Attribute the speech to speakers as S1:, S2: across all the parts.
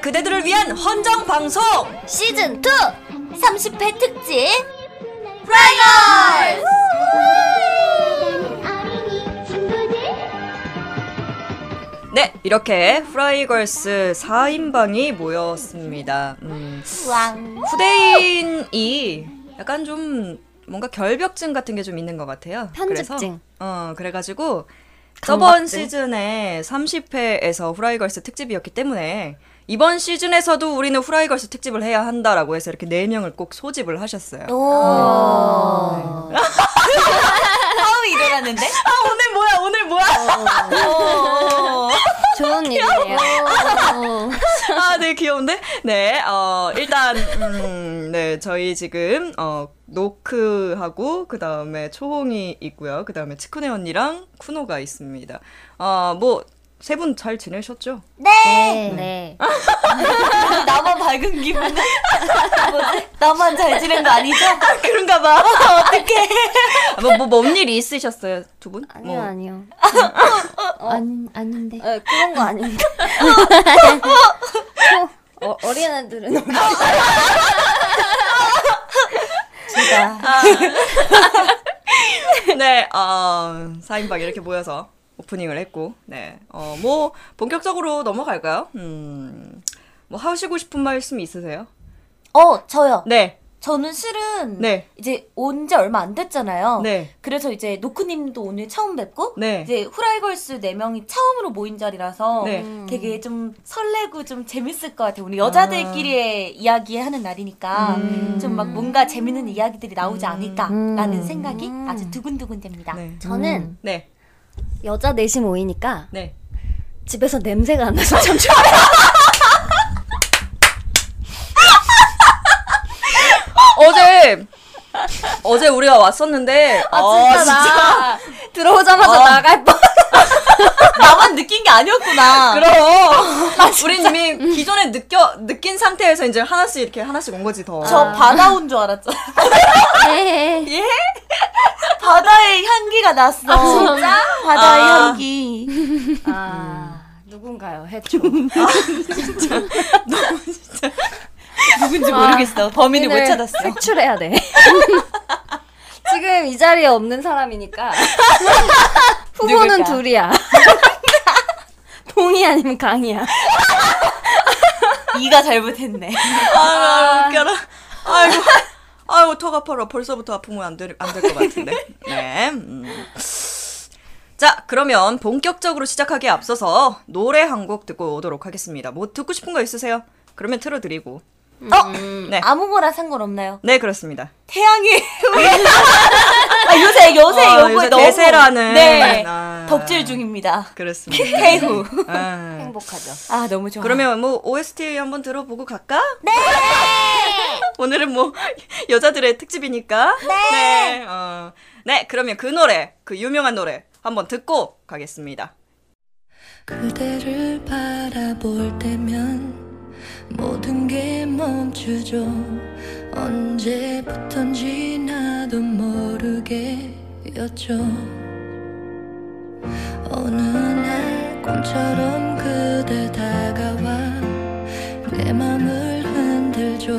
S1: 그대들을 위한 헌정 방송
S2: 시즌 2 30회 특집 프라이얼
S1: 네 이렇게 프라이걸스 4인방이 모였습니다 음,
S2: 왕
S1: 후대인이 약간 좀 뭔가 결벽증 같은 게 좀 있는 것 같아요
S3: 편집증.
S1: 그래서, 어 그래가지고 저번 시즌에 30회에서 후라이걸스 특집이었기 때문에 이번 시즌에서도 우리는 후라이걸스 특집을 해야 한다라고 해서 이렇게 4명을 꼭 소집을 하셨어요
S2: 오.
S4: 처음 일어났는데?
S1: 아 오늘 뭐야 오늘 뭐야
S3: 어. 좋은 일이네요.
S1: 아 네 귀여운데 네어 일단 음네 저희 지금 어 노크하고 그 다음에 초홍이 있고요 그 다음에 치쿠네 언니랑 쿠노가 있습니다 어뭐 세 분 잘 지내셨죠?
S3: 네. 네.
S4: 나만 밝은 기분에? 뭐지? 나만 잘 지낸 거 아니죠?
S1: 그런가 봐. 어떡해. 뭐, 뭐, 뭔 일이 있으셨어요, 두 분?
S3: 아니요
S1: 뭐.
S3: 아니요. 안 아닌데.
S5: 에, 그런 거 아닙니다. 어, 어린애들은 아.
S1: 네, 어, 4인방 이렇게 모여서 오프닝을 했고, 네. 어, 뭐, 본격적으로 넘어갈까요? 음, 뭐, 하시고 싶은 말씀 있으세요?
S2: 어, 저요.
S1: 네,
S4: 저는 실은
S1: 네,
S4: 이제 온 지 얼마 안
S3: 어,
S4: 됐잖아요.
S1: 네,
S4: 그래서 이제 노크님도 오늘 처음 뵙고
S1: 네.
S4: 이제 후라이걸스 4명이 처음으로 모인 자리라서
S1: 네.
S4: 되게 좀 설레고 좀 재밌을 것 같아요. 우리 여자들끼리의 이야기하는 날이니까 좀 막 뭔가 재밌는 이야기들이 나오지 않을까라는 생각이 아주 두근두근 됩니다.
S1: 네,
S5: 저는
S1: 네,
S3: 여자 넷이 모이니까
S1: 네.
S3: 집에서 냄새가 안 나서 참 좋아.
S1: 어제, 어제 우리가 왔었는데, 아,
S4: 어,
S5: 나 들어오자마자
S1: 어.
S5: 나갈 뻔.
S4: 나만 느낀 게 아니었구나. 아,
S1: 그럼 우린 이미 기존에 느껴 느낀 상태에서 이제 하나씩 이렇게 하나씩 온 거지 더.
S4: 저 바다 온 줄 알았죠.
S3: 네.
S5: 예.
S4: 바다의 향기가 났어. 아, 진짜? 바다의 향기.
S5: 아 누군가요 해초.
S4: 누군지 모르겠어. 범인을 못
S5: 얘네
S4: 찾았어.
S5: 색출해야 돼. 지금 이 자리에 없는 사람이니까 후보는
S4: 누굴까?
S5: 둘이야. 동이 아니면 강이야.
S4: 이가 잘못했네.
S1: 아, 웃겨라. 아이고. 아이고, 턱 아파라. 벌써부터 아프면 안 될, 안 될 것 같은데. 네. 음. 자, 그러면 본격적으로 시작하기에 앞서서 노래 한 곡 듣고 오도록 하겠습니다. 뭐 듣고 싶은 거 있으세요? 그러면 틀어드리고.
S4: 어?
S1: 네.
S4: 아무 거나 상관없나요?
S1: 네, 그렇습니다.
S4: 태양이. 아, 요새, 요새
S1: 어,
S4: 요거에
S1: 요새
S4: 너무.
S1: 대세라는.
S4: 네.
S1: 아.
S4: 덕질 중입니다.
S1: 그렇습니다.
S4: 태후.
S1: 아.
S5: 행복하죠.
S4: 아, 너무 좋아.
S1: 그러면 뭐 OST 한번 들어보고 갈까? 네. 오늘은 뭐 여자들의 특집이니까. 네. 네. 어. 네, 그러면 그 노래, 그 유명한 노래 한번 듣고 가겠습니다.
S6: 그대를 바라볼 때면 모든 게 멈추죠 언제부턴지 나도 모르게였죠 어느 날 꿈처럼 그대 다가와 내 맘을 흔들죠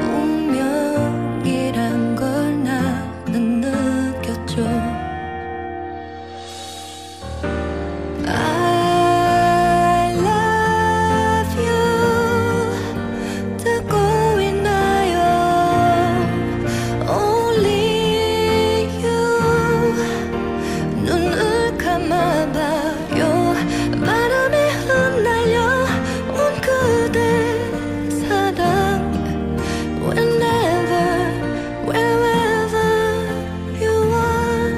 S6: 운명이란 걸 나는 느꼈죠 I love you 듣고 있나요 Only you 눈을 감아봐요 바람에 흩날려 온 그대 사랑 Whenever, wherever you are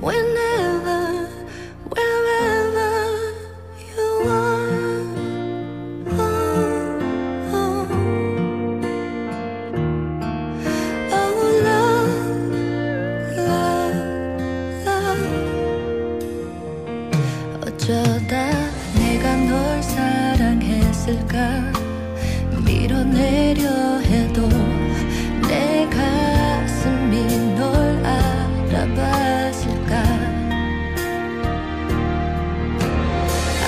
S6: Whenever, wherever you are. Oh, oh. Oh, love, love, love. 어쩌다 내가 널 사랑했을까 밀어내려 해도 내 가슴이 널 알아봤을까 I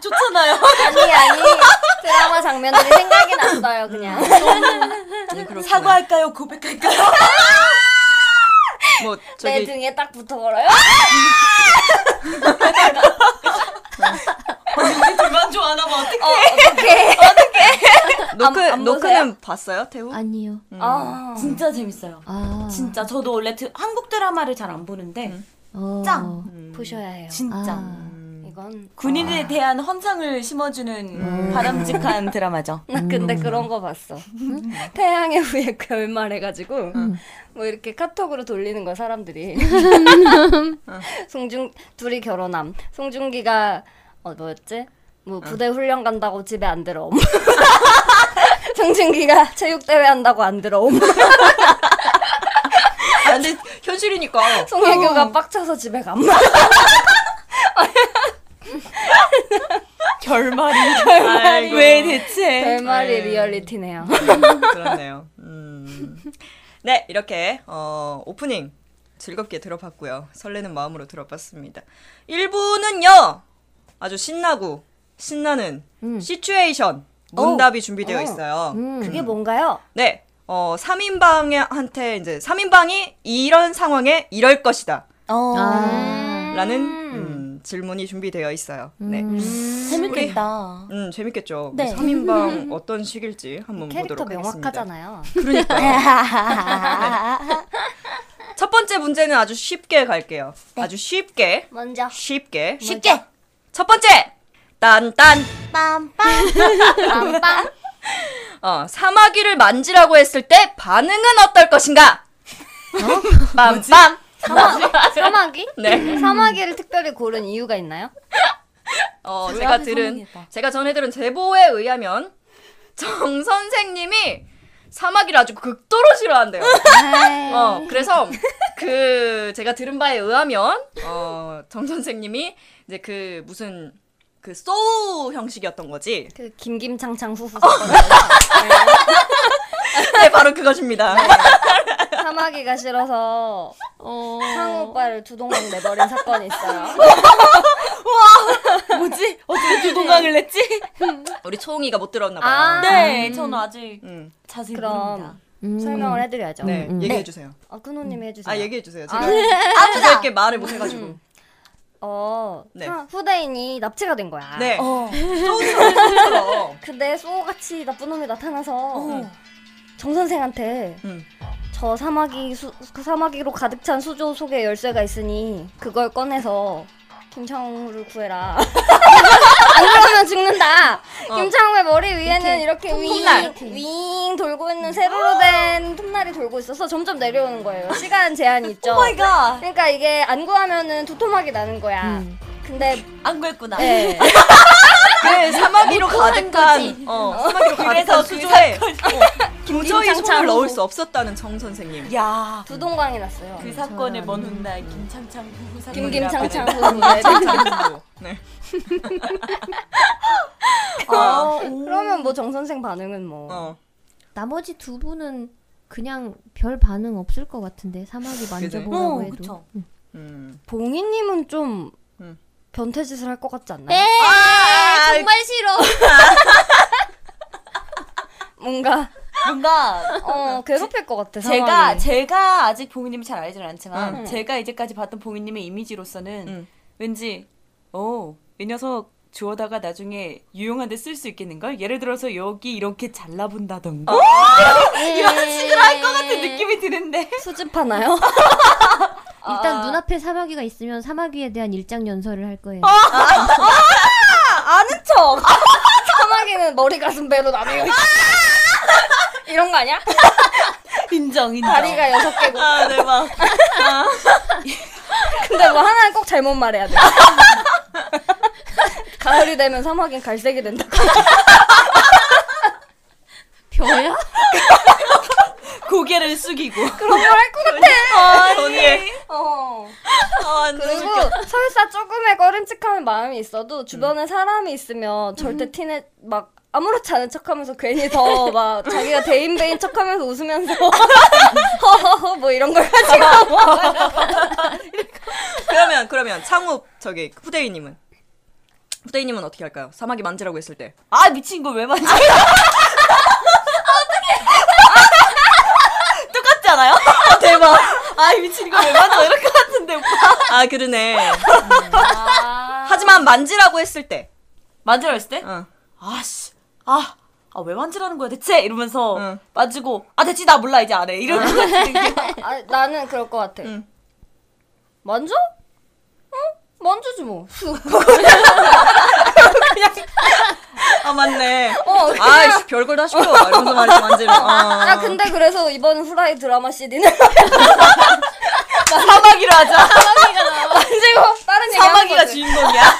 S4: 좋잖아요.
S5: 아니 아니 드라마 장면들이 생각이 났어요 그냥.
S4: 사과할까요? 고백할까요?
S1: 뭐
S5: 내
S1: 저기
S5: 등에 딱 붙어 걸어요.
S4: 둘만 좋아하나 봐. 어떡해.
S1: 노크
S5: 안- 안
S1: 노크는 봤어요 태우?
S5: 아니요.
S1: 음.
S5: 아
S4: 진짜 재밌어요.
S5: 아
S4: 진짜 저도 원래 드- 한국 드라마를 잘 안 보는데
S1: 음.
S5: 어,
S4: 짱! 아.
S1: 음.
S5: 보셔야 해요.
S4: 진짜.
S1: 음.
S5: 이건
S4: 군인에 대한 헌상을 심어주는 바람직한 드라마죠.
S5: 나 근데
S1: 음.
S5: 그런 거 봤어. 태양의 후예 결말 해가지고 뭐 이렇게 카톡으로 돌리는 거 사람들이. 송중 둘이 결혼함. 송중기가 어 뭐였지? 뭐 부대 훈련 간다고 집에 안 들어옴. 송중기가 체육 대회 한다고 안 들어옴.
S1: 아, 근데 현실이니까 어.
S5: 송혜교가 빡쳐서 집에 감.
S4: 결말이 결말이 왜
S1: 네.
S4: 대체?
S5: 결말이
S1: 아유.
S5: 리얼리티네요.
S1: 그렇네요. 음. 네, 이렇게 어, 오프닝 즐겁게 들어봤고요. 설레는 마음으로 들어봤습니다. 1부는요. 아주 신나고 신나는
S5: 음.
S1: 시츄에이션 문답이 준비되어
S5: 어.
S1: 있어요.
S5: 그게 뭔가요?
S1: 네. 어, 3인방한테 이제 3인방이 이런 상황에 이럴 것이다.
S2: 어.
S4: 아.
S1: 라는 음, 질문이 준비되어 있어요.
S5: 음.
S1: 네.
S4: 재밌겠다.
S1: 음, 재밌겠죠.
S4: 네.
S1: 3인방 어떤 식일지 한번
S5: 캐릭터
S1: 보도록 하겠습니다.
S5: 명확하잖아요.
S1: 첫 번째 문제는 아주 쉽게 갈게요. 아주 쉽게,
S2: 네. 먼저
S1: 쉽게.
S2: 쉽게
S1: 첫 번째! 딴딴!
S2: 빰빰 빰빰
S1: 어, 사마귀를 만지라고 했을 때 반응은 어떨 것인가?
S2: 어?
S1: 빰빰!
S5: 사마귀?
S1: 네.
S5: 사마귀를 특별히 고른 이유가 있나요?
S1: 어,
S4: 저희
S1: 제가
S4: 앞에
S1: 들은,
S4: 성인이다.
S1: 제가 전해 들은 제보에 의하면 정 선생님이 사마귀를 아주 극도로 싫어한대요. 어, 그래서 그 제가 들은 바에 의하면 어, 정 선생님이 이제 그 무슨 그 소우 형식이었던 거지.
S5: 그 김김창창 후후
S1: 네, 바로 그것입니다.
S5: 사마귀가 싫어서 상우 오빠를 두 동강 내버린 사건이 있어요.
S1: 음.
S4: 뭐지? 어떻게 두 동강을 냈지?
S1: 우리 초홍이가 못 들었나 봐요.
S5: 아,
S4: 네, 저는 아직
S1: 음,
S4: 자세히 모릅니다.
S5: 그럼 설명을 해드려야죠.
S1: 네, 얘기해 주세요.
S5: 아, 근호님 해주세요.
S1: 아, 얘기해 주세요. 음. 제가 아프다. 이렇게 말을 못 해가지고.
S5: 어,
S1: 네.
S5: 사- 후대인이 납치가 된 거야.
S1: 네,
S4: 어.
S1: 소우처럼
S5: 근데 소같이 나쁜 놈이 나타나서
S1: 어.
S5: 정 선생한테
S1: 음.
S5: 저 사마귀 수, 그 사마귀로 가득 찬 수조 속에 열쇠가 있으니 그걸 꺼내서 김창우를 구해라. 안 그러면 죽는다. 김창우의 머리 위에는 이렇게,
S1: 톱날.
S5: 윙, 윙 돌고 있는 세로로 된 톱날이 돌고 있어서 점점 내려오는 거예요. 시간 제한이 있죠.
S4: 오마이갓.
S5: 그러니까 이게 안 구하면은 두토막이 나는 거야. 근데
S4: 안 구했구나.
S5: 네.
S4: 아,
S1: 네, 사마귀로 가득한 어, 사마귀로 가득한
S4: 그래서
S1: 수조에
S4: 그
S1: 도저히 손을
S5: 김창창
S1: 넣을
S5: 후보.
S1: 수 없었다는 정 선생님.
S4: 야.
S5: 두동강이 났어요.
S4: 그 사건을 먼 훗날 김창창 부부 사건.
S5: 김김창창 후보인데.
S1: 네.
S5: 어, 그러면 뭐 정 선생 반응은 뭐
S1: 어.
S6: 나머지 두 분은 그냥 별 반응 없을 것 같은데 사막이 만져보라고
S4: 어,
S6: 해도
S4: 그쵸.
S1: 뭐, 음.
S5: 봉이님은 좀
S1: 음.
S5: 변태짓을 할 것 같지 않나요?
S1: 아,
S2: 정말 싫어
S5: 뭔가
S4: 뭔가
S5: 어 괴롭힐 것 같아.
S4: 제가
S5: 상황이.
S4: 제가 아직 봉이님이 잘 알지는 않지만
S1: 응.
S4: 제가 이제까지 봤던 봉이님의 이미지로서는
S1: 응.
S4: 왠지 오, 이 녀석 주워다가 나중에 유용한데 쓸 수 있겠는 걸? 예를 들어서 여기 이렇게 잘라본다던가 이런 식으로 할 것 같은 느낌이 드는데
S5: 수집하나요? 아.
S6: 일단 눈앞에 사마귀가 있으면 사마귀에 대한 일장 연설을 할 거예요.
S5: 어? 아는 척. 사마귀는 머리 가슴 배로 나뉘어. 있- 이런 거 아니야?
S4: 인정 인정.
S5: 다리가 여섯 개고.
S4: 아 대박.
S5: 근데 뭐 하나는 꼭 잘못 말해야 돼. 가을이 되면 사마귀는 갈색이 된다고.
S6: 별야?
S4: 고개를 숙이고.
S5: 아, 그런 걸 할 것 같아.
S1: 언니.
S5: 어.
S1: 아,
S5: 그러니까. 그리고 설사 조금의 꺼림칙한 마음이 음. 있어도 주변에 사람이 있으면 절대 티내 막 아무렇지 않은 척하면서 괜히 더 막 자기가 대인배인 척하면서 웃으면서 허허허 뭐 이런 걸 가지고
S1: 그러면 그러면 창욱 저기 후대인님은 후대인님은 어떻게 할까요? 사막이 만지라고 했을 때.
S4: 아 미친 걸 왜 만져? 똑같지 않아요?
S1: 대박.
S4: 아 미친 걸 왜 만져? 이럴 것 같은데 오빠.
S1: 아 그러네.
S5: 아.
S1: 하지만 만지라고 했을 때.
S4: 만지라 했을 때?
S1: 어.
S4: 아씨 아. 아, 왜 만지라는 거야, 대체? 이러면서,
S1: 응.
S4: 만지고, 아, 대체 나 몰라, 이제 안 해. 이럴 것 같은데.
S5: 아, 나는 그럴 것 같아.
S1: 응.
S5: 만져? 응? 만져지 뭐.
S1: 아 맞네.
S5: 어, 그냥.
S1: 아이씨 별걸 다 시켜. 이러면서 말이 만지는.
S4: 아,
S1: 어.
S5: 야, 근데 그래서 이번 후라이 드라마 CD는
S4: 사막이라 하자.
S5: 만지고 다른 얘기 하는
S4: 사막이가
S5: 거지.
S4: 주인공이야.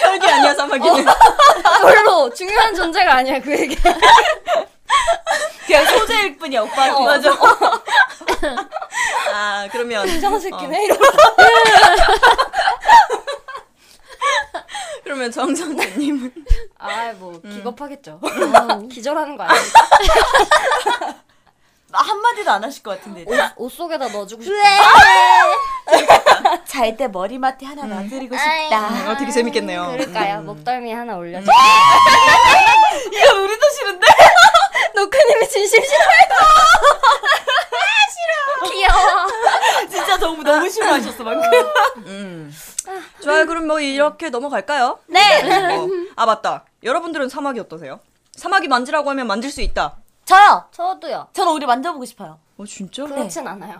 S1: 별게 아니야 사막이는.
S5: 별로 중요한 존재가 아니야, 그 얘기.
S4: 그냥 소재일 뿐이야, 오빠. 어, 맞아.
S1: 아 그러면
S5: 이상한 새끼네, 이러고.
S1: 그러면 정정대님은
S5: 아, 뭐, 기겁하겠죠. 어.
S6: 아우,
S5: 기절하는 거 아니야.
S4: 한마디도 안 하실 것 같은데.
S5: 옷 속에다 넣어주고 싶어.
S4: 잘 때 머리맡에 하나 놔드리고 싶다.
S1: 어, 되게 재밌겠네요.
S5: 그럴까요? 목덜미 하나 올려줘.
S4: 이건 우리도 싫은데?
S5: 노크님이 진심 싫어해서. 아, 싫어. 귀여워.
S4: 진짜 너무 너무 싫어하셨어 방금.
S1: 음. 좋아요. 그럼 뭐 이렇게 넘어갈까요?
S4: 네,
S1: 어. 아 맞다. 여러분들은 사막이 어떠세요? 사막이 만지라고 하면 만질 수 있다.
S4: 저요.
S5: 저도요.
S4: 저는 오히려 만져보고 싶어요.
S1: 어 진짜?
S5: 그렇진 않아요.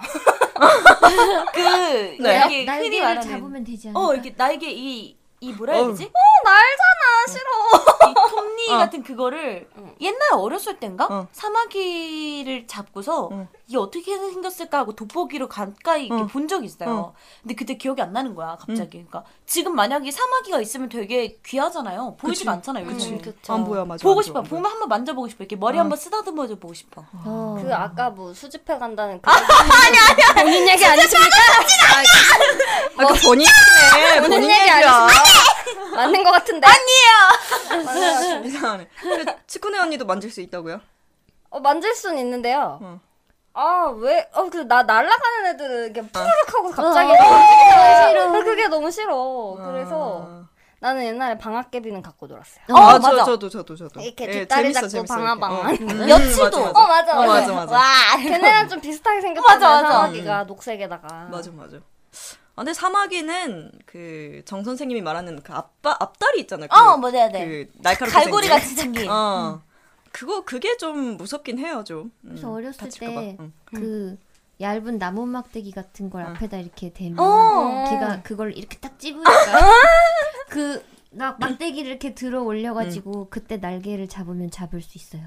S4: 그 이렇게 흔히
S6: 어, 날개를
S4: 말하는
S6: 잡으면 되지 않을까?
S4: 어 이렇게 날개 이 이 뭐라 해야
S1: 어우.
S4: 되지?
S5: 날잖아, 싫어.
S4: 이 톱니
S1: 어.
S4: 같은 그거를 옛날 어렸을 땐가
S1: 어.
S4: 사마귀를 잡고서
S1: 어.
S4: 이게 어떻게 생겼을까 하고 돋보기로 가까이 이렇게
S1: 어.
S4: 본 적이 있어요.
S1: 어.
S4: 근데 그때 기억이 안 나는 거야 갑자기. 그러니까 지금 만약에 사마귀가 있으면 되게 귀하잖아요. 보이지가 않잖아요. 요즘.
S5: 음,
S1: 안 보여 맞아. 뭐.
S4: 보고
S1: 안 보여,
S4: 싶어.
S1: 안 보여.
S4: 보면 한번 만져보고 싶어. 이렇게 머리 한번 쓰다듬어 줘 보고 싶어.
S6: 어.
S5: 그 아까 뭐 수집해 간다는 그 아니 아니 본인 얘기 아니십니까?
S1: 아, 그 본인이네.
S5: 본인
S1: 본인
S5: 얘기
S1: 얘기야.
S5: 맞는 것 같은데 아니에요. 맞는 것 같은데.
S1: 이상하네. 근데 치쿠네 언니도 만질 수 있다고요?
S5: 어, 만질 순 있는데요.
S1: 어.
S5: 아 왜? 어 그 나 날아가는 애들은 이렇게 푸르륵 하고
S6: 어,
S5: 갑자기 싫어. 그게 너무 싫어. 그래서 나는 옛날에 방앗개비는 갖고 놀았어요.
S4: 어,
S1: 아,
S4: 맞아.
S1: 저, 저도 저도 저도.
S5: 이렇게
S1: 예,
S5: 뒷다리
S1: 재밌어,
S5: 잡고
S1: 재밌어,
S5: 방아방아.
S1: 이렇게. 어.
S4: 여치도.
S1: 맞아, 맞아.
S5: 어 맞아 그
S1: 어,
S5: 맞아.
S1: 맞아 맞아.
S5: 걔네랑 좀 비슷하게 생겼잖아
S4: 맞아, 맞아.
S5: 사마귀가 녹색에다가.
S1: 음. 맞아 맞아. 아, 근데 사마귀는 그 정 선생님이 말하는 그 앞바 앞다리 있잖아요. 그,
S4: 어, 뭐 해야 돼.
S1: 그 날카롭게
S4: 갈고리
S1: 생긴.
S4: 같이 생긴.
S1: 어. 그거 그게 좀 무섭긴 해요 좀. 음,
S6: 그래서 어렸을
S1: 다칠까 봐. 음.
S6: 때
S1: 응.
S6: 그 얇은 나무 막대기 같은 걸 앞에다 이렇게
S1: 그,
S5: 음.
S6: 대면
S4: 어.
S6: 걔가 그걸 이렇게 딱 찝으니까 그 나 막대기를 이렇게 들어
S1: 음.
S6: 올려가지고 그때 날개를 잡으면 잡을 수 있어요.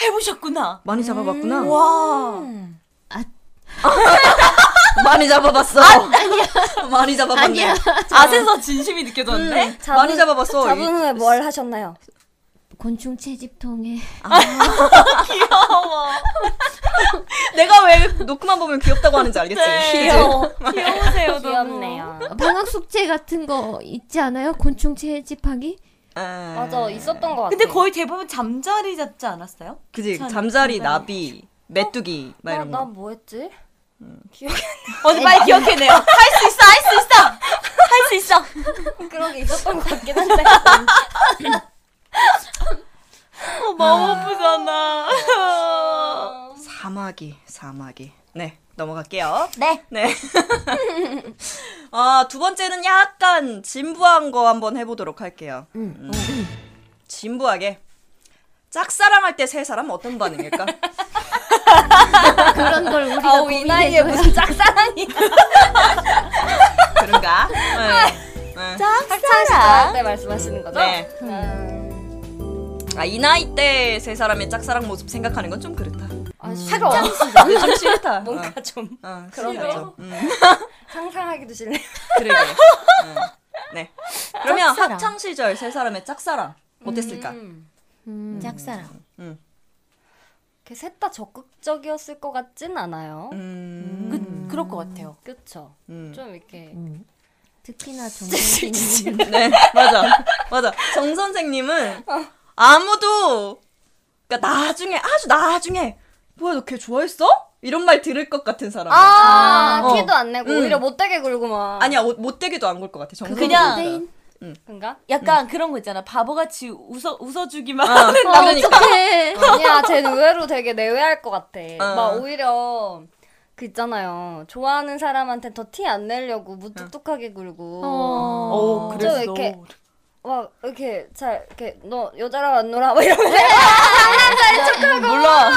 S4: 해보셨구나.
S1: 많이 잡아봤구나.
S5: 음.
S4: 와.
S1: 많이 잡아봤어. 아니야. 많이 잡아봤네. 아니야.
S4: 아센서 진심이 느껴졌는데.
S5: 잡은-
S1: 음. 많이 잡아봤어.
S5: 네? 잡은
S1: 이-
S5: 후에 뭘 하셨나요?
S6: 곤충 채집통에
S1: 내가 왜 노크만 보면 귀엽다고 하는지 알겠지.
S4: 귀여워. 귀여우세요, 너무.
S5: 귀엽네요.
S6: 방학 숙제 같은 거 있지 않아요? 곤충 채집하기?
S1: 아.
S5: 맞아 있었던 것 같아.
S4: 근데 거의 대부분 잠자리 잡지 네. 않았어요?
S1: 그지
S4: 참,
S1: 잠자리
S4: 잠자리.
S1: 나비 메뚜기 막 이런 거.
S5: 난뭐 했지?
S4: 언니 빨리 기억해내요. 아, 음. 할 수 있어, 할 수 있어. 할 수 있어.
S5: 그런 게 있었던 것 같긴 한데.
S4: 어, 마음 아프잖아.
S1: 사마귀 사마귀. 네 넘어갈게요.
S4: 네.
S1: 네. 아, 두 번째는 약간 진부한 거 한번 해보도록 할게요. 음. 진부하게. 짝사랑할 때 세 사람 어떤 반응일까?
S6: 그런 걸 우리가
S5: 아우 이 나이에 무슨 짝사랑이
S1: 그런가? 네. 네.
S5: 학창시절 때 말씀하시는 거죠?
S1: 네.
S5: 음.
S1: 아, 이 나이 때 세 사람의 짝사랑 모습 생각하는 건 좀 그렇다.
S5: 아 싫어.
S1: 근데 좀 싫다.
S5: 뭔가 좀
S1: 어, 어,
S5: 그러네요.
S1: 싫어. 음,
S5: 상상하기도 싫네요.
S1: 그러게. 음. 네. 그러면 학창 시절 세 사람의 짝사랑 어땠을까?
S4: 음.
S6: 음,
S5: 음.
S4: 짝사랑.
S5: 셋다 적극적이었을 것 같진 않아요.
S1: 음.
S4: 그, 그럴 것 같아요.
S5: 그쵸?
S1: 음.
S5: 좀 이렇게
S6: 특히나 정신이
S1: 네, 맞아. 맞아. 정 선생님은 아무도 그러니까 나중에 아주 나중에 뭐야 너 걔 좋아했어? 이런 말 들을 것 같은 사람. 아~
S5: 아,
S1: 어.
S5: 티도 안 내고
S1: 음.
S5: 오히려 못되게 굴고 막
S1: 아니야 못 되게도 안 굴 것 같아. 정
S4: 그냥
S1: 선생님보다.
S5: 그런가?
S4: 약간 그런 거 있잖아. 바보같이 웃어 웃어주기만
S1: 어,
S4: 하는 남자.
S6: 어떡해.
S5: 아니야, 쟤 의외로 되게 내외할 것 같아.
S1: 어.
S5: 막 오히려 그 있잖아요. 좋아하는 사람한테 더 티 안 내려고 무뚝뚝하게 굴고
S6: 어.
S4: 어, 그래서
S5: 좀 이렇게
S4: 너-
S5: 막 이렇게 잘 이렇게 너 여자랑 안 놀아 막 이러면
S4: 몰라.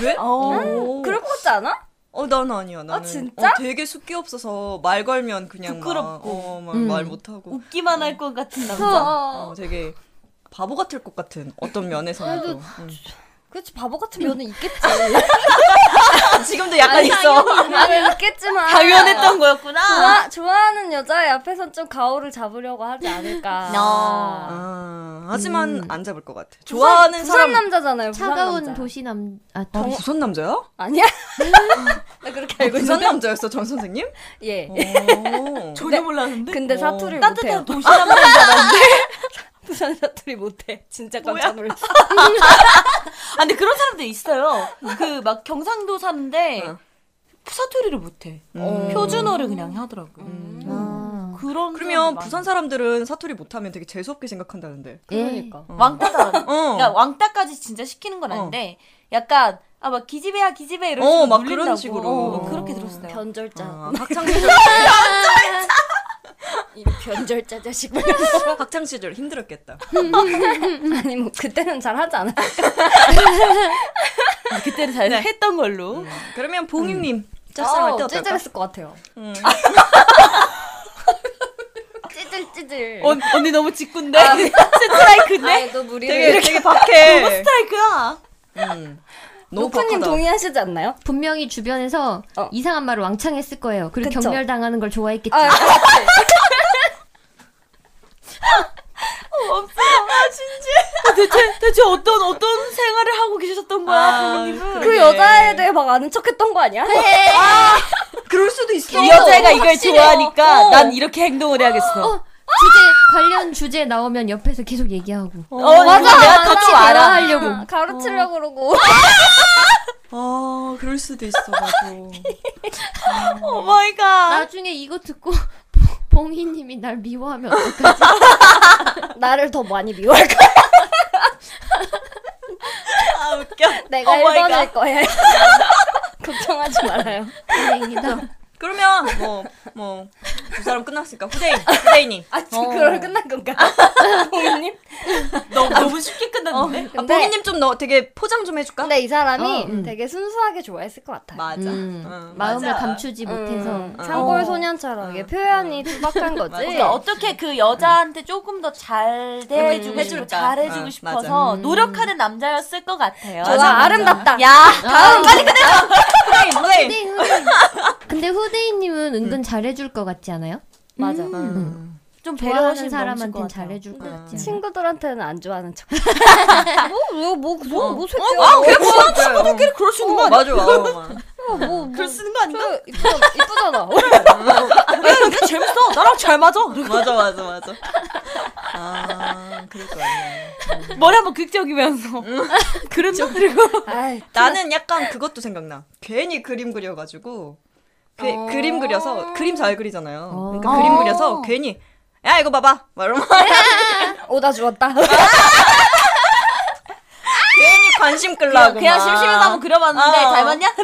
S1: 왜?
S4: 어.
S5: 그럴 것 같지 않아?
S1: 어, 난 아니야. 나는
S5: 진짜?
S1: 어, 되게 숙기 없어서 말 걸면 그냥
S4: 부끄럽고.
S1: 막, 어, 막
S6: 음.
S1: 말 못하고
S4: 웃기만 할 것 같은 남자.
S5: 어.
S1: 어, 되게 바보 같을 것 같은 어떤 면에서는 또. 음.
S5: 그렇지 바보 같은 면은 있겠지.
S1: 아, 지금도 약간 있어.
S5: 면은 있겠지만
S4: 당연했던 거였구나.
S5: 좋아 좋아하는 여자 앞에선 좀 가오를 잡으려고 하지 않을까. 어.
S4: 너.
S1: 아, 하지만 안 잡을 것 같아. 좋아하는
S5: 부산
S1: 사람
S5: 남자잖아요. 부산
S6: 차가운
S5: 남자.
S6: 도시 남, 아,
S1: 아,
S6: 동,
S1: 부산 남자야?
S5: 아니야? 음. 나 그렇게 알고
S1: 부산
S5: 있는데.
S1: 남자였어, 전 선생님? 네.
S5: 예.
S1: 어. 오.
S4: 전혀 몰랐는데.
S5: 근데
S1: 어.
S5: 사투리 못해요.
S4: 따뜻한 도시 남자인데.
S5: 부산 사투리 못해. 진짜 깜짝 놀랐어.
S4: 아, 근데 그런 사람들 있어요. 그 막 경상도 사는데
S1: 어.
S4: 사투리를 못해.
S1: 음.
S4: 표준어를 그냥 하더라고요.
S1: 어.
S6: 아.
S4: 음. 그런
S1: 그러면
S4: 사람이
S1: 부산
S4: 많아요.
S1: 사람들은 사투리 못하면 되게 재수없게 생각한다는데.
S5: 그러니까.
S4: 음. 왕따다.
S1: 어.
S4: 그러니까 왕따까지 진짜 시키는 건 아닌데 약간 아 막 기집애야 기집애 이런
S1: 어,
S4: 식으로
S1: 막
S4: 놀린다고
S1: 그런 식으로.
S4: 어, 그렇게
S5: 음.
S4: 들었어요.
S5: 변절자.
S1: 아, 학창 시절
S5: 이 변절자 자식.
S1: 어, 학창 시절 힘들었겠다.
S5: 아니 뭐 그때는 잘 하지 않아.
S4: 그때는 잘 했던 걸로.
S1: 그러면 봉유님 짝사랑할 때 어떨까?
S5: 찌질했을 아, 것 같아요. 음. 찌질 찌질.
S4: 언, 언니 너무 직군데 스트라이크인데
S5: 아, 네. 아이 네, 너 무리를.
S1: 되게 되게 박해.
S4: 스트라이크야.
S1: 음. 너무
S5: 노크님
S1: 박하다.
S5: 동의하시지 않나요?
S6: 분명히 주변에서
S5: 어.
S6: 이상한 말을 왕창 했을 거예요. 그리고
S5: 그쵸.
S6: 경멸당하는 걸 좋아했겠지.
S5: 아,
S4: 아, 대체 대체 어떤 어떤 생활을 하고 계셨던 거야
S1: 아,
S4: 부모님은
S5: 그 여자에 대해 막 아는 척했던 거 아니야?
S1: 그럴 수도 있어.
S4: 이 여자가 이걸 좋아하니까 난 이렇게 행동을 해야겠어 어,
S6: 주제 관련 주제 나오면 옆에서 계속 얘기하고.
S4: 어,
S5: 어? 네,
S4: 맞아 내가 다 좀 알아
S6: 하려고.
S5: 가르치려고 어. 그러고.
S1: 아, 그럴 수도 있어. 맞아.
S4: 어 오마이갓
S6: 나중에 이거 듣고 봉희님이 날 미워하면 어떡하지?
S5: 나를 더 많이 미워할 거야.
S4: 아 웃겨
S5: 내가
S4: Oh my
S5: 1번일 거야. 걱정하지 말아요.
S6: 다행이다.
S1: 그러면 뭐, 뭐뭐두 사람 끝났으니까 후대인 후대인님.
S5: 아,
S6: 어.
S5: 지금 그걸 끝난 건가? 부모님?
S4: 너무 너무 쉽게 끝났는데 네.
S1: 아,
S5: 근데-
S1: 봉유님 좀 너 되게 포장 좀 해줄까?
S5: 근데 이 사람이
S6: 어, 음.
S5: 되게 순수하게 좋아했을 것 같아요.
S1: 맞아.
S6: 음,
S1: 응,
S6: 마음을
S1: 맞아.
S6: 감추지 못해서.
S5: 음, 창골 소년처럼 이게 표현이 투박한 거지. 음.
S4: 그러니까 어떻게 그 여자한테 조금 더 잘 음, 대해주고 싶고
S1: 해줄까?
S4: 잘해주고
S1: 어,
S4: 싶어서
S1: 맞아.
S4: 노력하는 남자였을 것 같아요
S5: 좋아
S1: 맞아, 맞아.
S5: 아름답다.
S4: 야
S6: 다음 빨리
S1: 후대인
S4: 아,
S1: 후대인.
S6: 후대인. 근데 후대인님은 은근 잘해줄 것 같지 않아요?
S5: 맞아.
S1: 음.
S4: 좀 배려하신
S6: 좋아하는 사람한테 잘해줄 것 같지 않아요?
S5: 음. 친구들한테는 안 좋아하는 척. 뭐, 뭐뭐뭐뭐
S4: 어, 아,
S5: 새끼야.
S4: 그래, 뭐, 친구들끼리 그럴 수 있는 거 아니야?
S1: 맞아. 맞아.
S5: 뭐
S4: 글 쓰는 거 아닌가?
S5: 저 이쁘잖아. 이쁘잖아.
S4: 야, 이게 재밌어. 나랑 잘 맞아.
S1: 맞아 맞아 맞아. 아 그럴 거 같네.
S4: 머리 한번 극적이면서. 그런 거 들고.
S5: 아이,
S1: 나는 약간 그것도 생각나. 괜히 그림 그려가지고 그,
S5: 어.
S1: 그림 그려서 그림 잘 그리잖아요.
S6: 어.
S1: 그러니까 그림 그려서 괜히 야 이거 봐봐 막 이러면
S4: 네.
S5: 오다 죽었다.
S1: 괜히 관심 끌라고
S4: 아, 그냥
S1: 막.
S4: 심심해서 한번 그려봤는데
S1: 어.
S4: 잘 맞냐?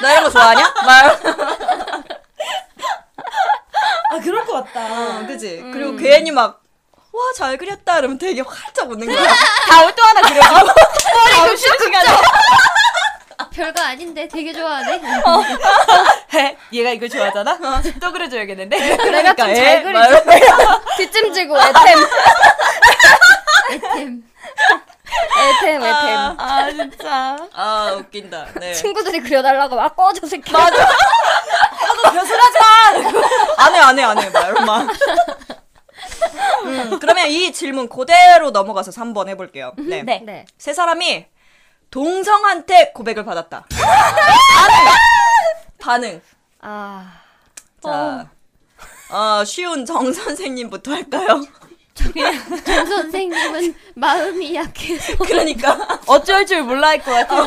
S1: 너 이런 거 좋아하냐? 막
S4: 아, 그럴 것 같다.
S1: 이러면 그지. 그리고 괜히 막 와, 잘 그렸다! 이러면 되게 활짝 웃는 거야.
S4: 다음에 또 하나
S1: 어,
S4: 그려주고. 머리 급식 시간에.
S6: 별거 아닌데 되게 좋아하네. 음,
S4: 해. 얘가 이걸 좋아하잖아? 또 그려줘야겠는데?
S1: 그러니까,
S5: 내가 좀 잘
S1: 에? 막
S5: 그리지. 뒷짐지고 애템.
S6: 애템.
S5: 애템 애템.
S4: 아, 진짜.
S1: 예, 아, 웃긴다. 네.
S5: 친구들이 그려달라고 막 꺼져 새끼.
S1: 안 해, 안 해, 안 해. 막 이러면 막. 음, 그러면 이 질문 그대로 넘어가서 3번 해볼게요. 네.
S4: 네.
S5: 네.
S1: 세 사람이 동성한테 고백을 받았다. 반응.
S5: 아
S1: 반응. 자, 어, 쉬운 정 선생님부터 할까요?
S6: 정 선생님은 마음이 약해서.
S1: 그러니까.
S4: 어쩔 줄 몰라 할 것 같아.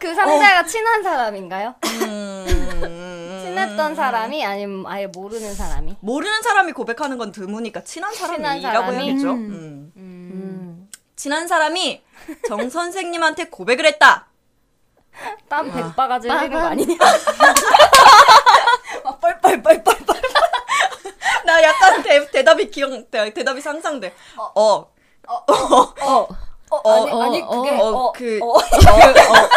S5: 그 상대가 친한 사람인가요?
S1: 음,
S5: 친했던 사람이 아니면 아예 모르는 사람이.
S1: 모르는 사람이 고백하는 건 드무니까 친한 사람이라고
S5: 사람이?
S1: 해야겠죠. 음. 친한 사람이 정 선생님한테 고백을 했다.
S5: 땀 백바가지 흘리는 거 아니냐?
S1: 아, 나 약간 대, 대답이 기억 대, 대답이 상상돼. 어.
S5: 어, 아니, 아니 그게
S1: 어,
S5: 어,
S1: 그,
S5: 어,
S1: 어, 어,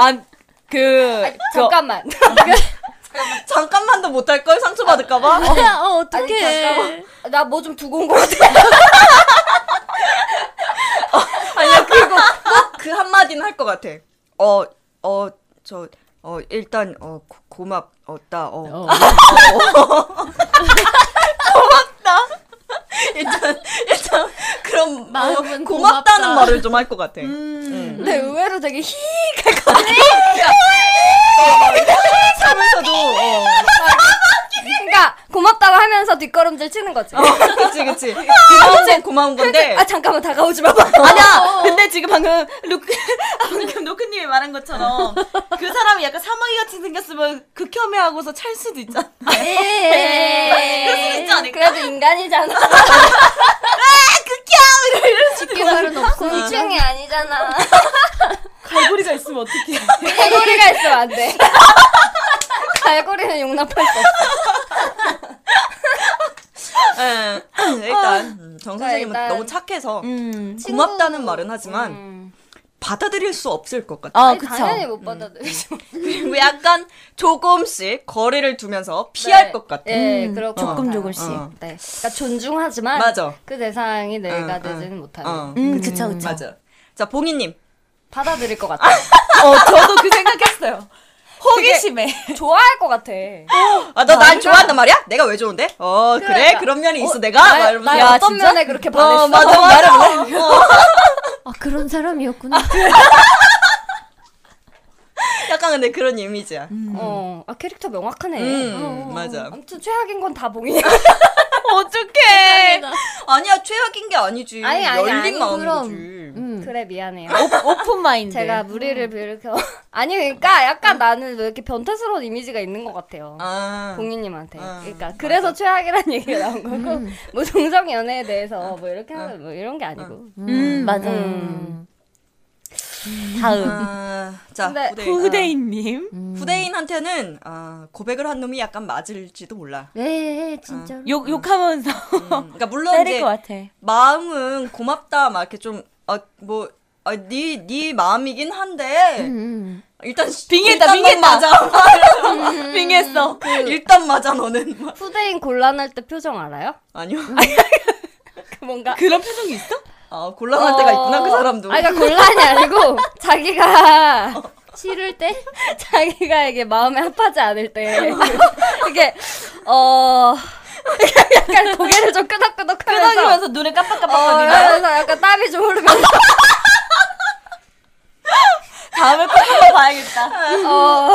S1: 안, 그, 저,
S5: 잠깐만.
S1: 잠깐만도 못할 걸 상처받을까봐.
S6: 야, 어,
S5: 아니,
S6: 어떡해.
S5: 잠깐만. 나 뭐 좀 두고 온 거 같아.
S1: 아니야 그리고 꼭그 한마디는 할 것 같아. 어, 어어저 어, 일단 어 고, 고맙다 어,
S6: 어.
S1: 일단 일단 그런
S6: 마음은
S1: 어, 고맙다는
S6: 고맙다.
S1: 말을 좀 할 것 같아.
S5: 근데 의외로 되게 히.
S1: 하면서도 어,
S5: 그러니까 고맙다고 하면서 뒷걸음질 치는 거지.
S1: 어, 그치 그치 그건 고마운 건데
S5: 아 잠깐만 다가오지 마.
S4: 아니야. 근데 지금 방금 루크 어, 방금 노크님이 말한 것처럼 그 사람이 약간 사마귀 같이 생겼으면 극혐해하고서 찰 수도 있잖아.
S5: 그럴
S4: 수도 있지 않을까?
S5: 네. 그래도 인간이잖아.
S6: 직교발은 없어.
S5: 곤충이 아니잖아.
S4: 갈고리가 있으면 어떡해.
S5: 갈고리가 있으면 안 돼. 갈고리는 용납할 수 없어.
S1: 예, 일단 음, 정 선생님은
S5: 일단- 음.
S1: 너무 착해서
S4: 아. 음.
S1: 고맙다는 말은 하지만 받아들일 수 없을 것 같아.
S4: 아,
S5: 아니,
S4: 그쵸.
S5: 당연히
S1: 음.
S5: 못 받아들이죠.
S1: 그리고 약간 조금씩 거리를 두면서 피할 것 같아.
S5: 예,
S4: 음,
S5: 그렇고.
S4: 조금 조금씩.
S1: 어.
S5: 네. 그러니까 존중하지만
S1: 맞아.
S5: 그 대상이 내가
S1: 응,
S5: 되지는
S1: 응.
S5: 못하는.
S1: 어.
S4: 음, 그쵸, 그쵸.
S1: 맞아. 자, 봉이님.
S5: 받아들일 것 같아.
S4: 어, 저도 그 생각했어요. 호기심에.
S5: 좋아할 것 같아.
S1: 아, 너 날 좋아한단 말이야? 내가 왜 좋은데? 어, 그래? 그런 면이 있어, 내가? 막
S5: 나,
S1: 이러면서.
S5: 나 어떤 면에 그렇게 반했어?
S1: 아, 어, 맞아, 맞아.
S6: 아, 그런 사람이었구나.
S1: 약간 근데 그런 이미지야. 음,
S5: 어, 아, 캐릭터 명확하네. 어,
S1: 맞아.
S5: 아무튼 최악인 건 다 봉이야.
S1: 어떡해. 아니야, 최악인 게 아니지.
S5: 아니, 아니,
S1: 열린
S5: 아니,
S1: 마음인
S6: 그럼.
S1: 거지.
S6: 음.
S5: 그래 미안해요.
S1: 어,
S4: 오픈 마인드.
S5: 제가
S1: 음.
S5: 무리를 일으켜. 아니 그러니까 약간 나는 왜 이렇게 변태스러운 이미지가 있는 것 같아요.
S1: 아.
S5: 공인님한테.
S1: 아, 음.
S5: 그러니까 그래서 최악이란 얘기가 나온 거고 뭐 동성 연애에 대해서
S1: 아,
S5: 뭐 이렇게 하는 뭐 이런 게 아니고.
S4: 음, 맞아.
S6: 음.
S4: 다음. 음.
S1: 아, 자,
S5: 근데
S1: 후대인.
S4: 후대인님.
S1: 후대인한테는 아, 고백을 한 놈이 약간 맞을지도 몰라.
S6: 네, 진짜로.
S4: 욕, 욕하면서 음.
S1: 그러니까 물론
S4: 어, 때릴
S1: 이제
S4: 것 같아.
S1: 마음은 고맙다 막 이렇게 좀 아, 뭐 아, 네, 네 마음이긴 한데
S6: 음.
S1: 일단
S4: 빙의했다,
S1: 일단 넌
S4: 빙의했다.
S1: 맞아.
S4: 음. 빙했어. 그
S1: 일단 맞아 너는 막.
S5: 후대인 곤란할 때 표정 알아요?
S1: 아니요.
S5: 그 뭔가 어.
S4: 그런 표정이 있어?
S1: 아 곤란할 때가 있구나 그 사람도. 어.
S5: 아, 그러니까 곤란이 아니고 자기가 싫을 때, 자기가 이게 마음에 합하지 않을 때, 이게 어 약간 고개를 좀 끄덕끄덕하면서,
S4: 끄덕이면서 그 눈을
S5: 어,
S4: 깜빡깜빡거리다.
S5: 이러면서 약간 땀이 좀 흐르면서,
S4: 다음에 꼭 한번 봐야겠다.
S5: 어,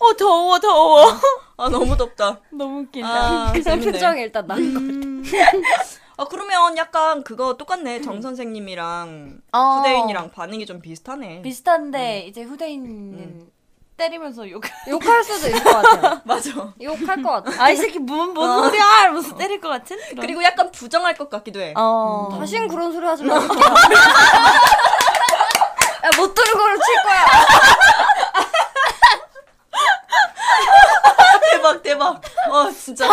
S4: 어, 더워, 더워.
S1: 아 너무 덥다.
S4: 너무 웃긴다.
S1: 아,
S5: 그런
S1: 재밌네.
S5: 표정이 일단 나.
S1: 아 그러면 약간 그거
S5: 음.
S1: 똑같네 정 선생님이랑
S4: 어.
S1: 후대인이랑 반응이 좀 비슷하네.
S4: 비슷한데, 이제 후대인은 때리면서 욕.
S5: 욕할 수도 있을 것 같아요.
S1: 맞아.
S5: 욕할 것 같아.
S4: 아, 이 새끼 무슨, 뭔 소리야? 이러면서 때릴 것 같은? 그런.
S1: 그리고 약간 부정할 것 같기도 해.
S4: 어.
S5: 다신 아, 그런 소리 하지 마. 야, 못 들은 거로 칠 거야.
S1: 대박 대박. 어 진짜.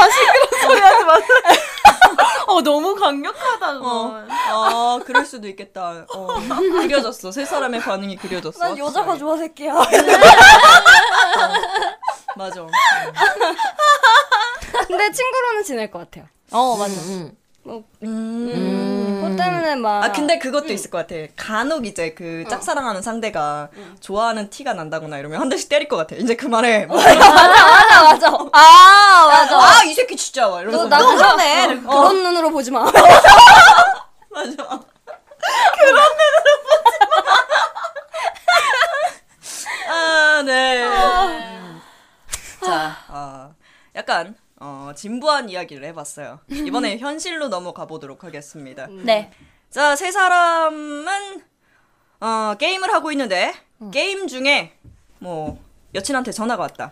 S4: 어, 너무 강력하다,
S1: 어,
S4: 그거.
S1: 아, 그럴 수도 있겠다. 어, 그려졌어. 세 사람의 반응이 그려졌어.
S5: 난 여자가 좋아 새끼야.
S1: 맞아.
S5: 근데 친구로는 지낼 것 같아요.
S4: 어, 맞아.
S1: 음.
S5: 그것 때문에 막.
S1: 아, 근데 그것도 있을 것 같아. 간혹 이제
S5: 어.
S1: 그 짝사랑하는 상대가 좋아하는 티가 난다거나 이러면 한 대씩 때릴 것 같아. 이제 그만해. 뭐.
S5: 어.
S1: 막 이러면서
S5: 맞아 맞아 맞아.
S4: 아, 맞아.
S1: 아, 이 새끼 진짜. 막 이러면서. 뭐.
S5: 너나
S1: 막.
S5: 그러네. 그런 눈으로 보지 마.
S1: 맞아. 그런 눈으로 보지 마. 아, 네. 자, 어, 약간 어, 진부한 이야기를 해봤어요. 이번에 현실로 넘어가 보도록 하겠습니다.
S4: 네.
S1: 자, 세 사람은 어, 게임을 하고 있는데 게임 중에 뭐 여친한테 전화가 왔다.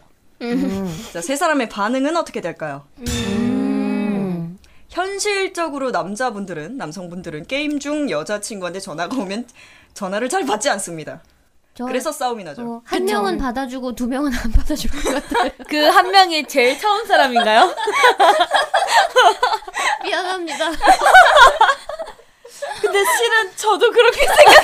S1: 자, 세 사람의 반응은 어떻게 될까요? 현실적으로 남자분들은 남성분들은 게임 중 여자친구한테 전화가 오면 전화를 잘 받지 않습니다.
S6: 저-
S1: 그래서 싸움이 나죠.
S6: 어, 한 명은 받아주고 두 명은 안 받아줄 것 같아요.
S4: 그 한 명이 제일 처음 사람인가요?
S6: 미안합니다.
S4: 근데 실은 저도 그렇게 생각.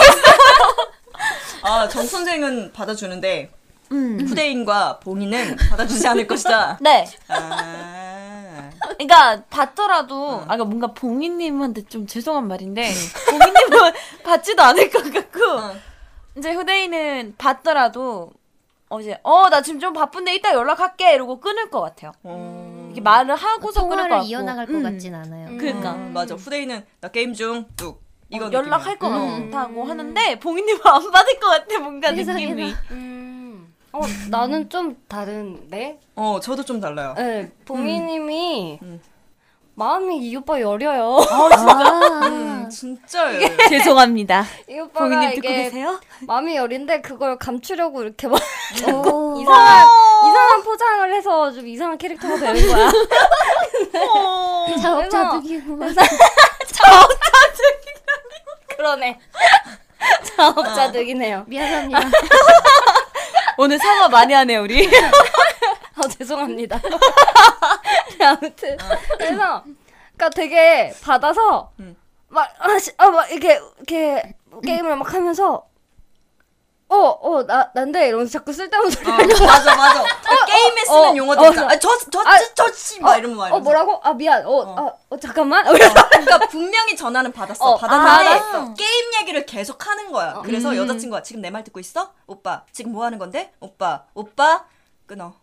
S1: 아, 정 선생은 받아주는데 후대인과 봉이는 받아주지 않을 것이다.
S4: 네.
S1: 아.
S4: 그러니까 받더라도 아까 그러니까 뭔가 봉이님한테 좀 죄송한 말인데 봉이님은 받지도 않을 것 같고 이제 후대인은 받더라도 어제 어 나 지금 좀 바쁜데 이따 연락할게 이러고 끊을 것 같아요.
S1: 어.
S4: 이게 말을 하고서 끊을 것
S6: 통화를
S4: 같고
S6: 이어나갈 것
S4: 음.
S6: 같진 않아요.
S4: 그러니까
S1: 음, 맞아. 후대인은 나 게임 중 뚝. 이거 음.
S4: 어, 연락할 것 같다고 하는데 봉이님은 안 받을 것 같아 뭔가
S6: 세상에나.
S4: 느낌이.
S5: 어 나는 좀 다른데.
S1: 어, 저도 좀 달라요.
S5: 네, 봉이님이 마음이 이 오빠 여려요.
S6: 아,
S1: 음, 진짜요.
S4: 죄송합니다.
S5: 이 오빠가
S4: 봉이님 듣고
S5: 이게
S4: 계세요?
S5: 마음이 여린데 그걸 감추려고 이렇게 막
S6: 오.
S5: 이상한 이상한 포장을 해서 좀 이상한 캐릭터가 되는 거야.
S4: 어!
S6: 자업자득이구만.
S5: 그러네. 자업자득이네요.
S6: 미안합니다.
S4: 오늘 상어 많이 하네 우리.
S5: 아 죄송합니다. 네, 아무튼 그래서 그러니까 되게 받아서
S1: 음.
S5: 막 아씨 아막 이렇게 이렇게 게임을 막 하면서 어어나 난데 이러면서 자꾸 쓸데없는 소리.
S1: 어, 맞아, 맞아. 게임에 쓰는
S5: 어,
S1: 용어들.
S5: 어,
S1: 있잖아. 아, 저, 저,
S5: 아,
S1: 저, 저, 씨, 막 이러면 말이야.
S5: 어 뭐라고? 아 미안. 어 어
S1: 어.
S5: 잠깐만.
S1: 그러니까 분명히 전화는 받았어.
S5: 어,
S1: 받았는데
S4: 알았어.
S1: 게임 얘기를 계속 하는 거야. 그래서 여자친구가 지금 내 말 듣고 있어? 오빠, 지금 뭐 하는 건데? 오빠, 오빠, 끊어.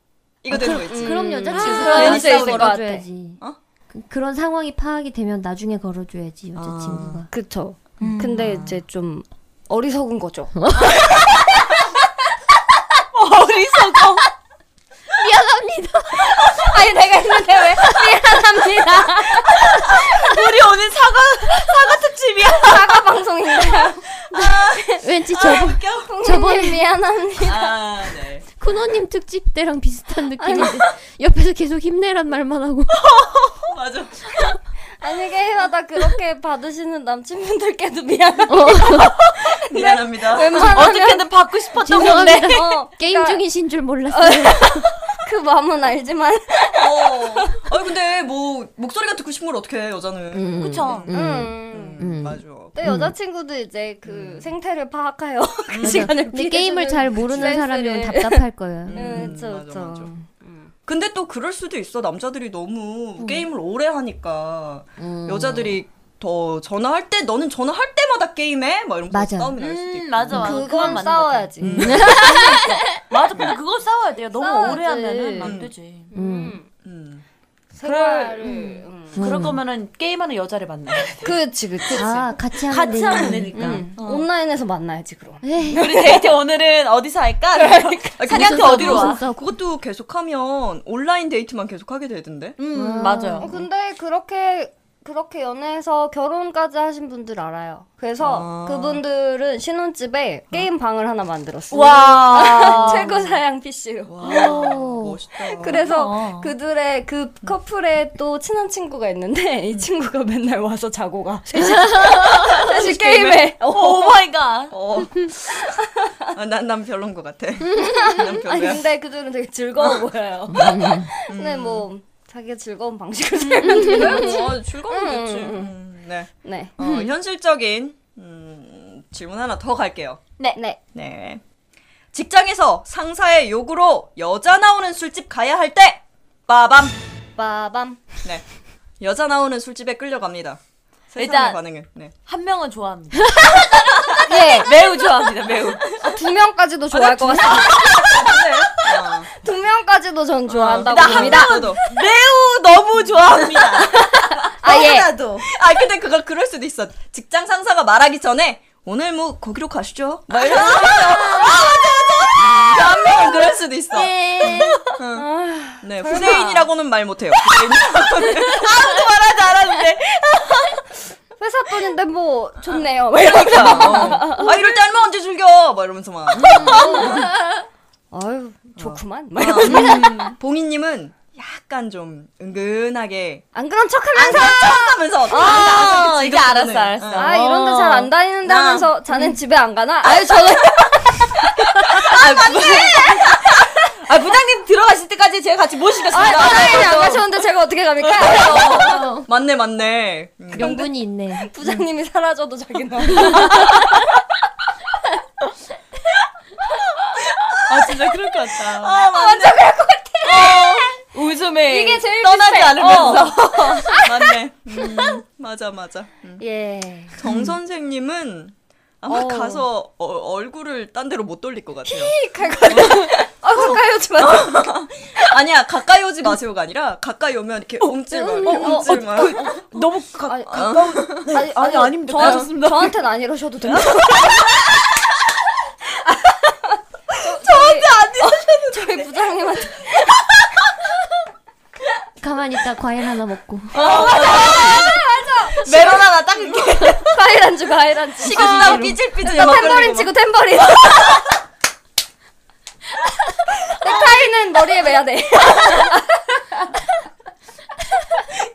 S1: 이거 되는 거 있지.
S6: 그럼
S5: 아,
S6: 여자친구가
S5: 진짜 있을 것 같아.
S6: 걸어줘야지.
S1: 어?
S6: 그, 그런 상황이 파악이 되면 나중에 걸어줘야지
S1: 아.
S6: 여자친구가.
S5: 그쵸. 근데 이제 좀 어리석은 거죠.
S4: 어리석어.
S5: 아니 내가 했는데 왜 미안합니다.
S4: 우리 오늘 사과 사과 특집이야.
S5: 사과 방송인가요?
S6: 왠지 저번
S5: 저번에 미안합니다.
S1: 아, 네.
S6: 쿠노님 특집 때랑 비슷한 느낌인데 옆에서 계속 힘내란 말만 하고.
S1: 맞아.
S5: 아니 게임하다 그렇게 받으시는 남친분들께도 미안합니다. 어.
S1: 미안합니다.
S5: 웬만하면
S4: 어떻게든 받고 싶었던 건데.
S6: 죄송합니다.
S5: 어,
S6: 게임
S5: 그러니까
S6: 중이신 줄 네. 몰랐어요.
S5: 그 마음은 알지만
S1: 어. 아니, 근데 뭐, 목소리가 듣고 싶은 걸 어떻게 해, 여자는.
S4: 그쵸.
S6: 음.
S5: 음.
S1: 음,
S6: 음.
S1: 맞아.
S5: 또 여자친구도 이제 그 생태를 파악해요. 그 시간을
S6: 근데 게임을 잘 모르는
S5: 스트레스를.
S6: 사람이면 답답할 거예요.
S5: 음, 그쵸,
S1: 맞아,
S5: 그쵸.
S1: 맞아. 근데 또 그럴 수도 있어. 남자들이 너무 게임을 오래 하니까 여자들이 더 전화할 때 너는 전화할 때마다 게임해? 막 이런 거
S6: 맞아.
S1: 싸움이 날 수도 있고.
S4: 음 맞아 맞아. 그건
S5: 그건
S4: 맞는 것 같아.
S5: 싸워야지.
S4: 맞아 근데 그건 싸워야 돼요. 너무
S5: 싸워야지.
S4: 오래 하면은 안 되지.
S6: 음.
S1: 음.
S5: 생활을. 음.
S4: 음. 그럴 거면은 게임하는 여자를 만나.
S5: 그치 그치. 음.
S6: 아 같이 하면
S4: 같이 하면
S6: 되는구나.
S4: 되니까.
S5: 온라인에서 만나야지 그럼.
S6: 에이,
S4: 음. 우리 데이트 오늘은 어디서 할까? 그러니까. 사냥터 어디로 와?
S6: 무슨 싸고.
S1: 그것도 계속하면 온라인 데이트만 계속하게 되던데.
S4: 음
S5: 어,
S4: 맞아요.
S5: 근데 그렇게 그렇게 연애해서 결혼까지 하신 분들 알아요. 그래서
S1: 아.
S5: 그분들은
S4: 어.
S5: 신혼집에 게임 방을 하나 만들었어요.
S4: 와
S5: 최고 사양 PC로.
S1: 와, 멋있다.
S5: 그래서
S4: 우와.
S5: 그들의 그 커플의 또 친한 친구가 있는데 이 친구가 맨날 와서 자고 가.
S4: 다시 게임해. 음. 오 마이 갓.
S1: 어. 아, 난, 난 별론 것 같아. 난
S5: 아니
S1: 별로야.
S5: 근데 그들은 되게 즐거워 보여요. 근데 뭐 자기가 즐거운 방식으로 살면 돼요.
S1: 어, 즐거운 거지.
S5: 음,
S1: 음, 네.
S5: 네.
S1: 어, 현실적인 음, 질문 하나 더 갈게요.
S5: 네. 네.
S1: 네. 직장에서 상사의 요구로 여자 나오는 술집 가야 할 때, 빠밤.
S5: 빠밤.
S1: 네. 여자 나오는 술집에 끌려갑니다. 세상의
S4: 일단-
S1: 반응은. 네.
S4: 한 명은 좋아합니다. 예 매우 좋아합니다 매우.
S5: 아, 두 명까지도 좋아할 것 같습니다. 두 명까지도 전 좋아한다고
S1: 네. 나
S5: 아! 봅니다.
S1: 한 명도.
S4: 매우 너무 좋아합니다.
S5: 아예.
S4: 하나도.
S1: 아 근데 그걸 그럴 수도 있어. 직장 상사가 말하기 전에 오늘 뭐 거기로 가시죠. 막 이런 수도 있어. 아 맞아 맞아. 한 명은 그럴 수도 있어.
S4: 네. 아,
S1: 응. 네 후대인이라고는 말 못해요. 후대인.
S4: 말하지 않았는데.
S5: 회사 돈인데 뭐 좋네요. 막 이러면서
S1: 음. 어. 아 이럴 때 얼마 언제 즐겨? 막 이러면서 막.
S5: 아유 좋구만.
S1: 어. 봉이님은 약간 좀 은근하게
S5: 안 그런 척하면서
S1: 하면서
S4: 아, 이제 알았어, 알았어.
S5: 아 이런데 잘 안 다니는데
S1: 아.
S5: 하면서 자넨 집에 안 가나? 아유 저는
S4: 아, 부장님 들어가실 때까지 제가 같이 모시겠습니다.
S5: 사장님이 안 가셨는데 제가 어떻게 갑니까?
S1: 맞네 맞네. 음.
S6: 명분이 있네.
S5: 부장님이 사라져도 자기는
S4: 아, 진짜 그럴 것 같다.
S1: 아 맞네.
S4: 웃음에
S5: 이게 제일
S4: 떠나지
S5: 비슷해.
S4: 않으면서.
S1: 맞네. 음, 맞아 맞아. 음.
S5: 예.
S1: 정 선생님은 아마 가서 어, 얼굴을 딴 데로 못 돌릴 것 같아요.
S5: 아 가까이 오지 마세요.
S1: 아니야 가까이 오지 마세요가 아니라 가까이 오면 이렇게 움찔만 움찔만.
S4: 너무 가, 가까운.
S5: 아니,
S4: 아니, 아닙니다.
S5: 저한-
S4: 좋습니다.
S5: 저한테는 안 이러셔도 돼요. 저한테 안 이러셔도 돼요. 어, 저희 부장님한테
S6: 가만히 있다 과일 하나 먹고.
S4: 메론 하나 딱 이렇게.
S5: 과일 안주 과일 안주.
S1: 식은땀 삐질삐질 막
S5: 탬버린
S1: 흘리고
S5: 아, 치고 탬버린. 넥타이는 머리에 매야 돼.
S1: 막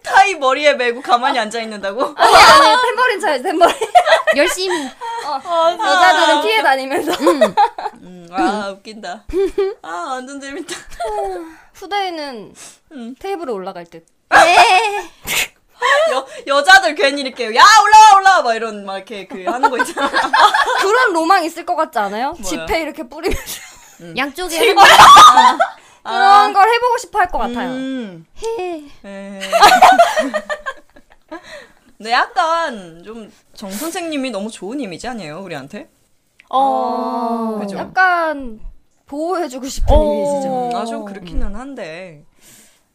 S1: 타이 머리에 메고 가만히 앉아 있는다고?
S5: 아니 아니 탬버린 쳐야지 탬버린.
S6: 열심히.
S5: 아. 여자들은 피해 다니면서.
S1: 음, 아 웃긴다. 아 완전 재밌다.
S5: 후대인은 테이블에 올라갈 듯.
S1: 여, 여자들 괜히 이렇게 야 올라와 올라와 막 이런 막 이렇게 그 하는 거 있잖아.
S5: 그런 로망 있을 것 같지 않아요? 지폐 이렇게 뿌리면서
S1: 음.
S6: 양쪽에
S5: 그런 걸 해보고 싶어 할 것 같아요.
S1: 음. 네. 에. 근데 네, 약간 좀 정 선생님이 너무 좋은 이미지 아니에요 우리한테?
S5: 어,
S1: 그죠?
S5: 약간 보호해주고 싶은
S4: 어.
S5: 이미지죠.
S1: 음, 아좀 그렇기는 한데.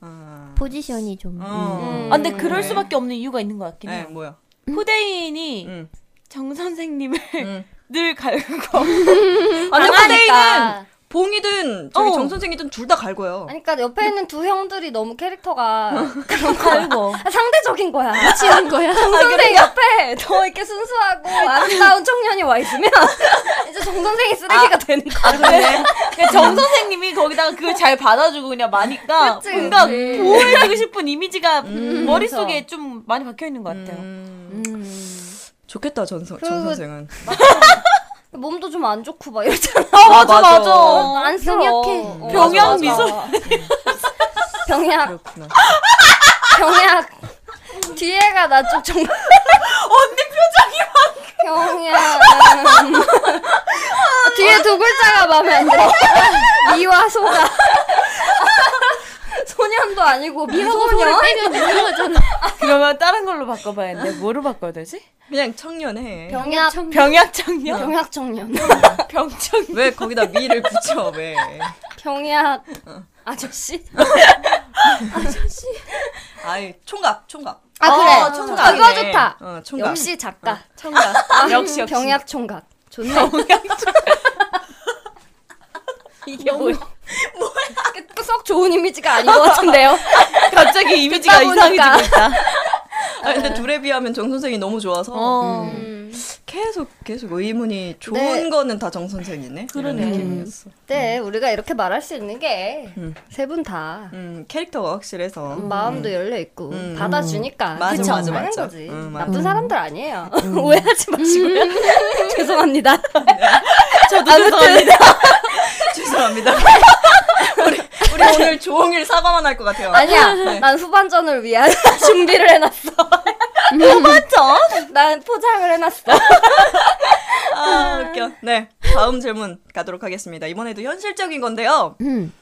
S1: 아,
S6: 포지션이 좀.
S1: 어.
S5: 음.
S4: 아, 근데 그럴
S1: 네.
S4: 수밖에 없는 이유가 있는 것 같긴
S1: 네
S4: 해요.
S1: 뭐야?
S4: 후대인이
S1: 음.
S4: 정 선생님을
S1: 음.
S4: 늘 갈고.
S1: 아니 후대인은
S5: 강하니까.
S1: 봉이든 저기
S4: 어.
S1: 정 선생이든 둘 다 갈고요.
S5: 아니, 그러니까 옆에 있는 두 형들이 너무 캐릭터가
S4: 갈고.
S5: 아, 상대적인 거야. 미치는 거야. 정 선생 옆에 더 이렇게 순수하고 아름다운 청년이 와 있으면 이제 정 선생이 쓰레기가 되는 거야.
S4: 아, 근데 정 선생님이 거기다가 그걸 잘 받아주고 그냥 마니까
S5: 그치,
S4: 뭔가
S5: 그치.
S4: 보호해주고 싶은 이미지가 머릿속에 좀 많이 박혀 있는 것 같아요.
S1: 음. 좋겠다 전, 선- 정
S5: 그리고-
S1: 선생은.
S5: 몸도 좀 안 좋고 막 이러잖아.
S4: 아,
S1: 맞아, 맞아.
S5: 안쓰러워.
S6: 병약해.
S5: 어,
S4: 병약
S5: 맞아,
S4: 미소.
S5: 맞아. 병약,
S1: 그렇구나.
S5: 병약. 뒤에가 나 좀 정말. 언니 표정이 막. 병약. 음. 아, 뒤에 두 글자가 마음에 안 들어. 미와 소가. 소년도 아니고 미소년?
S6: 빼면 되는 거잖아.
S4: 그러면 다른 걸로 바꿔봐야겠네. 뭐로 바꿔야 되지?
S1: 그냥 청년해.
S5: 병약,
S4: 병약 청년?
S5: 병약 청년.
S4: 뭐, 병청.
S1: 왜 거기다 미를 붙여 왜?
S5: 병약 아저씨?
S1: 아이 총각 총각.
S5: 아 그래.
S4: 어,
S5: 아,
S4: 청각.
S5: 그거 좋다.
S1: 어 총각.
S5: 역시 작가.
S4: 청각. 아, 역시 역시.
S5: 음, 병약 총각. 좋네. 이게 뭐야? 뭐야? 썩 좋은 이미지가 아닌 것 같은데요.
S4: 갑자기 이미지가
S5: 듣다 보니까.
S4: 이상해지고 있다.
S1: 아 근데 둘에 비하면 정 선생이 너무 좋아서
S4: 어.
S5: 음.
S1: 계속 계속 의문이 좋은
S5: 네.
S1: 거는 다 정 선생이네.
S4: 그러네. 음.
S1: 이런 느낌이었어.
S5: 네, 우리가 이렇게 말할 수 있는 게 세 분 다
S1: 음 캐릭터가 확실해서.
S5: 마음도 열려 있고
S1: 음.
S5: 받아주니까
S1: 맞아,
S5: 그쵸?
S1: 맞아,
S5: 하는
S1: 맞아.
S5: 거지.
S1: 음, 맞아.
S5: 나쁜 사람들 아니에요. 오해하지 마시고요. 죄송합니다.
S4: 저도 죄송합니다.
S1: 죄송합니다. 우리 우리 오늘 종일 사과만 할 것 같아요.
S5: 네. 아니야,
S1: 네.
S5: 난 후반전을 위한 준비를 해놨어. 후반전? 난 포장을 해놨어.
S1: 아, 웃겨. 네. 다음 질문 가도록 하겠습니다. 이번에도 현실적인 건데요.
S6: 음.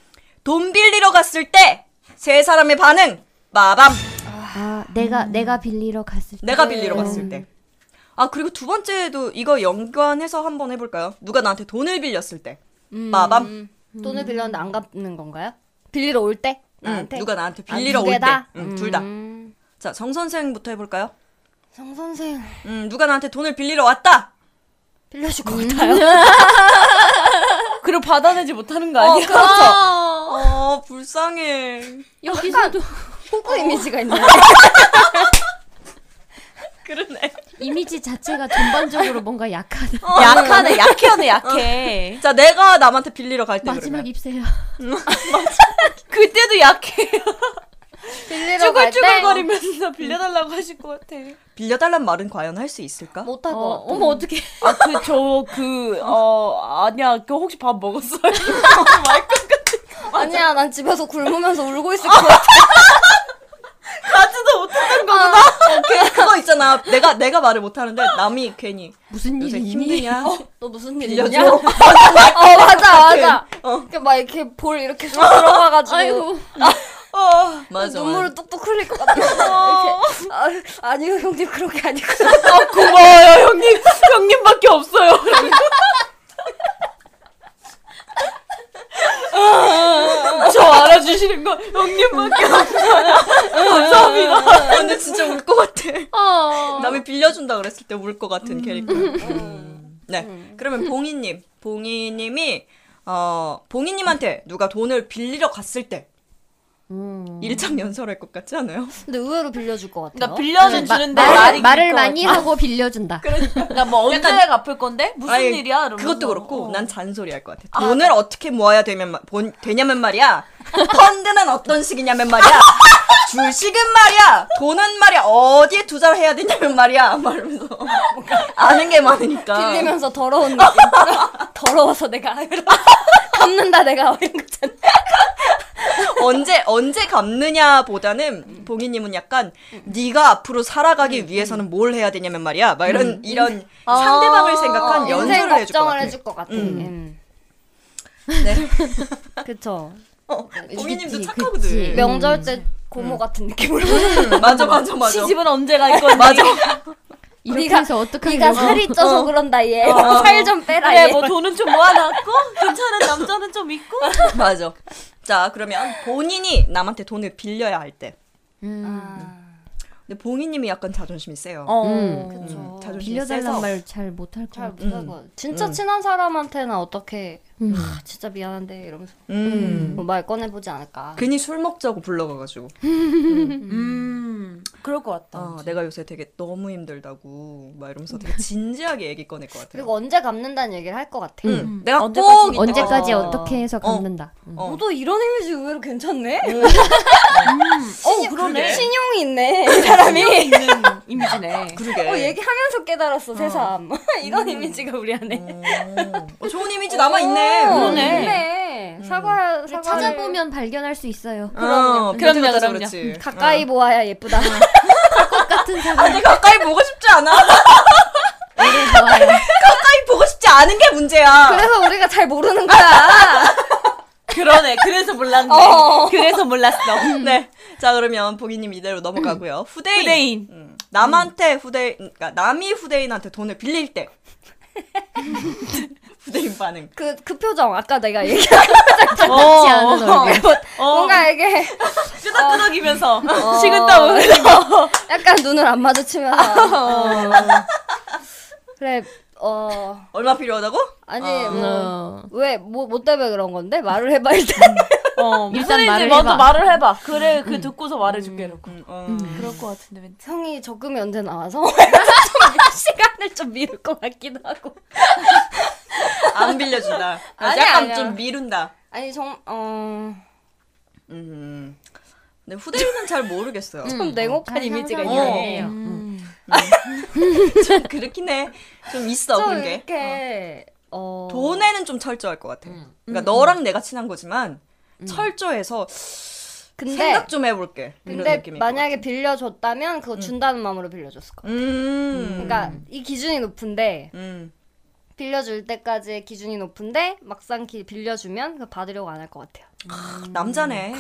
S1: 돈 빌리러 갔을 때 세 사람의 반응. 마밤.
S6: 아 내가 내가 빌리러 갔을 때.
S5: 네.
S1: 내가 빌리러
S6: 음.
S1: 갔을 때. 아, 그리고 두 번째도 이거 연관해서 한번 해 볼까요? 누가 나한테 돈을 빌렸을 때.
S5: 음.
S1: 마밤. 음,
S5: 돈을 빌렸는데 안 갚는 건가요? 빌리러 올 때?
S1: 응,
S5: 나한테?
S1: 음, 누가 나한테
S5: 아,
S1: 빌리러
S5: 두
S1: 올
S5: 개
S1: 때.
S5: 다?
S1: 응, 둘 다.
S5: 음.
S1: 자, 정 선생부터 해 볼까요?
S5: 정 선생
S1: 음, 누가 나한테 돈을 빌리러 왔다.
S5: 빌려줄 것 같아요.
S4: 그리고 받아내지 못하는 거 아니야?
S5: 어.
S1: 아, 불쌍해.
S5: 어. 여기서도 호구 이미지가 있네요.
S1: 그러네.
S6: 이미지 자체가 전반적으로 뭔가 약하다.
S4: 어, 약하네 어. 약해 언니 약해
S1: 자, 내가 남한테 빌리러 갈 때
S6: 마지막
S1: 그러면.
S6: 입세요.
S4: 그때도 약해요
S5: 빌리러 갈 때.
S4: 쭈글쭈글거리면서 빌려달라고 하실 것 같아
S1: 빌려달란 말은 과연 할 수 있을까?
S6: 못할 것 같아. 어머 어떻게?
S4: 그, 아그저그어 아니야 그 혹시 밥 먹었어요?
S5: 어, 아니야, 난 집에서 굶으면서 울고 있을 거야.
S4: 가지도 못하는 거
S1: 그- 그거 있잖아. 내가 내가 말을 못 하는데 남이 괜히
S6: 무슨
S1: 요새
S6: 일이니? 어,
S1: 힘드냐?
S5: 너 무슨 일 있냐?
S1: 빌려줘.
S5: 어, 맞아, 맞아.
S1: 어.
S5: 이렇게 막 이렇게 볼 이렇게 쭉 들어가가지고.
S1: 어, 맞아.
S5: 눈물을 뚝뚝 흘릴 것 같아. 이렇게. 아, 아니요, 형님, 그런 게 아니고.
S4: 아, 고마워요 형님 형님밖에 없어요 저 알아주시는 거 형님밖에
S1: 맞아. 아, 근데 진짜 울 것 같아.
S6: 어.
S1: 남이 빌려준다 그랬을 때 울 것 같은 캐릭터.
S6: 음.
S1: 음. 네. 그러면 봉이님, 봉이님이 어 봉이님한테 누가 돈을 빌리러 갔을 때
S6: 음.
S1: 일장 연설할 것 같지 않아요?
S6: 근데 의외로 빌려줄 것 같아요.
S4: 나 빌려는
S6: 네, 마-
S4: 주는데
S6: 말을-
S4: 말이 길
S6: 말을
S4: 것
S6: 많이
S4: 같아.
S6: 하고 빌려준다.
S4: 그러니까 뭐 언제 갚을 건데 무슨
S1: 아니,
S4: 일이야 이러면서.
S1: 그것도 그렇고
S4: 어.
S1: 난 잔소리 할 것 같아. 돈을 어떻게 모아야 되면 마- 본, 되냐면 말이야. 펀드는 어떤 식이냐면 말이야. 주식은 말이야. 돈은 말이야. 어디에 투자를 해야 되냐면 말이야. 말면서 아는 게 많으니까.
S5: 빌리면서 더러운 느낌. 더러워서 내가 아니라. 갚는다, 내가. 이런 거잖아.
S1: 언제 언제 갚느냐 보다는 봉이님은 약간 네가 앞으로 살아가기 위해서는 뭘 해야 되냐면 말이야. 막 이런 이런 상대방을 생각한
S5: 인생
S1: 연설을 해줄 것
S5: 걱정을
S1: 같아.
S5: 해줄 것 같아.
S6: 음.
S5: 그쵸.
S1: 어, 봉이님도
S6: 그치,
S1: 착하거든.
S6: 그치. 명-
S5: 명절 때 고모 같은 느낌으로.
S1: 음, 맞아 맞아 맞아.
S4: 시집은 언제 갈 건데 맞아
S6: 이렇게
S5: 네가-
S6: 해서 어떻게
S5: 네가 그러니까 살이 쪄서 그런다, 얘. 살 좀 빼라,
S4: 그래
S5: 얘.
S4: 뭐 돈은 좀 모아놨고 괜찮은 남자는 좀 있고
S1: 맞아. 자, 그러면 본인이 남한테 돈을 빌려야 할 때.
S5: 아,
S1: 근데 봉이님이 약간 자존심이 세요.
S4: 어
S6: 음.
S1: 음, 자존심이
S6: 빌려달란
S1: 세서.
S6: 말 잘 못할 것
S5: 잘
S6: 같아.
S5: 못할 것 같아. 음. 진짜 친한 사람한테는 어떻게
S6: 음.
S5: 아, 진짜 미안한데 이러면서
S1: 음. 그-
S5: 뭐말 꺼내보지 않을까.
S1: 괜히 술 먹자고 불러가가지고.
S4: 음 그럴 것 같다
S1: 아, 내가 요새 되게 너무 힘들다고. 막 이러면서 되게 진지하게 얘기 꺼낼 것 같아요.
S5: 그리고 어, 언제 갚는다는 얘기를 할 것 같아.
S1: 음,
S4: 음.
S1: 내가
S4: 언제까지
S1: 꼭
S4: 언제-
S6: 언제까지
S4: 어.
S6: 어. 떻게 해서
S1: 어.
S6: 갚는다. 음.
S1: 어.
S5: 너 이런 이미지 의외로 괜찮네?
S4: 어 그러네
S5: 신용이 있네, 이 사람이.
S4: 있는 이미지네
S1: 그러게.
S5: 어, 얘기하면서 깨달았어, 새삼. 이런 이미지가 우리 안에.
S1: 어, 어, 좋은 이미지 남아있네. 음.
S5: 어,
S4: 그러네.
S5: 있네. 어. 사과, 사과.
S6: 찾아보면 발견할 수 있어요.
S1: 그럼요.
S4: 그럼요,
S1: 그럼요.
S4: 그럼요.
S1: 그렇지. 어.
S5: 가까이 보아야 예쁘다.
S6: 똑같은 사람
S1: 근데 가까이 보고 싶지 않아.
S6: 노래 좋아요.
S1: 가까이 보고 싶지 않은 게 문제야.
S5: 그래서 우리가 잘 모르는 거야.
S4: 그러네 그래서 몰랐네 그래서 몰랐어
S1: 네. 자, 그러면 보기님 이대로 넘어가고요. 후대인.
S4: 후대인.
S1: 음. 남한테 후대인, 그러니까 남이 후대인한테 돈을 빌릴 때. 후대인 반응.
S5: 그, 그 표정, 아까 내가 얘기한
S4: 같지
S6: 않은 얼굴.
S4: 뭔가
S5: 뭔가 어, 이게
S4: 어. 끄덕끄덕이면서 식은 땀 흘리면서
S5: 약간 눈을 안 마주치면서. 어. 그래, 어,
S1: 얼마 필요하다고?
S5: 아니,
S1: 어.
S5: 뭐,
S6: 어.
S5: 왜, 뭐, 뭐 때문에 그런 건데? 말을 해봐, 일단.
S4: 어,
S6: 일단
S4: 무슨 일인지
S6: 말을
S4: 먼저
S6: 해봐.
S4: 말을 해봐 그래 그 듣고서 말해줄게 이러고
S1: 음, 어.
S4: 그럴 것 같은데 왠지
S5: 형이 적금이 언제 나와서 좀 시간을 좀 미룰 것 같기도 하고.
S1: 안 빌려준다. 그래서
S5: 아니야,
S1: 약간
S5: 아니야.
S1: 좀 미룬다.
S5: 아니, 정, 어,
S1: 음. 근데 후대인은 잘 모르겠어요.
S5: 좀 냉혹한
S6: 잘
S5: 이미지가
S6: 상상이 안
S5: 있네.
S6: 돼요.
S1: 좀 그렇긴 해. 좀 있어,
S5: 좀
S1: 그런 게.
S5: 이렇게, 어. 음.
S1: 돈에는 좀 철저할 것 같아. 그러니까 너랑 내가 친한 거지만 철저해서
S5: 근데,
S1: 생각 좀 해볼게. 이런
S5: 근데
S1: 느낌일 것
S5: 만약에 빌려줬다면 그거 준다는 마음으로 빌려줬을 거야.
S1: 같아. 음.
S5: 그러니까 이 기준이 높은데
S1: 음.
S5: 빌려줄 때까지의 기준이 높은데 막상 기, 빌려주면 그 받으려고 안 할 것 같아요.
S1: 남자네.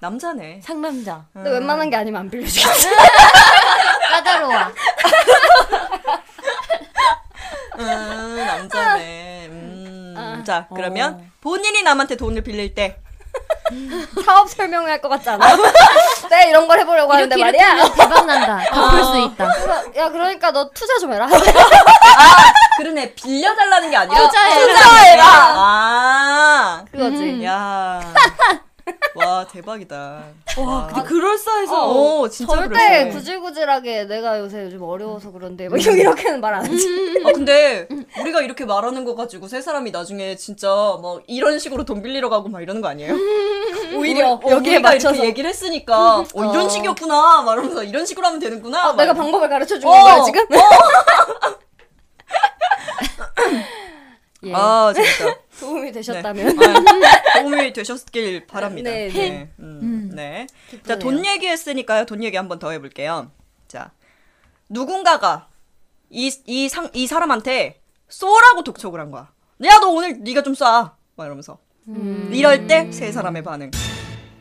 S1: 남자네.
S4: 상남자
S5: 근데 웬만한 게 아니면 안 빌려주겠어.
S6: 까다로워.
S1: 음, 남자네. 음. 자, 그러면 본인이 남한테 돈을 빌릴 때.
S5: 사업 설명을 할 것 같지 않아? 네 이런 걸 해보려고 하는데
S6: 이렇게 이렇게
S5: 말이야.
S6: 하면 대박 난다. 갚을 수 있다.
S5: 그래서, 야 그러니까 너 투자 좀 해라.
S1: 그러네. 빌려달라는 게 아니라
S6: 투자해라.
S1: 투자해라. 아.
S5: 그거지.
S1: 야. 와 대박이다.
S4: 와, 근데 그럴싸해서.
S1: 오 진짜
S5: 절대
S1: 그러네.
S5: 구질구질하게 내가 요새 요즘 어려워서 그런데 막 이렇게- 이렇게는 말 안 하지.
S1: 아 근데 우리가 이렇게 말하는 거 가지고 세 사람이 나중에 진짜 막 이런 식으로 돈 빌리러 가고 막 이러는 거 아니에요?
S5: 오히려
S1: 어,
S5: 여기에
S1: 우리가
S5: 맞춰서
S1: 이렇게 얘기를 했으니까 어, 이런 식이었구나 말하면서 이런 식으로 하면 되는구나.
S5: 아,
S1: 막
S5: 내가
S1: 이러면서.
S5: 방법을 가르쳐 주는 거야
S1: 음. 어,
S5: 지금?
S6: 예.
S1: 아 진짜
S5: 도움이 되셨다면.
S1: 네. 도움이 되셨길 바랍니다.
S5: 네,
S1: 네.
S5: 네.
S1: 음, 네. 자 돈 얘기했으니까요. 돈 얘기 한번 더 해볼게요. 자 누군가가 이이상이 사람한테 쏘라고 독촉을 한 거야. 야 너 오늘 네가 좀 쏴. 막 이러면서 이럴 때 세 사람의 반응.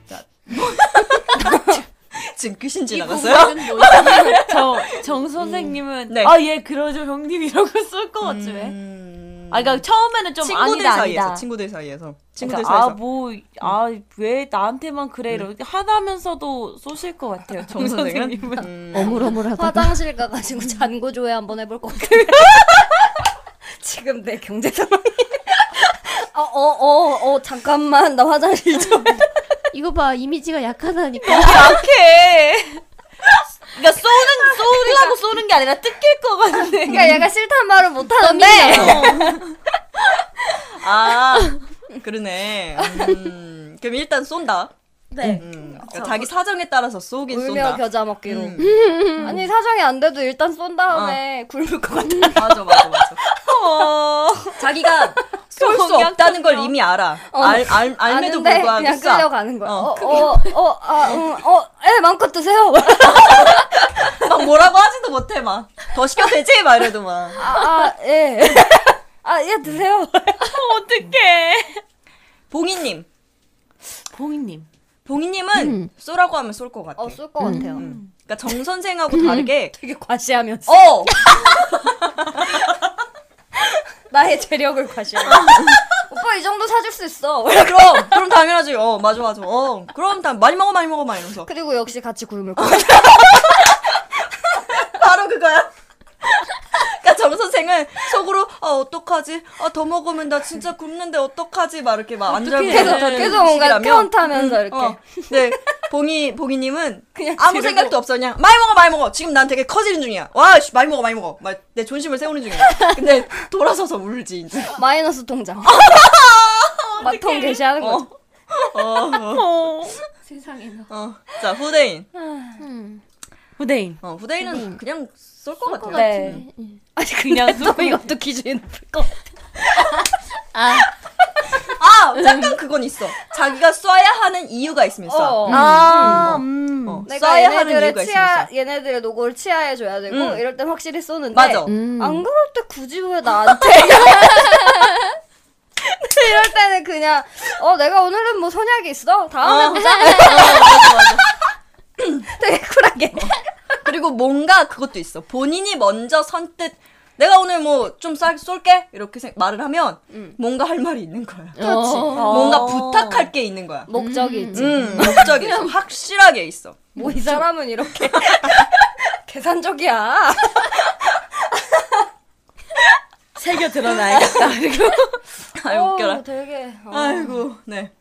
S1: 자 지금 귀신 지나갔어요?
S4: 저, 정 선생님은,
S1: 네.
S4: 아, 예, 그러죠, 형님. 이러고 쓸것 같지, 왜?
S1: 음,
S4: 아, 그러니까 처음에는 좀
S1: 친구들
S4: 아니다,
S1: 사이에서
S4: 아니다.
S1: 친구들 사이에서 친구들
S4: 그러니까, 아,
S1: 사이에서
S4: 뭐, 아, 왜 나한테만 그래, 이러 하다면서도 쏘실 것 같아요, 정 선생님은.
S1: 음. 아,
S6: 어물어물하다.
S5: 화장실 가가지고 잔고 조회 한번 해볼 것 같아. 지금 내 경제 상황이. 어, 어, 어, 어, 잠깐만. 나 화장실 좀.
S6: 이거 봐 이미지가 약하다니까.
S4: 이렇게. 그러니까 쏘는, 쏘려고 쏘는 게 아니라 뜯길 것 같은데.
S5: 그러니까 얘가 싫다는 말을 못하는데.
S1: 아 그러네. 음, 그럼 일단 쏜다.
S5: 네.
S1: 음, 그러니까 자기 사정에 따라서 쏘긴
S5: 울며
S1: 쏜다.
S5: 겨자 먹기로.
S1: 음.
S5: 아니, 사정이 안 돼도 일단 쏜 다음에 굶을 것 같아.
S1: 맞아 맞아 맞아. 자기가 쏠 수
S4: 그냥
S1: 없다는 걸 이미 알아. 알, 알, 알매도
S5: 어. 아는데
S1: 불구하고
S5: 그냥
S1: 쏴.
S5: 끌려가는 거야.
S1: 어.
S5: 어, 어, 어, 아, 음, 어, 애 마음껏 드세요.
S1: 막 뭐라고 하지도 못해 막. 더 시켜대지 말해도 막.
S5: 아, 아, 예. 아, 예, 드세요.
S1: 음.
S4: 어떡해.
S1: 봉이님.
S4: 봉이님.
S1: 봉이님은 쏘라고 하면 쏠 것 같아.
S5: 음. 어, 음. 쏠 것 같아요.
S1: 음. 그러니까 정 선생하고 다르게
S5: 되게 과시하면서.
S1: 어
S5: 나의 재력을 과시해. 오빠 이 정도 사줄 수 있어.
S1: 그럼 그럼 당연하지 어 맞아 맞아 어 그럼 다 많이 먹어 많이 먹어 막 이러면서
S5: 그리고 역시 같이 굶을 거야.
S1: 바로 그거야. 그러니까 정 선생은 속으로 아 어떡하지 아 더 먹으면 나 진짜 굶는데 어떡하지 막 이렇게 막
S5: 계속
S1: 안절부절
S5: 계속 뭔가
S1: 식이라며.
S5: 카운트 하면서 음, 이렇게.
S1: 어. 네. 봉이 봉이님은 아무 생각도 없어 그냥 많이 먹어 많이 먹어 지금 난 되게 커지는 중이야 와 씨, 많이 먹어 많이 먹어 막 내 존심을 세우는 중이야 근데 돌아서서 울지 이제
S5: 마이너스 통장. 마통 게시하는 거지.
S1: 어, 뭐.
S4: 어.
S6: 세상에나.
S1: 어자 후대인
S4: 후대인.
S1: 어 후대인은 그냥 쏠 것 같아요
S4: 네. 아니, 그냥 쏘 이것도 기준.
S5: 어.
S1: 아 잠깐 그건 있어 자기가 쏴야 하는 이유가 있으면 쏴
S5: 어.
S4: 아, 음.
S1: 어,
S5: 내가
S1: 쏴야 하는
S5: 얘네들의
S1: 이유가 있으면
S5: 치아,
S1: 쏴
S5: 얘네들의 노고를 치하해줘야 되고
S1: 음.
S5: 이럴 땐 확실히 쏘는데
S1: 맞아
S5: 안 그럴 때 굳이 왜 나한테 이럴 때는 그냥 어 내가 오늘은 뭐 선약이 있어 다음에
S1: 어.
S5: 보자 되게 쿨하게
S1: 그리고 뭔가 그것도 있어. 본인이 먼저 선뜻 내가 오늘 뭐 좀 쏠게 이렇게 생- 말을 하면 뭔가 할 말이 있는 거야.
S5: 어.
S6: 그렇지.
S1: 뭔가 부탁할 게 있는
S5: 뭐,
S1: 거야.
S5: 목적이 있지
S1: 어. 음, 목적이 있어. 확실하게 있어.
S5: 뭐 이 사람은 이렇게 계산적이야
S4: 새겨 드러나야겠다. 그리고
S1: 아이
S5: 어,
S1: 웃겨라.
S5: 되게 어,
S1: 아이고, 네.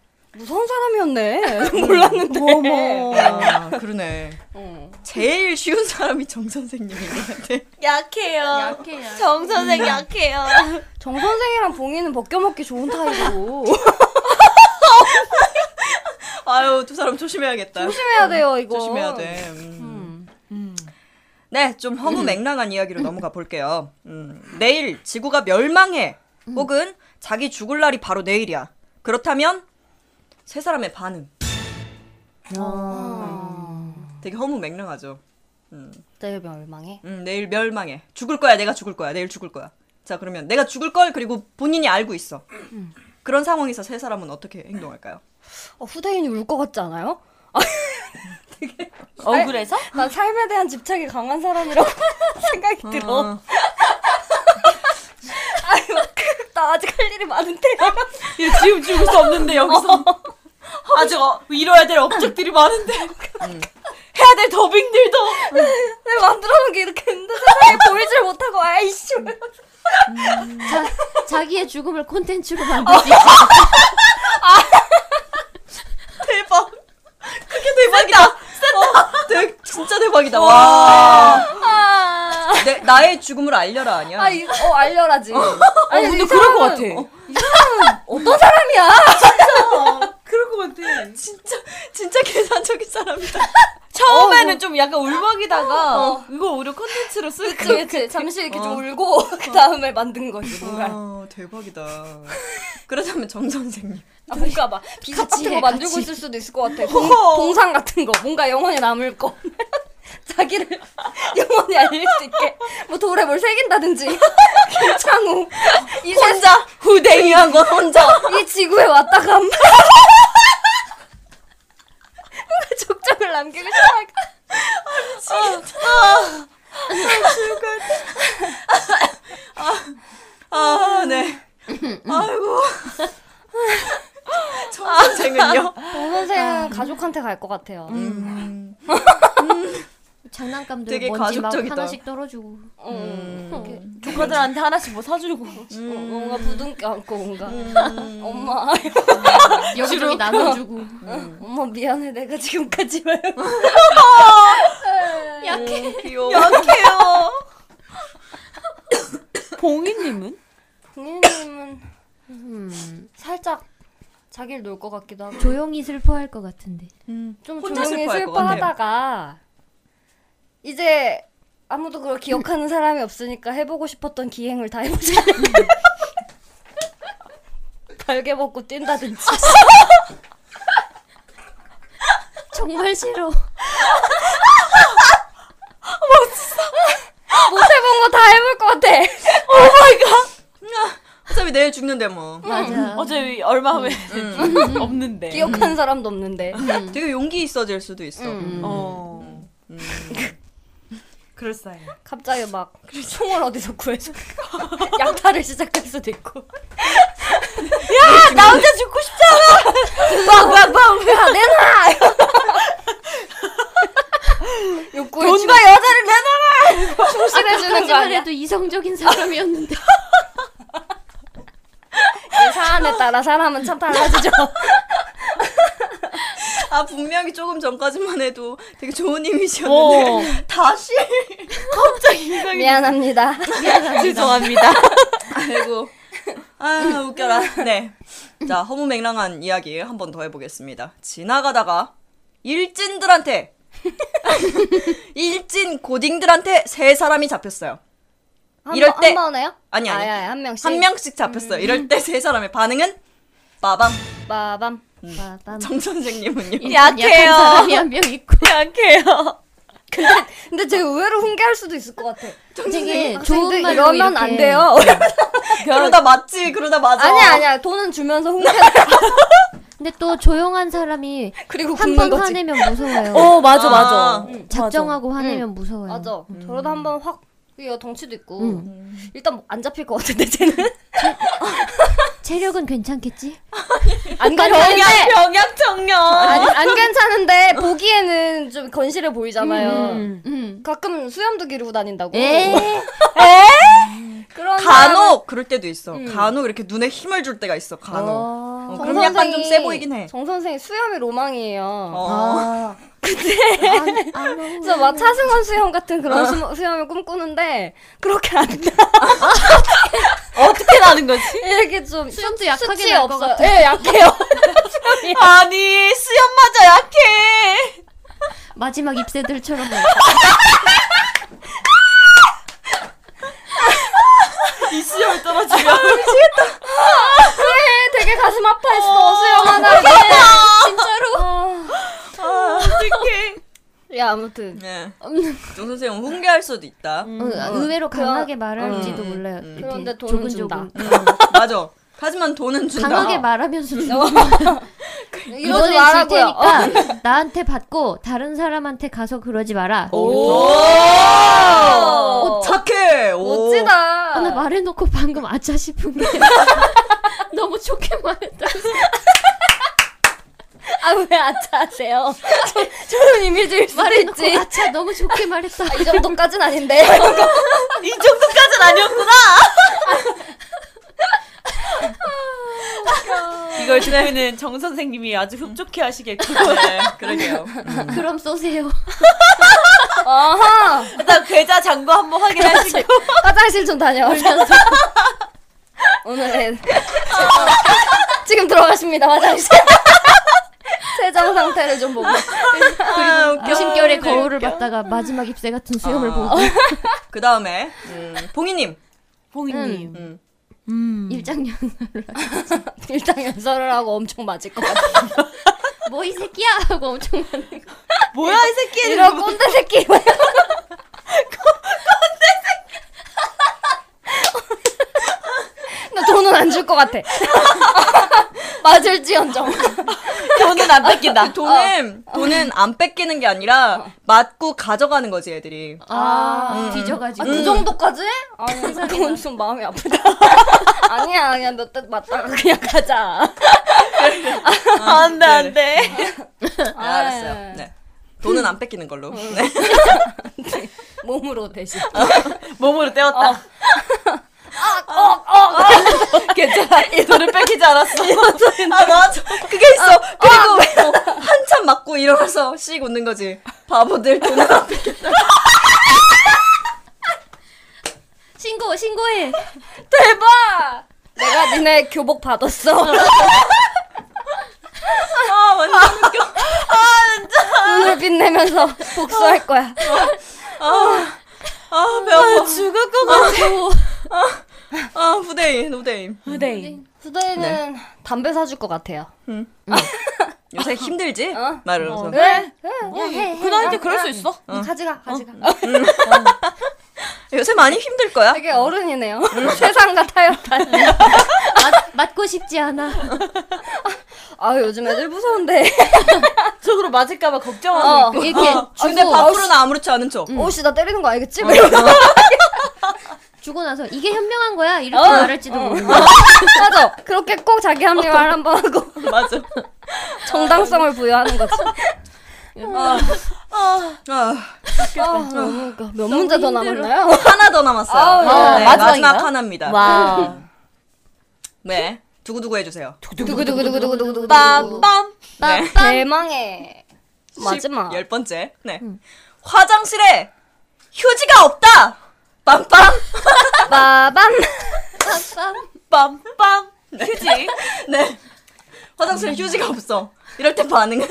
S5: 무서운 사람이었네 몰랐는데
S1: 아, 그러네.
S5: 어.
S1: 제일 쉬운 사람이 정 선생님인 것 같아.
S4: 약해요. 약해요. 정 선생 약해요.
S5: 음. 정 선생이랑 봉이는 벗겨먹기 좋은 타입이고
S1: 아유, 두 사람 조심해야겠다.
S4: 음.
S5: 조심해야 돼요 이거
S1: 조심해야 돼. 음. 네, 좀 허무맹랑한 이야기로 넘어가 볼게요. 음, 내일 지구가 멸망해. 혹은 자기 죽을 날이 바로 내일이야. 그렇다면 세 사람의 반응. 음, 되게 허무맹랑하죠.
S5: 내일 멸망해
S1: 음, 내일 멸망해. 죽을 거야. 내가 죽을 거야. 내일 죽을 거야. 자, 그러면 내가 죽을 걸 그리고 본인이 알고 있어. 그런 상황에서 세 사람은 어떻게 행동할까요?
S5: 어, 후대인이 울 것 같지 않아요?
S4: 억울해서?
S5: 난 삶에 대한 집착이 강한 사람이라고 생각이 들어. 아유, 그, 나 아직 할 일이 많은데.
S4: 얘 지금 죽을 수 없는데 여기서 어. 아직 어, 이뤄야 될 업적들이 많은데 해야 될 음. 더빙들도
S5: 내가 만들어 놓은 게 이렇게 있는데 세상에 보이질 못하고, 아이씨.
S6: 자, 자기의 죽음을 콘텐츠로 만들지.
S1: 대박. 대박이다. 와.
S4: 아.
S1: 내, 나의 죽음을 알려라 아니야.
S5: 아, 이, 어, 알려라지. 아니,
S4: 어, 근데
S5: 이
S4: 그럴 것
S5: 사람은
S4: 같아.
S5: 어떤 사람이야?
S4: 그럴 것 같아.
S1: 진짜 진짜 계산적인 사람이다.
S4: 처음에는 좀 약간 울먹이다가 이거 오히려 컨텐츠로 쓸까?
S5: 그치, 어. 그치. 잠시 이렇게 좀 울고, 그 다음에 만든 거지, 뭔가.
S1: 아, 대박이다. 그렇다면 정 선생님.
S5: 아, 뭔가 막, 비석 같은 거 만들고 있을 수도 있을 것 같아. 동,
S1: 허허.
S5: 동상 같은 거. 뭔가 영원히 남을 거. 자기를 영원히 알릴 수 있게. 뭐, 돌에 뭘 새긴다든지. 김창우. 이 혼자, 후댕이한 건 혼자. 이 지구에 왔다 감. 뭔가 족적을 남기고 싶어.
S1: 아, 네. 아이고. 정 선생은요?
S5: 정 선생은 가족한테 갈 것 같아요.
S1: 음.
S6: 장난감도
S1: 되게
S6: 먼지 막
S1: 가족적이다.
S6: 하나씩 떨어주고 음.
S5: 어, 이렇게
S4: 조카들한테 하나씩 뭐 사주고.
S5: 음. 뭔가 부둥켜 안고 뭔가 음. 엄마
S6: 여기저기 나눠주고
S5: 엄마 미안해 내가 지금까지 와요.
S1: 약해. 귀여워.
S4: 약해요. 봉이님은?
S5: 동현님은
S6: 음.
S5: 살짝 자기를 놀 것 같기도 하고
S6: 조용히 슬퍼할 것 같은데
S5: 좀
S1: 혼자
S5: 조용히
S1: 슬퍼할 것 같아요.
S5: 슬퍼하다가 이제 아무도 그걸 기억하는 사람이 없으니까 해보고 싶었던 기행을 다 해보자. 발개 벗고 뛴다든지.
S6: 정말 싫어
S5: 못 해본 거 다 해볼 것 같아.
S1: 어차피 내일 죽는데 뭐.
S6: 맞아
S4: 어제 얼마 후에 음. 없는데.
S5: 기억하는 사람도 없는데.
S1: 되게 용기 있어질 수도 있어.
S4: 어. 그럴싸해.
S5: 갑자기 막 총을 어디서 구해서 약탈을 시작할 수도 있고
S4: 나 혼자 죽고 싶잖아.
S5: 야 내놔 욕구에
S4: 돈과
S5: 충-
S4: 여자를 내놔라.
S5: 충실해주는 거
S6: 하지만
S5: 아니야
S6: 해도 이성적인 사람이었는데
S5: 그 사안에 따라 사람은 참 달라지죠
S1: 아 분명히 조금 전까지만 해도 되게 좋은 이미지였는데 다시
S5: 미안합니다
S4: 죄송합니다.
S1: 아이고 아 웃겨라 네자 허무맹랑한 이야기 한 번 더 해보겠습니다 지나가다가 일진들한테 일진 고딩들한테 세 사람이 잡혔어요
S5: 한
S1: 이럴
S5: 번-
S1: 때-
S5: 한 번에요?
S1: 아니, 아니.
S5: 아, 예, 한 명씩
S1: 한 명씩
S4: 음.
S1: 잡혔어요 이럴 때 세 사람의 반응은 빠밤
S5: 빠밤
S6: 빠밤.
S1: 정 선생님은요
S4: 약해요.
S6: 약한 사람이 한 명 있고
S4: 약해요.
S5: 근데 되게 의외로 훈계할 수도 있을 것 같아
S6: 되게
S5: 학생들
S6: 네, 좋은
S5: 이러면
S6: 말로 이렇게
S5: 안 돼요
S1: 그러다 맞지 그러다 맞아
S6: 어.
S5: 아니야 아니야 돈은 주면서 훈계
S6: 근데 또 조용한 사람이
S5: 그리고
S6: 한
S5: 굶는
S6: 번
S5: 거지
S6: 화내면 무서워요
S4: 어 맞아
S1: 아.
S4: 맞아.
S6: 작정하고 화내면 무서워요
S5: 맞아 저러다 한 번 확 이거 덩치도 있고 음.
S6: 응.
S5: 일단 뭐 안 잡힐 것 같은데 쟤는
S6: 체력은 괜찮겠지?
S5: 안
S4: 병약
S5: 괜찮은데
S4: 병약 청년.
S5: 안, 안 괜찮은데 보기에는 좀 건실해 보이잖아요.
S6: 음.
S5: 음. 가끔 수염도 기르고 다닌다고. 음. 그런
S1: 간혹 그럴 때도 있어 간혹 이렇게 눈에 힘을 줄 때가 있어 간혹 어,
S5: 사람-
S1: 그럼 약간 좀 세 보이긴 해
S5: 정 선생이 수염이 로망이에요.
S6: 아.
S1: 어.
S5: 아. 그래서 막 차승원 수염 같은 그런 수, 수염을 꿈꾸는데 그렇게 안 돼.
S4: 어떻게 나는 거지?
S5: 이렇게 좀 수염도
S6: 약하게
S5: 수치
S6: 날것
S5: 없어요. 예, 약해요.
S4: 아니 수염 맞아 약해.
S6: 마지막 잎새들처럼
S4: 이 수염을 떨어지면.
S5: 네, 되게 가슴 아파했어. 어. 수염 하나. 진짜로.
S4: 어떡해.
S5: 야 아무튼
S1: 아, 네. 정 선생님 훈계할 수도 있다.
S6: 응, 의외로
S5: 그런-
S6: 강하게 말할지도 몰라요 이렇게
S5: 그런데 돈은
S6: 조금
S5: 준다.
S6: 조금
S1: 맞아. 하지만 돈은 준다.
S6: 강하게 말하면서
S5: 어, 이러지
S6: 이거는 줄
S5: 말라고요. 어.
S6: 테니까 나한테 받고 다른 사람한테 가서 그러지 마라
S1: 오!
S5: 오,
S1: 착해. 오.
S5: 어, 멋지다.
S6: 아, 나 말해놓고 방금 아차 싶은 게 너무 좋게 말했다
S5: 아 왜 아차하세요? 저- 저런 이미지일 수도
S6: 말해놓고
S5: 있지.
S6: 아차 너무 좋게 말했다
S5: 아, 이 정도까진 아닌데.
S4: 이 정도까지는 아니었구나. 이걸 듣고는 정 음. 선생님이 아주 흡족해 하시겠고.
S1: 네, 그러게요.
S6: 그럼 쏘세요
S5: 아하.
S4: 일단 계좌 잔고 한번 확인하시고
S5: 화장실 좀 다녀오면서 오늘은 제가 지금 들어가십니다 화장실 세정 상태를 좀 보고
S1: 아, 웃겨.
S6: 무심결에 거울을 봤다가 마지막 입새 같은 수염을
S1: 아.
S6: 보고
S1: 그 다음에 음, 봉이님.
S4: 봉이님
S1: 음.
S4: 음.
S6: 일장년
S5: 일단 연설을 하고 엄청 맞을 것 같아
S6: 뭐 이 새끼야 하고 엄청
S4: 뭐야 이 새끼
S5: 이런 꼰대 새끼 나 돈은 안 줄 것 같아 아, 음. 맞을지언정
S4: 돈은 안 뺏긴다 어.
S1: 돈은 돈은 안 뺏기는 게 아니라 맞고 가져가는 거지 애들이.
S6: 아,
S1: 음.
S6: 뒤져가지고
S5: 그 정도까지? 아니 그건 좀 마음이 아프다 아니야 그냥 몇 대 맞다가 그냥 가자
S4: 아, 안돼 안돼
S5: 아,
S1: 네,
S4: 아,
S1: 알았어요. 네. 돈은 안 뺏기는 걸로.
S4: 음.
S1: 네.
S5: 몸으로 대신
S4: 몸으로 때웠다
S5: 괜찮아
S4: 이 돈을 뺏기지 않았어 아,
S1: 아 맞아. 그게 있어. 그리고 뭐
S4: 어.
S1: 한참 맞고 일어나서 씩 웃는 거지. 바보들 돈은
S4: 아,
S1: 안 뺏겨.
S6: 신고 신고해
S5: 대박 내가 니네 교복 받았어
S1: 아 완전 웃겨.
S5: 눈을 빛내면서 복수할 거야
S1: 아 배워.
S4: 죽을 것 같아
S1: 아 후대인 후대인.
S4: 네.
S6: 네.
S4: 후대인
S5: 후대인은 담배 사줄 것 같아요
S1: 요새 힘들지?
S4: 어.
S1: 말로서.
S5: 왜?
S4: 그 나이 때
S6: 네.
S4: 그럴 수 있어
S5: 가지가 가지가
S1: 요새 많이 힘들 거야.
S5: 되게 어른이네요 세상과 타협하는
S6: 맞, 맞고 싶지 않아
S5: 아 요즘 애들 무서운데
S4: 속으로 맞을까봐 걱정하고
S5: 어.
S6: 이렇게
S1: 근데
S6: 주고
S1: 밖으로는 아무렇지 않은 척.
S5: 오씨 나 때리는 거 아니겠지? 막 이러면서.
S6: 주고 나서 이게 현명한 거야 이렇게
S5: 어.
S6: 말할지도 모르고
S5: 맞아 그렇게 꼭 자기 합리화를 한번 하고
S1: 맞아.
S5: 정당성을 부여하는 거지
S1: 아,
S5: 아, 너무 웃겨. 몇 문제 더 남았나요?
S1: 하나 더 남았어요.
S5: 아우,
S1: 네,
S4: 마지막인가요?
S1: 마지막 하나입니다.
S4: 와
S1: 네. 두구두구 해주세요.
S5: 두구두구두구두구두구두구
S4: 빰빰
S1: 네.
S5: 대망의 마지막
S1: 열 번째. 네.
S4: 음.
S1: 화장실에 휴지가 없다! 빰빰!
S5: 빠밤
S4: 빰빰 휴지
S1: 네. 화장실에 휴지가 없어. 이럴 때 반응은?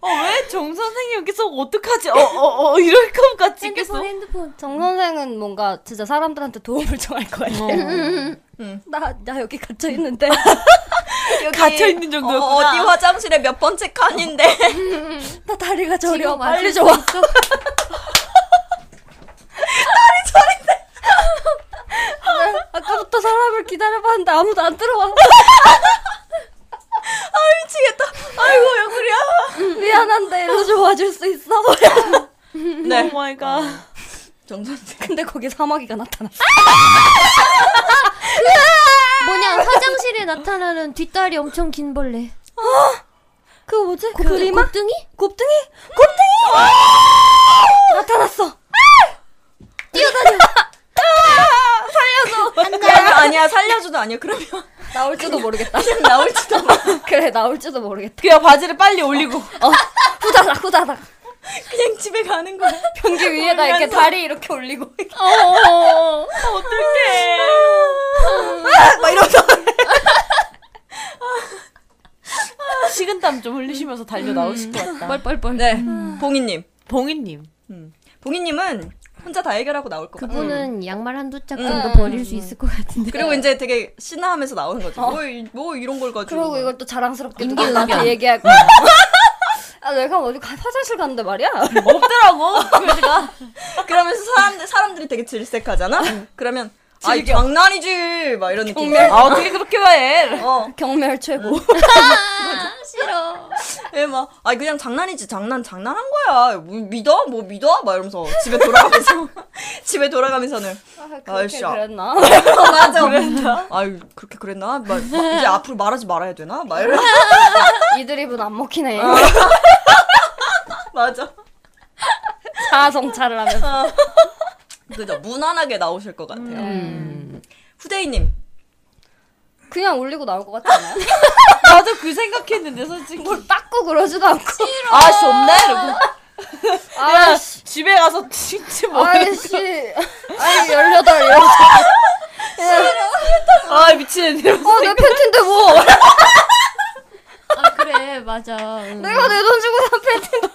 S4: 어 왜 정 선생님 여기서 어떡하지 어 어 어 이럴 것 같지
S6: 핸드폰
S4: 있겠어
S6: 핸드폰
S5: 정 선생은 뭔가 진짜 사람들한테 도움을 청할 것 같아 어. 나나 여기 갇혀 있는데
S4: 갇혀 있는
S1: 어,
S4: 정도였구나 어.
S1: 어디 화장실에 몇 번째 칸인데?
S5: 나 다리가 저려
S6: 지금
S5: 빨리
S6: 와줄
S5: 좀 와.
S6: 수 있어?
S5: 네. 아까부터 사람을 기다려봤는데 아무도 안 들어와
S1: 아, 미치겠다. 아이고, 왜 그래?
S5: 미안한데 일로 좀 와줄 수 있어?
S1: 네.
S4: 오 마이 갓
S1: 정선생.
S5: 근데 거기 사마귀가 나타났어
S6: 뭐냐 화장실에 나타나는 뒷다리 엄청 긴 벌레
S5: 그거 뭐지?
S6: 그
S5: 곱등이마?
S6: 곱등이?
S5: 곱등이? 곱등이! 아! 나타났어 아!
S1: 아니야, 살려줘도 아니야. 그러면
S5: 나올지도 모르겠다
S1: 그냥 나올지도 몰라.
S5: 그래 나올지도 모르겠다
S4: 그냥 바지를 빨리 올리고
S5: 어, 후다닥 후다닥
S1: 그냥 집에 가는 거야.
S5: 변기 위에다 이렇게 다리 이렇게 올리고
S4: 네.
S1: 막 이러면서.
S4: 식은땀 좀 흘리시면서 달려 나오실 것 같다
S6: 뻘뻘뻘
S1: 네. 봉이님.
S4: 음. 봉이님
S1: 봉이님은 혼자 다 해결하고 나올 것 같아요.
S6: 그분은 양말 한두 짝 정도 버릴 수 있을 것 같은데
S1: 그리고 이제 되게 신나하면서 나오는 거죠. 뭐, 이- 뭐 이런 걸 가지고.
S5: 그리고 이걸 또 자랑스럽게 누가
S6: 인기
S5: 나한테
S6: 낭비야.
S5: 얘기할 거야 아 내가 어디 가, 화장실 갔는데 말이야
S4: 없더라고 그래가
S1: 그러면서 사람들, 사람들이 되게 질색하잖아? 그러면, 아이, 장난이지! 막 이런 느낌.
S4: 아 어떻게 그렇게 해
S1: 어,
S5: 경멸 최고 아,
S6: 싫어
S1: 예, 막, 아이, 그냥 장난이지, 장난, 장난한 거야. 뭐 믿어? 뭐 믿어? 막 이러면서 집에 돌아가면서, 집에 돌아가면서는,
S5: 아, 그렇게
S1: 아이씨, 아.
S5: 그랬나?
S1: 맞아. 그랬나? 아유, 그렇게 그랬나? 막, 막 이제 앞으로 말하지 말아야 되나? 막 이러
S5: 이들 입은 안 먹히네
S1: 맞아.
S5: 자아성찰을 하면서
S1: 그죠? 무난하게 나오실 것 같아요.
S5: 음.
S1: 음. 후대인님,
S5: 그냥 올리고 나올 것 같지 않아요?
S4: 나도 그 생각했는데 솔직히
S5: 뭘 닦고 그러지도 않고
S4: 아 좋네 이러고 내가 집에 가서 진짜 뭐.
S5: 아이씨. 아이, 18, 18.
S4: 아 미친.
S5: 어, 내 팬티인데 뭐.
S6: 아 그래 맞아. 음. 응.
S5: 내가 내 돈 주고 산 팬티인데.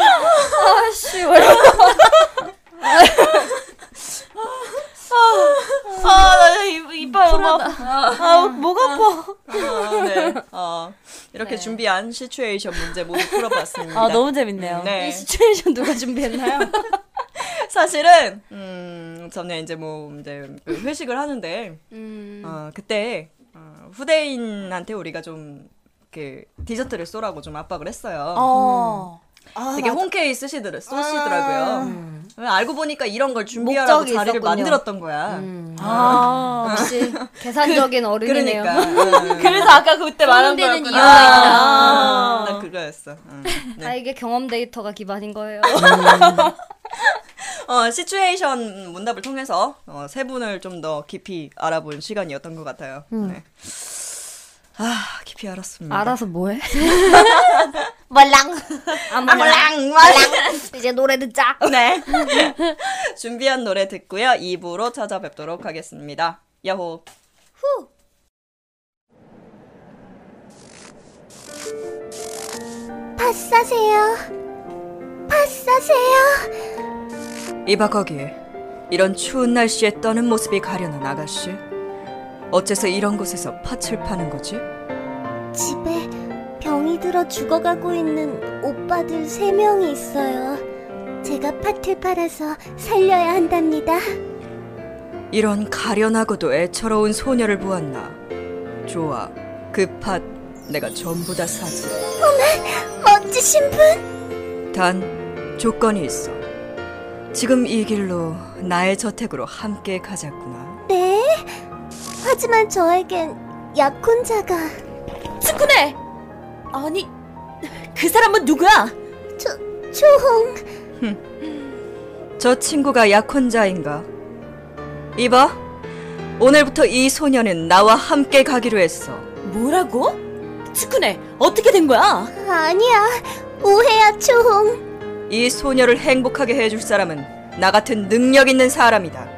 S5: 아씨, 왜 이래.
S4: 아나 이빨 너무 아파. 아 뭐가 아파.
S1: 아, 네. 어,
S5: 네.
S1: 이렇게 준비한 시츄에이션 문제 모두 풀어봤습니다.
S4: 아 너무 재밌네요.
S1: 네.
S5: 시츄에이션 누가 준비했나요?
S1: 사실은 음, 저는 이제 뭐 이제 그 회식을 하는데
S5: 음.
S1: 어, 그때 어, 후대인한테 우리가 좀 이렇게 디저트를 쏘라고 좀 압박을 했어요.
S4: 어.
S1: 되게 홈케이 쓰시더라, 쏘시더라고요. 음. 아, 알고 보니까 이런 걸 준비하라고
S5: 아. 목적이
S1: 자리를
S5: 있었군요. 음.
S1: 만들었던 거야.
S4: 음. 아.
S5: 역시 계산적인 어른이네요.
S1: 그러니까. 음.
S4: 그래서 아까 그때 말한
S6: 데는
S4: 거였구나.
S6: 이유가 있다.
S1: 아, 나 그거였어. 음. 네. 음.
S5: 아 이게 경험 데이터가 기반인 거예요.
S1: 어, 시츄에이션 문답을 통해서 어, 세 분을 좀 더 깊이 알아본 시간이었던 것 같아요. 네. 아, 깊이 알았습니다.
S5: 알아서 뭐해?
S2: 말랑
S5: 안
S1: 아,
S5: 몰라.
S1: 몰랑, 몰랑.
S2: 이제 노래 듣자
S1: 네. 준비한 노래 듣고요. 2부로 찾아뵙도록 하겠습니다. 야호.
S2: 파싸세요 파싸세요
S1: 이봐 거기에 이런 추운 날씨에 떠는 모습이 가려는 아가씨. 어째서 이런 곳에서 팥을 파는 거지?
S2: 집에 병이 들어 죽어가고 있는 오빠들 세 명이 있어요 제가 팥을 팔아서 살려야 한답니다
S1: 이런 가련하고도 애처로운 소녀를 보았나. 좋아, 그 팥 내가 전부 다 사지.
S2: 멋지신 분
S1: 단 조건이 있어. 지금 이 길로 나의 저택으로 함께 가자꾸나.
S2: 네? 하지만 저에겐 약혼자가
S4: 친구네. 아니 그 사람은 누구야?
S2: 초, 초홍
S1: 저 친구가 약혼자인가? 이봐, 오늘부터 이 소녀는 나와 함께 가기로 했어.
S4: 뭐라고? 친구네 어떻게 된 거야?
S2: 아니야 오해야 초홍
S1: 이 소녀를 행복하게 해줄 사람은 나 같은 능력 있는 사람이다.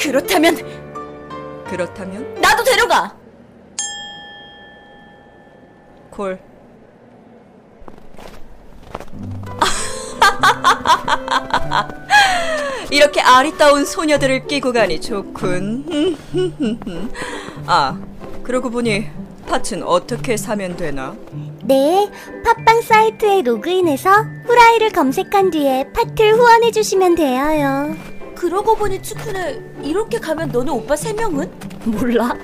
S4: 그렇다면
S1: 그렇다면
S4: 나도 데려가.
S1: 콜. 이렇게 아리따운 소녀들을 끼고 가니 좋군. 아, 그러고 보니 팥은 어떻게 사면 되나?
S2: 네, 팟빵 사이트에 로그인해서 후라이를 검색한 뒤에 파트를 후원해 주시면 돼요.
S4: 그러고 보니 츠쿠네 이렇게 가면 너네 오빠 세 명은 몰라.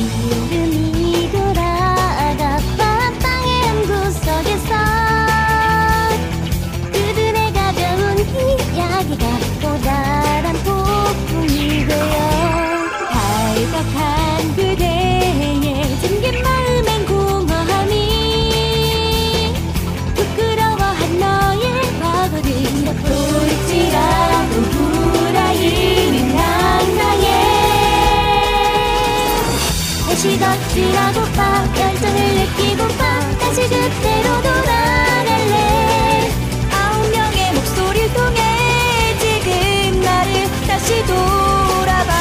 S2: 이름이 돌아가 팟빵의 한 구석에서 그들의 가벼운 이야기가 또 다른 폭풍이 되어 탈덕한 그대의 숨긴 마음엔 공허함이 부끄러워한 너의 버거진 돌지라도 후라이는 낭낭해 다시 덕질하고 봐 열정을 느끼고 봐 다시 그때로 돌아갈래 아홉 명의 목소리를 통해 지금 나를 다시 돌아봐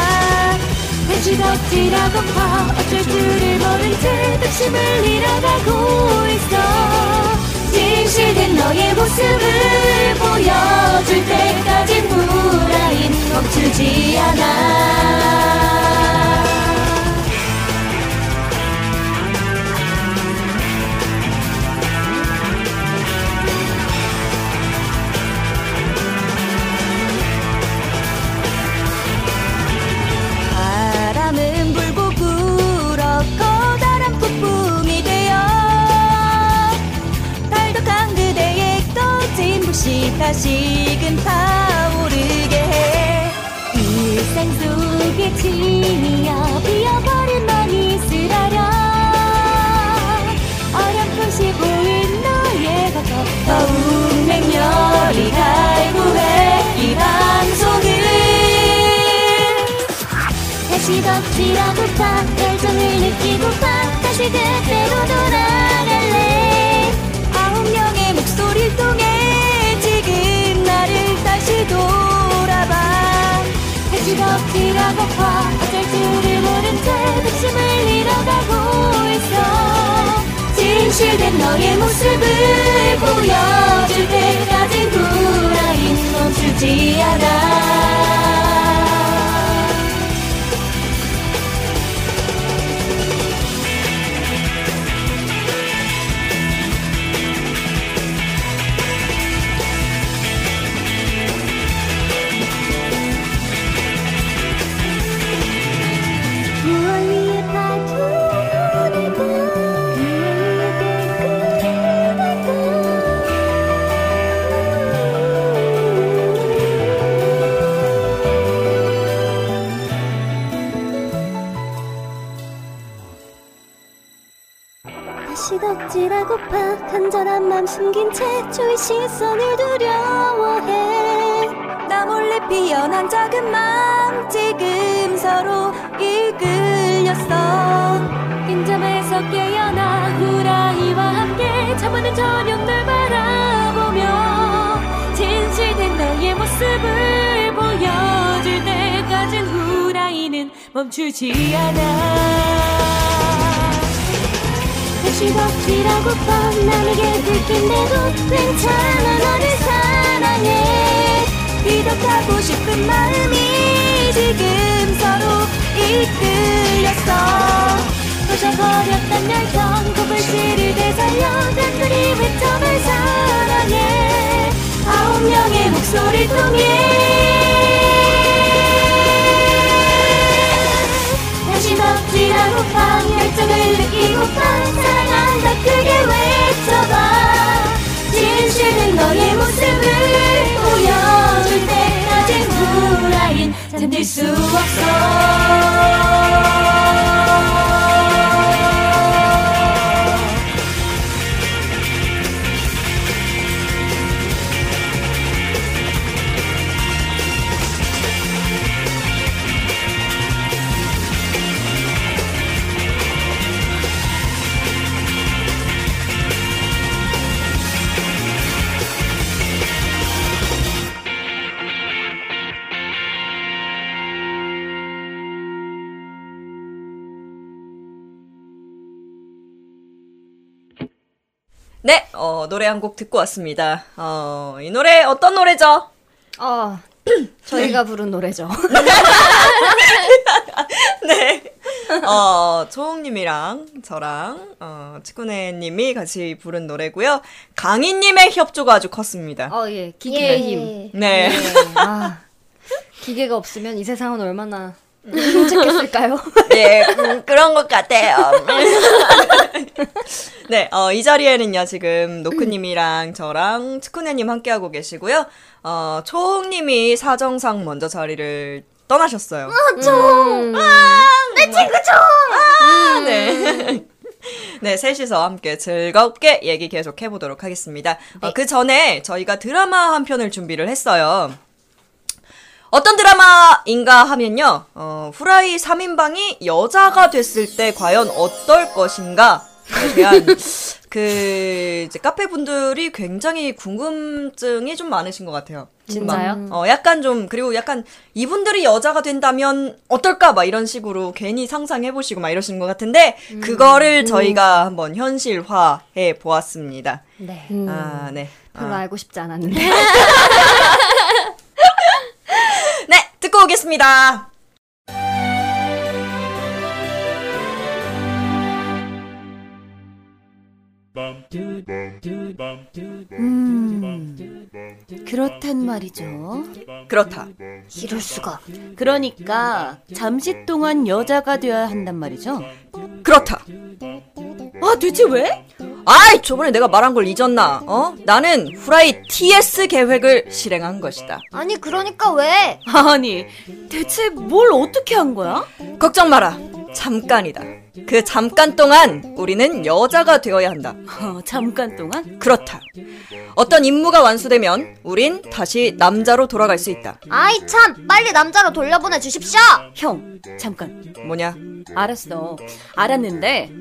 S2: 다시 덕질하고 봐 어쩔 줄을 모른 채 덕심을 잃어가고 있어 진실된 너의 모습을 보여줄 때까지 후라인 멈추지 않아
S6: 다시금 타오르게 해
S4: 일상 속에 침이여 비어버린 먼 이슬 아려 어렴풋이 보인 너의 과거
S6: 더욱 맹렬히 갈구해 이 방송을
S4: 다시 덮치려고파 열정을 느끼고파 다시 그때로 돌아갈래
S6: 아홉 명의 목소리를 통해 지금 나를 다시 돌아봐
S4: 다시 덮치려고파 어쩔 줄을 모른 채 백심을 잃어가고 있어
S6: 진실된 너의 모습을 보여줄 때까지 후라이 멈추지 않아
S4: 무얼 위해 파주한 오늘과 무얼 위해 될 그날과 다시 덕질하고파 간절한 맘 숨긴 채 주위 시선을 두려워해
S6: 나 몰래 피어난 작은 맘 지금 서로 이끌렸어
S4: 빈점에서 깨어나 후라이와 함께 잡아낸 저녁 날 바라보며 진실된 너의 모습을 보여줄 때까진 후라이는
S6: 멈추지 않아
S4: 다시 덕질하고 뻔 남에게 들킨대도 괜찮아 너를 사랑해
S6: 기억하고 싶은 마음이 지금 서로 이끌렸어
S4: 부셔버렸던 열정 고불씨를 되살려 단둘이 외쳐을 사랑해
S6: 아홉 명의 목소리를 통해
S4: 다시 덕질한 오빠 열정을 느끼고 파 사랑한다 크게 외쳐봐
S6: 진실은 너의 모습을 보여줄 때까지 후라인 잠들 수 없어
S1: 네, 어, 노래 한 곡 듣고 왔습니다. 어, 이 노래 어떤 노래죠?
S5: 아 저희가 부른 노래죠.
S1: 네. 어, 초홍님이랑 저랑, 어, 치쿠네님이 같이 부른 노래고요 강희님의 협조가 아주 컸습니다.
S5: 아 예, 기계의 힘.
S1: 네.
S5: 예, 아, 기계가 없으면 이 세상은 얼마나 힘들겠을까요?
S1: 네, 음, 그런 것 같아요. 네, 어, 이 자리에는요, 지금, 노크님이랑 저랑 치쿠네님 함께하고 계시고요. 어, 초홍님이 사정상 먼저 자리를 떠나셨어요.
S5: 음.
S1: 아, 네. 네, 셋이서 함께 즐겁게 얘기 계속 해보도록 하겠습니다. 어, 그 전에 저희가 드라마 한 편을 준비를 했어요. 어떤 드라마인가 하면요, 어, 후라이 3인방이 여자가 됐을 때 과연 어떨 것인가? 에 대한 그 이제 카페 분들이 굉장히 궁금증이 좀 많으신 것 같아요.
S5: 진짜요?
S1: 막, 어 약간 좀 그리고 약간 이분들이 여자가 된다면 어떨까 막 이런 식으로 괜히 상상해 보시고 막 이러시는 것 같은데
S5: 음.
S1: 그거를 저희가 한번 현실화해 보았습니다.
S5: 네.
S1: 아 네.
S5: 별로
S1: 아,
S5: 알고 싶지 않았는데.
S1: 네 듣고 오겠습니다.
S7: 음, 그렇단 말이죠.
S1: 그렇다.
S8: 이럴 수가.
S7: 그러니까 잠시 동안 여자가 되어야 한단 말이죠.
S1: 그렇다.
S7: 아, 대체 왜?
S1: 아이, 저번에 내가 말한 걸 잊었나? 어? 나는 후라이 TS 계획을 실행한 것이다.
S5: 아니 그러니까 왜?
S4: 아니 대체 뭘 어떻게 한 거야?
S1: 걱정 마라. 잠깐이다. 그 잠깐 동안 우리는 여자가 되어야 한다.
S4: 어, 잠깐 동안
S1: 그렇다. 어떤 임무가 완수되면 우린 다시 남자로 돌아갈 수 있다.
S5: 아이 참 빨리 남자로 돌려보내 주십시오.
S4: 형 잠깐
S1: 뭐냐?
S4: 알았어 알았는데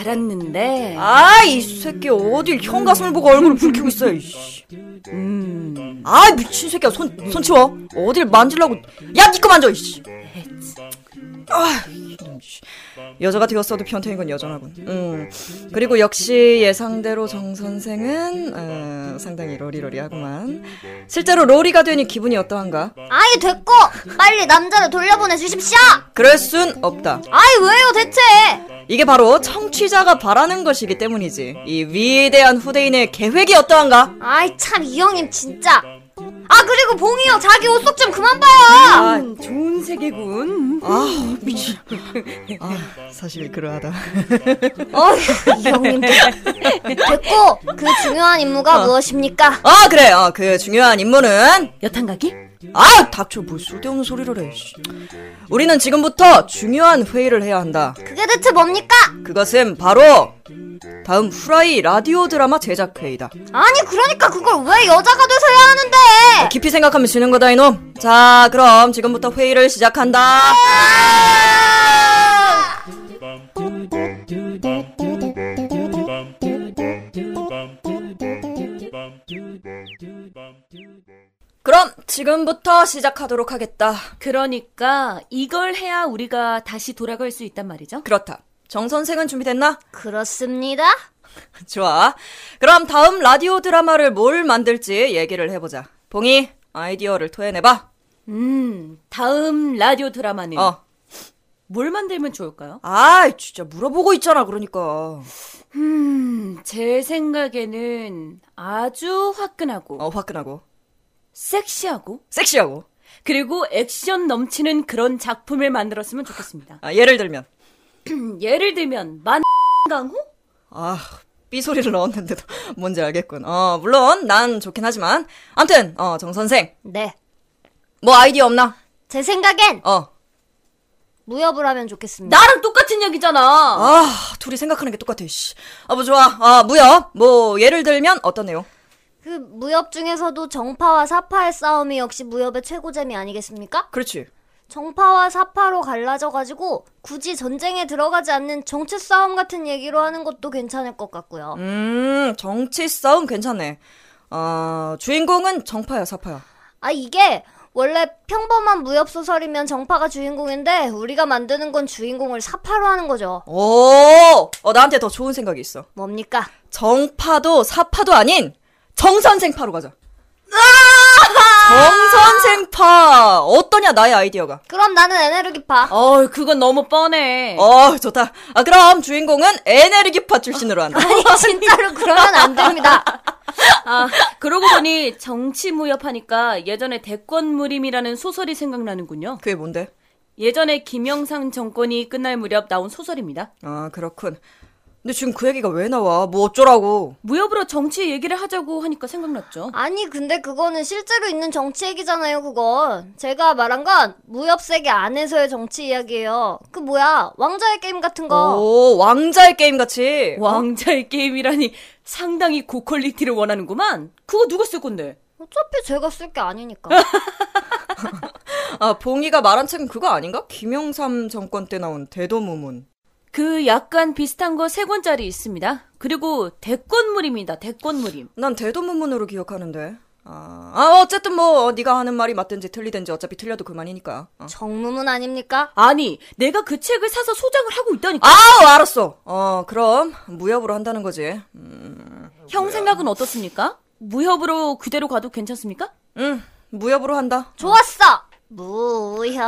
S4: 알았는데
S1: 아, 이 새끼 어딜 형 가슴을 보고 얼굴을 붉히고 있어. 이씨.
S4: 음
S1: 아, 미친 새끼야. 손, 손 치워. 어딜 만질라고. 야, 니꺼 만져. 이씨. 아, 이놈, 씨. 여자가 되었어도 변태인 건 여전하군. 음. 그리고 역시 예상대로 정 선생은 어, 상당히 로리로리하구만. 실제로 로리가 되니 기분이 어떠한가?
S5: 아이 됐고 빨리 남자로 돌려보내 주십시오.
S1: 그럴 순 없다.
S5: 아이 왜요 대체?
S1: 이게 바로 청취자가 바라는 것이기 때문이지. 이 위대한 후대인의 계획이 어떠한가?
S5: 아이 참 이 형님 진짜. 아 그리고 봉이 형 자기 옷 속 좀 그만 봐요.
S1: 아,
S4: 좋은 세계군
S1: 아 미친. 아, 사실 그러하다.
S5: 어이 형님 됐고 그 중요한 임무가 무엇입니까?
S1: 아 그래. 어, 그 중요한 임무는
S4: 여탕 가기?
S1: 아 닥쳐 뭘 쓸데없는 소리를 해. 씨. 우리는 지금부터 중요한 회의를 해야 한다.
S5: 그게 대체 뭡니까?
S1: 그것은 바로 다음 후라이 라디오 드라마 제작 회의다.
S5: 아니 그러니까 그걸 왜 여자가 돼서 해야 하는데?
S1: 깊이 생각하면 지는 거다 이놈. 자 그럼 지금부터 회의를 시작한다.
S5: 아!
S1: 그럼 지금부터 시작하도록 하겠다.
S4: 그러니까 이걸 해야 우리가 다시 돌아갈 수 있단 말이죠
S1: 그렇다. 정 선생은 준비됐나?
S5: 그렇습니다.
S1: 좋아. 그럼 다음 라디오 드라마를 뭘 만들지 얘기를 해보자. 봉이 아이디어를 토해내봐.
S4: 음 다음 라디오 드라마는
S1: 어.
S4: 뭘 만들면 좋을까요?
S1: 아, 진짜 물어보고 있잖아. 그러니까.
S4: 음, 제 생각에는 아주 화끈하고
S1: 어, 화끈하고
S4: 섹시하고
S1: 섹시하고.
S4: 그리고 액션 넘치는 그런 작품을 만들었으면 좋겠습니다.
S1: 아, 예를 들면
S4: 음, 예를 들면 만 강호?
S1: 아, 삐 소리를 넣었는데도 뭔지 알겠군. 어, 물론 난 좋긴 하지만 암튼 어, 정 선생.
S5: 네.
S1: 뭐 아이디어 없나?
S5: 제 생각엔
S1: 어.
S5: 무협을 하면 좋겠습니다.
S4: 나랑 똑같은 얘기잖아.
S1: 아, 둘이 생각하는 게 똑같아. 씨. 아, 뭐 좋아. 아, 무협. 뭐 예를 들면 어떤 내용?
S5: 그 무협 중에서도 정파와 사파의 싸움이 역시 무협의 최고점이 아니겠습니까?
S1: 그렇지.
S5: 정파와 사파로 갈라져가지고 굳이 전쟁에 들어가지 않는 정치 싸움 같은 얘기로 하는 것도 괜찮을 것 같고요.
S1: 음, 정치 싸움 괜찮네. 아, 주인공은 정파야, 사파야.
S5: 아 이게 원래 평범한 무협 소설이면 정파가 주인공인데 우리가 만드는 건 주인공을 사파로 하는 거죠.
S1: 오, 어, 나한테 더 좋은 생각이 있어.
S5: 뭡니까?
S1: 정파도 사파도 아닌 정선생파로 가자.
S5: 아!
S1: 정선생파 어떠냐 나의 아이디어가.
S5: 그럼 나는 에네르기파.
S4: 어, 그건 너무 뻔해.
S5: 네.
S1: 어, 좋다. 아, 그럼 주인공은 에네르기파 출신으로 한다.
S5: 아니 진짜로 그러면 안 됩니다.
S4: 아, 그러고 보니 정치 무협하니까 예전에 대권 무림이라는 소설이 생각나는군요.
S1: 그게 뭔데?
S4: 예전에 김영삼 정권이 끝날 무렵 나온 소설입니다.
S1: 아, 그렇군. 근데 지금 그 얘기가 왜 나와? 뭐 어쩌라고?
S4: 무협으로 정치 얘기를 하자고 하니까 생각났죠.
S5: 아니 근데 그거는 실제로 있는 정치 얘기잖아요 그건. 제가 말한 건 무협 세계 안에서의 정치 이야기예요. 그 뭐야 왕자의 게임 같은 거.
S1: 오, 왕자의 게임 같이.
S4: 왕자의 게임이라니 상당히 고퀄리티를 원하는구만. 그거 누가 쓸 건데?
S5: 어차피 제가 쓸 게 아니니까.
S1: 아, 봉이가 말한 책은 그거 아닌가? 김영삼 정권 때 나온 대도무문.
S4: 그 약간 비슷한 거 세 권짜리 있습니다. 그리고 대권물입니다. 대권물임.
S1: 난 대도무문으로 기억하는데. 아, 아, 어쨌든 뭐 어, 네가 하는 말이 맞든지 틀리든지 어차피 틀려도 그만이니까. 어.
S5: 정무문 아닙니까?
S4: 아니, 내가 그 책을 사서 소장을 하고 있다니까.
S1: 아우 알았어. 어 그럼 무협으로 한다는 거지.
S4: 형 생각은 어떻습니까? 무협으로 그대로 가도 괜찮습니까?
S1: 응 무협으로 한다.
S5: 좋았어. 무협.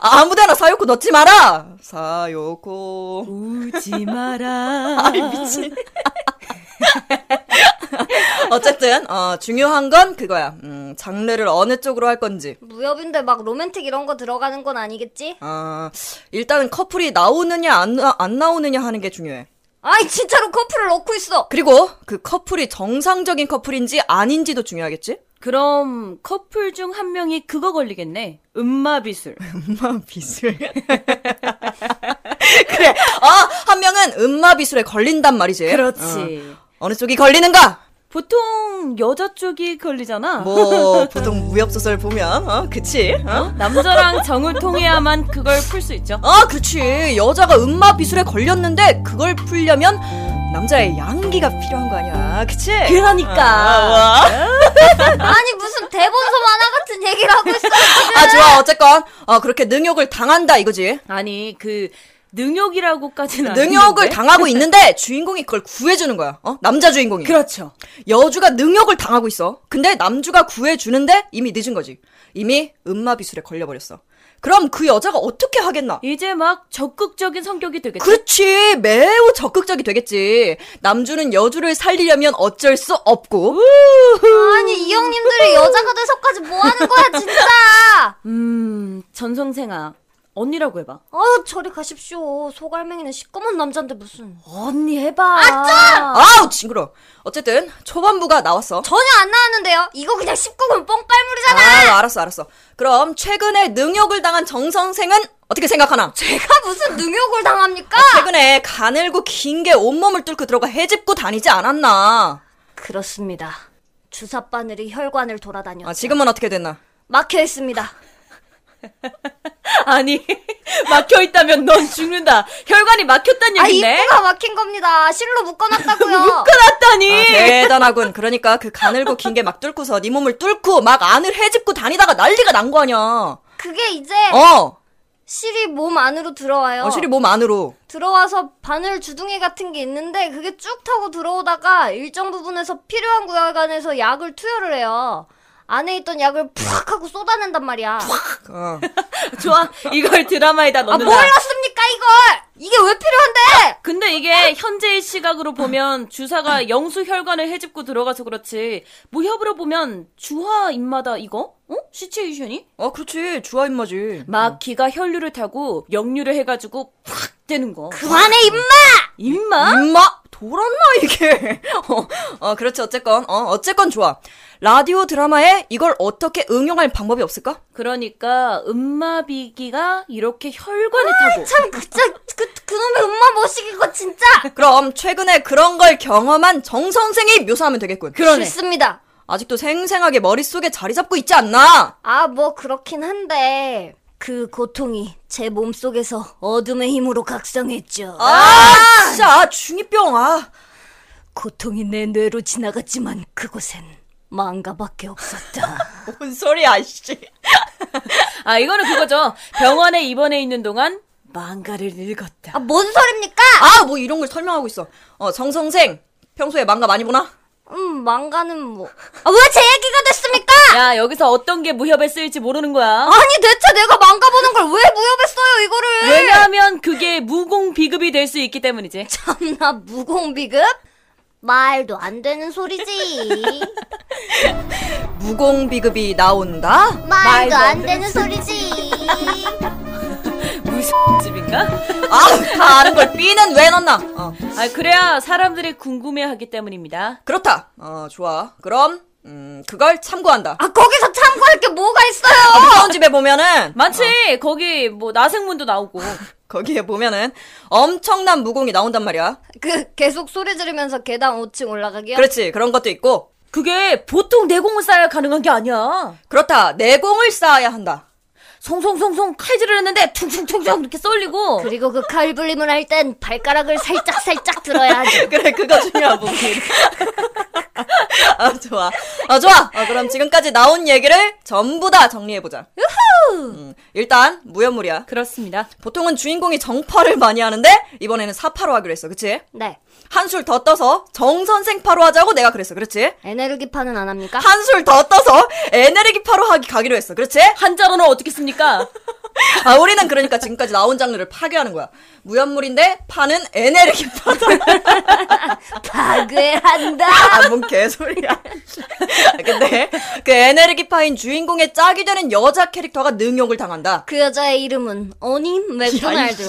S1: 아무데나 사요코 넣지 마라. 사요코.
S4: 울지 마라.
S1: 어쨌든 어 중요한 건 그거야. 음 장르를 어느 쪽으로 할 건지.
S5: 무협인데 막 로맨틱 이런 거 들어가는 건 아니겠지?
S1: 아 일단은 커플이 나오느냐 안, 나- 안 나오느냐 하는 게 중요해.
S5: 아이 진짜로 커플을 넣고 있어.
S1: 그리고 그 커플이 정상적인 커플인지 아닌지도 중요하겠지?
S4: 그럼 커플 중 한 명이 그거 걸리겠네. 음마비술.
S1: 음마비술. 그래. 어, 한 명은 음마비술에 걸린단 말이지.
S4: 그렇지.
S1: 어. 느 쪽이 걸리는가?
S4: 보통 여자 쪽이 걸리잖아.
S1: 뭐, 보통 무협소설 보면, 어, 그치? 어?
S4: 남자랑 정을 통해야만 그걸 풀 수 있죠.
S1: 아, 그치. 여자가 음마비술에 걸렸는데, 그걸 풀려면, 남자의 양기가 필요한 거 아니야. 그치?
S4: 그러니까.
S5: 아니 무슨 대본서 만화 같은 얘기를 하고 있어.
S1: 아, 좋아. 어쨌건, 어, 그렇게 능욕을 당한다, 이거지.
S4: 아니 그 능욕이라고까지는
S1: 능욕을
S4: 아닌데.
S1: 당하고 있는데, 주인공이 그걸 구해주는 거야. 어? 남자 주인공이.
S4: 그렇죠.
S1: 여주가 능욕을 당하고 있어. 근데 남주가 구해주는데 이미 늦은 거지. 이미 음마비술에 걸려버렸어. 그럼 그 여자가 어떻게 하겠나?
S4: 이제 막 적극적인 성격이 되겠죠.
S1: 그렇지. 매우 적극적이 되겠지. 남주는 여주를 살리려면 어쩔 수 없고.
S5: 아니 이 형님들이 여자가 돼서까지 뭐 하는 거야 진짜.
S4: 음 전송생아 언니라고 해봐.
S5: 어 저리 가십시오. 소갈맹이는 시꺼먼 남자인데 무슨.
S4: 언니 해봐. 어, 아짜.
S1: 아우 징그러. 어쨌든 초반부가 나왔어.
S5: 전혀 안 나왔는데요. 이거 그냥 19금 뽕빨물이잖아.
S1: 아, 알았어, 알았어. 그럼 최근에 능욕을 당한 정선생은 어떻게 생각하나?
S5: 제가 무슨 능욕을 당합니까?
S1: 최근에 가늘고 긴 게 온몸을 뚫고 들어가 헤집고 다니지 않았나?
S5: 그렇습니다. 주사 바늘이 혈관을 돌아다녀
S1: 아, 지금은 어떻게 됐나?
S5: 막혀 있습니다. 아,
S4: 아니 막혀 있다면 넌 죽는다. 혈관이 막혔단
S5: 아
S4: 얘긴데.
S5: 입구가 막힌 겁니다. 실로 묶어놨다고요.
S4: 끊었다니.
S1: 아, 대단하군. 그러니까 그 가늘고 긴 게 막 뚫고서 네 몸을 뚫고 막 안을 헤집고 다니다가 난리가 난 거 아니야. 어,
S5: 그게 이제
S4: 네.
S5: 실이 몸 안으로 들어와요.
S1: 어실이 몸 안으로.
S5: 들어와서 바늘 주둥이 같은 게 있는데 그게 쭉 타고 들어오다가 일정 부분에서 필요한 구간에서 약을 투여를 해요. 안에 있던 약을 푹 하고 쏟아낸단 말이야.
S1: 어.
S4: 좋아 이걸 드라마에다
S5: 아
S4: 넣는다.
S5: 몰랐습니까 이걸? 이게 왜 필요한데?
S4: 근데 이게 현재의 시각으로 보면 주사가 영수 혈관을 헤집고 들어가서 그렇지 무협으로 보면 주하 인마다 이거? 어? 시츄에이션이?
S1: 어, 그렇지. 주아 임마지.
S4: 막 기가 혈류를 타고 역류를 해가지고 팍 되는 거.
S5: 그만해 임마!
S4: 인마?
S1: 엄마 돌았나 이게? 어, 어, 그렇지. 어쨌건 어, 어쨌건 좋아. 라디오 드라마에 이걸 어떻게 응용할 방법이 없을까?
S4: 그러니까 음마비기가 이렇게 혈관을 타고
S5: 참 그짜 그 그놈의 음마 모시기고 진짜.
S1: 그럼 최근에 그런 걸 경험한 정 선생이 묘사하면 되겠군.
S4: 그러네.
S5: 좋습니다.
S1: 아직도 생생하게 머릿속에 자리 잡고 있지 않나?
S5: 아 뭐 그렇긴 한데 그 고통이 제 몸속에서 어둠의 힘으로 각성했죠.
S4: 어?
S1: 아, 진짜 중이병 아.
S5: 고통이 내 뇌로 지나갔지만 그곳엔 망가밖에 없었다.
S1: 뭔 소리야, 씨.
S4: 아 이거는 그거죠. 병원에 입원해 있는 동안 망가를 늙었다.
S5: 아 뭔 소립니까?
S1: 아, 뭐 이런 걸 설명하고 있어. 어, 정선생. 평소에 망가 많이 보나?
S5: 음 망가는 뭐? 아 왜 제 얘기가 됐습니까?
S4: 야 여기서 어떤 게 무협에 쓰일지 모르는 거야.
S5: 아니 대체 내가 망가 보는 걸 왜 무협했어요 이거를?
S4: 예. 왜냐하면 그게 무공 비급이 될 수 있기 때문이지.
S5: 참나 무공비급? 말도 안 되는 소리지.
S1: 무공비급이 나온다?
S9: 말도 안 되는 소리지.
S4: 무슨 집인가?
S1: 아, 다 아는 걸 B는 왜 넣나? 어,
S4: 아, 그래야 사람들이 궁금해하기 때문입니다.
S1: 그렇다. 어, 좋아. 그럼, 음, 그걸 참고한다.
S5: 아 거기서 참고할 게 뭐가 있어요?
S1: 아, 무서운 집에 보면은,
S4: 많지? 거기 뭐 나생문도 나오고.
S1: 거기에 보면은 엄청난 무공이 나온단 말이야.
S5: 그 계속 소리 지르면서 계단 5층 올라가기요?
S1: 그렇지. 그런 것도 있고.
S4: 그게 보통 내공을 쌓아야 가능한 게 아니야.
S1: 그렇다. 내공을 쌓아야 한다.
S4: 송송송송 칼질을 했는데 퉁퉁퉁퉁 이렇게 쏠리고.
S5: 그리고 그 칼 불림을 할 땐 발가락을 살짝 살짝 들어야 하죠.
S1: 그래, 그거 중요한 부분. 아, 좋아. 아, 좋아. 아, 그럼 지금까지 나온 얘기를 전부 다 정리해보자. 음, 일단, 무연물이야.
S4: 그렇습니다.
S1: 보통은 주인공이 정파를 많이 하는데, 이번에는 사파로 하기로 했어. 그치?
S5: 네.
S1: 한술 더 떠서 정선생파로 하자고 내가 그랬어. 그렇지?
S5: 에네르기파는 안 합니까?
S1: 한술 더 떠서 에네르기파로 하기 가기로 했어. 그렇지?
S4: 한자로는 어떻게 씁니까?
S1: 아, 우리는 그러니까 지금까지 나온 장르를 파괴하는 거야. 무연물인데 파는 에네르기 파다.
S5: 파괴한다.
S1: 아, 뭔 개소리야. 근데 그 에네르기 파인 주인공의 짝이 되는 여자 캐릭터가 능욕을 당한다.
S5: 그 여자의 이름은 어니 맥도날드.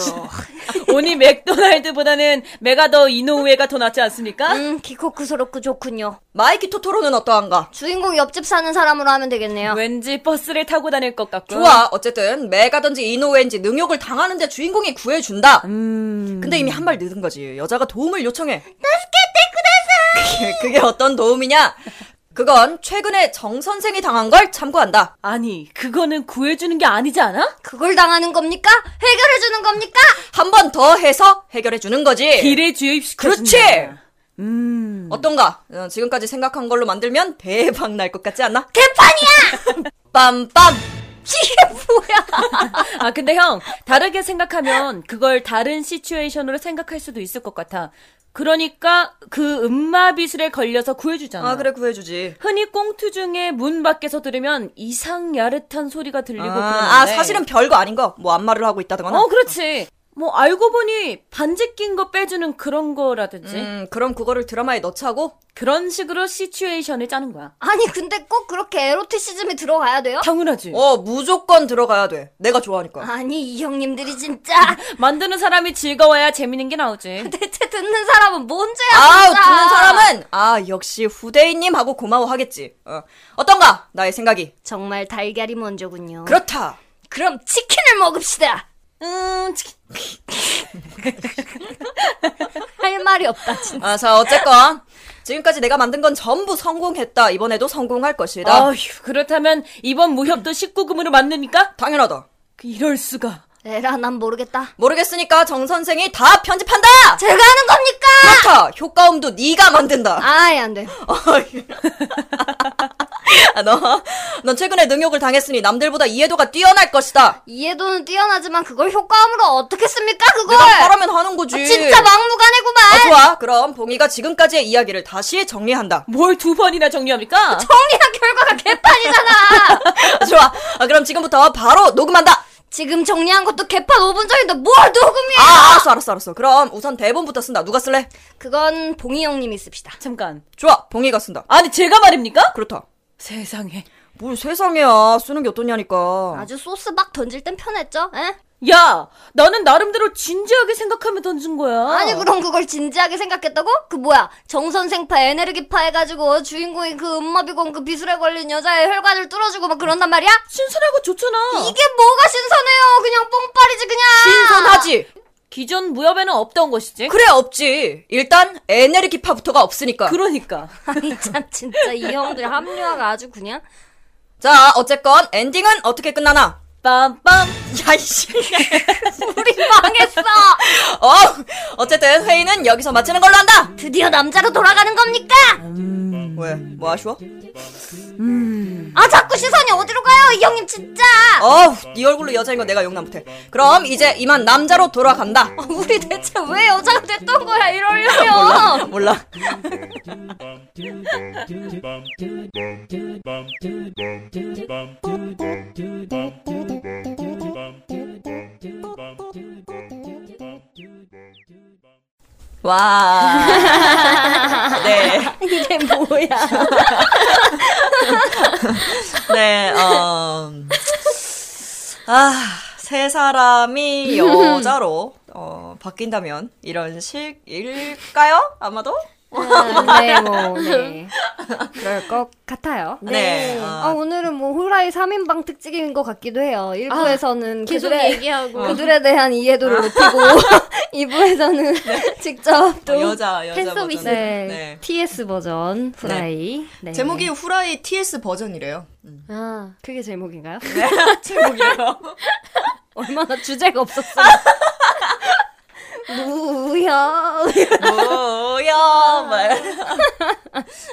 S4: 오니 맥도날드보다는 메가더 이노우에가 더 낫지 않습니까?
S5: 음, 기코크 소로크 좋군요.
S1: 마이키 토토로는 어떠한가?
S5: 주인공 옆집 사는 사람으로 하면 되겠네요.
S4: 왠지 버스를 타고 다닐 것 같고.
S1: 좋아. 어쨌든 메가든지 이노우엔지 능욕을 당하는데 주인공이 구해준다. 근데 이미 한 발 늦은 거지. 여자가 도움을 요청해. 나스케테 쿠다사. 그게 어떤 도움이냐? 그건 최근에 정 선생이 당한 걸 참고한다.
S4: 아니, 그거는 구해주는 게 아니지 않아?
S5: 그걸 당하는 겁니까? 해결해 주는 겁니까?
S1: 한 번 더 해서 해결해 주는 거지.
S4: 길을 주입시켜준다.
S1: 네.
S4: 음.
S1: 그렇지. 어떤가? 어, 지금까지 생각한 걸로 만들면 대박 날 것 같지 않나? 개판이야. 빰빰.
S4: 아, 근데 형, 다르게 생각하면 그걸 다른 시츄에이션으로 생각할 수도 있을 것 같아. 그러니까 그 음마비술에 걸려서 구해주잖아.
S1: 아 그래 구해주지.
S4: 흔히 꽁투 중에 문 밖에서 들으면 이상 야릇한 소리가 들리고
S1: 아, 아,
S4: 그러는데.
S1: 사실은 별거 아닌 거. 뭐 안마를 하고 있다거나.
S4: 어, 그렇지. 뭐 알고 보니 반지 낀 거 빼주는 그런 거라든지
S1: 음, 그럼 그거를 드라마에 넣자고?
S4: 그런 식으로 시츄에이션을 짜는 거야.
S5: 아니, 근데 꼭 그렇게 에로티시즘이 들어가야 돼요?
S4: 당연하지.
S1: 어, 무조건 들어가야 돼. 내가 좋아하니까.
S5: 아니, 이 형님들이 진짜
S4: 만드는 사람이 즐거워야 재밌는 게
S1: 아,
S4: 나오지.
S5: 대체 듣는 사람은 뭔 죄야?
S1: 아우,
S5: 진짜.
S1: 듣는 사람은! 아, 역시 후대인님 하고 고마워하겠지. 어. 어떤가? 나의 생각이.
S5: 정말 달걀이 먼저군요.
S1: 그렇다.
S5: 그럼 치킨을 먹읍시다.
S4: 음, 치킨.
S5: 할 말이 없다, 진짜.
S1: 아, 자, 어쨌건. 지금까지 내가 만든 건 전부 성공했다. 이번에도 성공할
S5: 아.
S1: 것이다.
S4: 어휴, 그렇다면 이번 무협도 19금으로 만듭니까?
S1: 당연하다.
S4: 그 이럴 수가.
S5: 에라, 난 모르겠다.
S1: 모르겠으니까 정 선생이 다 편집한다!
S5: 제가 하는 겁니까?
S1: 그렇다! 효과음도 네가 만든다.
S5: 아이, 안 돼.
S1: 어휴. 아, 너, 넌 최근에 능욕을 당했으니 남들보다 이해도가 뛰어날 것이다.
S5: 이해도는 뛰어나지만 그걸 효과음으로 어떻게 씁니까, 그걸?
S1: 내가 하라면 하는 거지.
S5: 아, 진짜 막무가내구만.
S1: 아, 좋아. 그럼 봉이가 지금까지의 이야기를 다시 정리한다.
S4: 뭘 두 번이나 정리합니까?
S5: 정리한 결과가 개판이잖아.
S1: 아, 좋아. 아, 그럼 지금부터 바로 녹음한다.
S5: 지금 정리한 것도 개판 5분 전인데 뭘 녹음이야?
S1: 아, 알았어, 알았어, 알았어. 그럼 우선 대본부터 쓴다. 누가 쓸래?
S5: 그건 봉이 형님이 씁시다.
S4: 잠깐.
S1: 좋아. 봉이가 쓴다.
S4: 아니, 제가 말입니까?
S1: 그렇다.
S4: 세상에.
S1: 뭘 세상에야. 쓰는 게 어떠냐니까.
S5: 아주 소스 막 던질 땐 편했죠? 에?
S4: 야, 나는 나름대로 진지하게 생각하며 던진 거야.
S1: 어.
S5: 아니 그럼 그걸 진지하게 생각했다고? 그 뭐야 정선생파 에네르기파 해가지고 주인공이 그 음마비공 그 비술에 걸린 여자의 혈관을 뚫어주고 막 그런단 말이야?
S4: 신선하고 좋잖아.
S5: 이게 뭐가 신선해요? 그냥 뽕빨이지 그냥.
S1: 신선하지.
S4: 기존 무협에는 없던 것이지.
S5: 그러니까.
S1: 그래, 없지. 일단, 에네르기파부터가 없으니까.
S4: 그러니까.
S5: 아니 참 진짜 이 형들 합류화가 아주 그냥.
S1: 자, 어쨌건, 엔딩은 어떻게 끝나나?
S4: 빰빰.
S1: 야, 이씨.
S5: 우리 망했어.
S1: 어, 어쨌든, 회의는 여기서 마치는 걸로 한다!
S5: 드디어 남자로 돌아가는 겁니까?
S1: 왜? 뭐 아쉬워?
S5: 아 자꾸 시선이 어디로 가요? 이 형님 진짜.
S1: 어우, 네 얼굴로 여자인 거 내가 용납 못해. 그럼 이제 이만 남자로 돌아간다.
S5: 우리 대체 왜 여자가 됐던 거야 이러려면.
S1: 어. 몰라. 와. 네. 이게 뭐야. 네, 어. 아, 세 사람이 여자로 어, 바뀐다면 이런 식일까요? 아마도?
S10: 네, 뭐, 네. 그럴 것 같아요.
S1: 네.
S10: 아,
S1: 아,
S10: 오늘은 뭐 후라이 3인방 특집인 것 같기도 해요.
S1: 아,
S10: 1부에서는
S5: 계속
S10: 그들의,
S5: 얘기하고.
S10: 그들에 대한 이해도를 높이고 2부에서는 직접 또
S1: 어, 여자, 여자
S10: 팬
S1: 버전.
S10: 서비스.
S1: 네.
S10: 네. TS 버전 후라이. 네.
S1: 제목이 후라이 TS 버전이래요.
S10: 아, 그게 제목인가요?
S1: 네. 제목이요.
S10: 얼마나 주제가 없었어. 무야.
S1: 뭐야 말.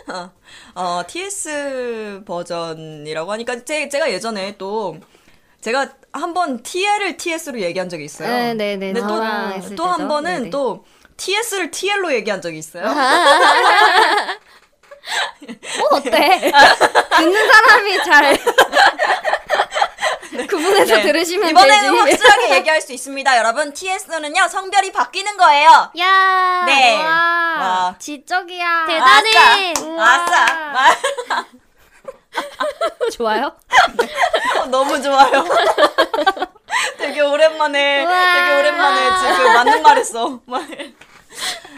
S1: 아. 어, 어, TS 버전이라고 하니까 제, 제가 예전에 또 제가 한 번 TL을 TS로 얘기한 적이 있어요.
S10: 네, 네, 네.
S1: 근데
S10: 저랑 했을
S1: 또, 또 한
S10: 때죠.
S1: 번은
S10: 네네. 아,
S1: 또 TS를 TL로 얘기한 적이 있어요. 아.
S10: 어, 어때? 듣는 사람이 잘
S5: 부분에서 들으시면
S1: 네. 이번에는
S5: 되지.
S1: 확실하게 얘기할 수 있습니다, 여러분. TS는요 성별이 바뀌는 거예요.
S6: 야.
S1: 네.
S6: 와.
S1: 와.
S6: 지적이야.
S1: 아싸,
S6: 대단해.
S1: 아싸. 마-
S6: 좋아요?
S1: 어, 너무 좋아요. 되게 오랜만에,
S6: 우와.
S1: 되게 오랜만에 지금 맞는 말했어.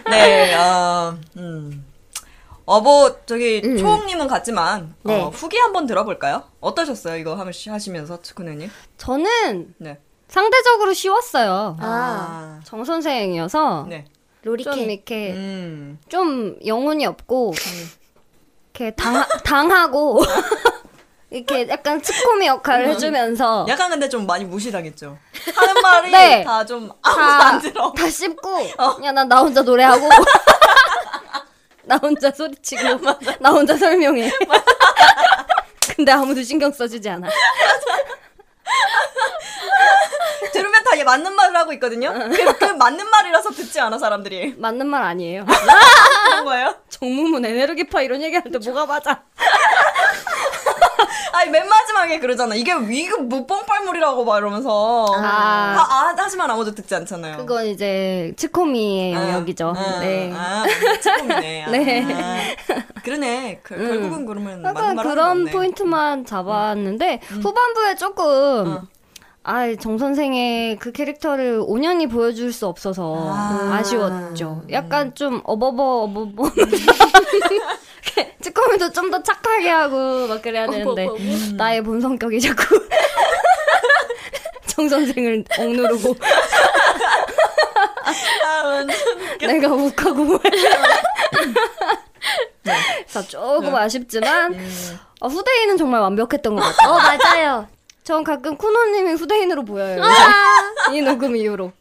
S1: 네, 어, 음. 어보 뭐, 저기 초홍님은 갔지만
S6: 네.
S1: 어, 후기 한번 들어볼까요? 어떠셨어요 이거 하시- 하시면서 츠쿠네님?
S5: 저는
S1: 네.
S5: 상대적으로 쉬웠어요.
S1: 아.
S5: 정 선생이어서
S1: 네.
S5: 좀 이렇게
S1: 음.
S5: 좀 영혼이 없고 이렇게 당 당하고
S1: 아.
S5: 이렇게 약간 치코미 역할을
S1: 음.
S5: 해주면서
S1: 약간 근데 좀 많이 무시당했죠. 하는 말이
S5: 어. 네.
S1: 다 좀 아무도 안 들어.
S5: 다 씹고 그냥 난나 혼자 노래하고 나 혼자 소리치고 나 혼자 설명해. 근데 아무도 신경 써주지 않아.
S1: 들으면 다 얘 맞는 말을 하고 있거든요. 그, 그 맞는 말이라서 듣지 않아 사람들이.
S5: 맞는 말 아니에요.
S1: 그런 거예요?
S5: 정무문 에네르기파 이런 얘기할 때 뭐가 맞아?
S1: 아니 맨 마지막에 그러잖아. 이게 이거 뭐 뽕팔물이라고 막 이러면서
S5: 아.
S1: 하, 아, 하지만 아무도 듣지 않잖아요.
S5: 그건 이제 치코미의
S1: 아,
S5: 영역이죠.
S1: 아,
S5: 네.
S1: 아, 조금이네. 아,
S5: 네.
S1: 그러네. 그, 결국은 음. 그러면 맞는
S5: 약간
S1: 말
S5: 그런 포인트만 잡았는데
S1: 음.
S5: 후반부에 조금
S1: 어.
S5: 아, 정 선생의 그 캐릭터를 5년이 보여줄 수 없어서
S1: 아. 음.
S5: 아~ 쉬웠죠 약간 좀 어버버 어버버 찌꺼미도 좀 더 착하게 하고 막 그래야 되는데
S1: 음.
S5: 나의 본 성격이 자꾸 정 선생을 억누르고
S1: 아,
S5: 내가 욱하고
S1: 네.
S5: 자 조금 아쉽지만 어, 후대인은 정말 완벽했던 것 같아요.
S6: 어 맞아요.
S5: 전 가끔 쿠노님이 후대인으로 보여요. 이 녹음 이후로.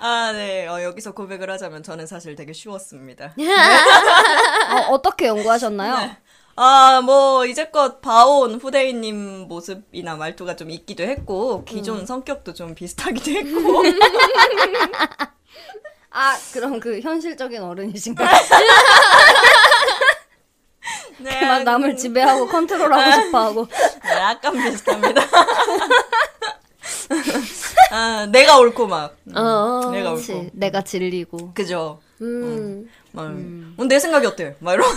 S1: 아, 네. 어, 여기서 고백을 하자면 저는 사실 되게 쉬웠습니다.
S5: 어, 어떻게 연구하셨나요?
S1: 아, 뭐 이제껏 봐온 후대인님 모습이나 말투가 좀 있기도 했고
S5: 음.
S1: 기존 성격도 좀 비슷하기도 했고
S5: 아 그럼 그 현실적인 어른이신가요?
S1: 네,
S5: 막 남을 지배하고 컨트롤하고 싶어하고
S1: 네, 약간 비슷합니다. 아, 내가 옳고 막. 음,
S5: 어.
S1: 내가 옳고.
S5: 그치, 내가 질리고
S1: 그죠. 음. 막, 음, 내 생각이 어때? 막 이러고.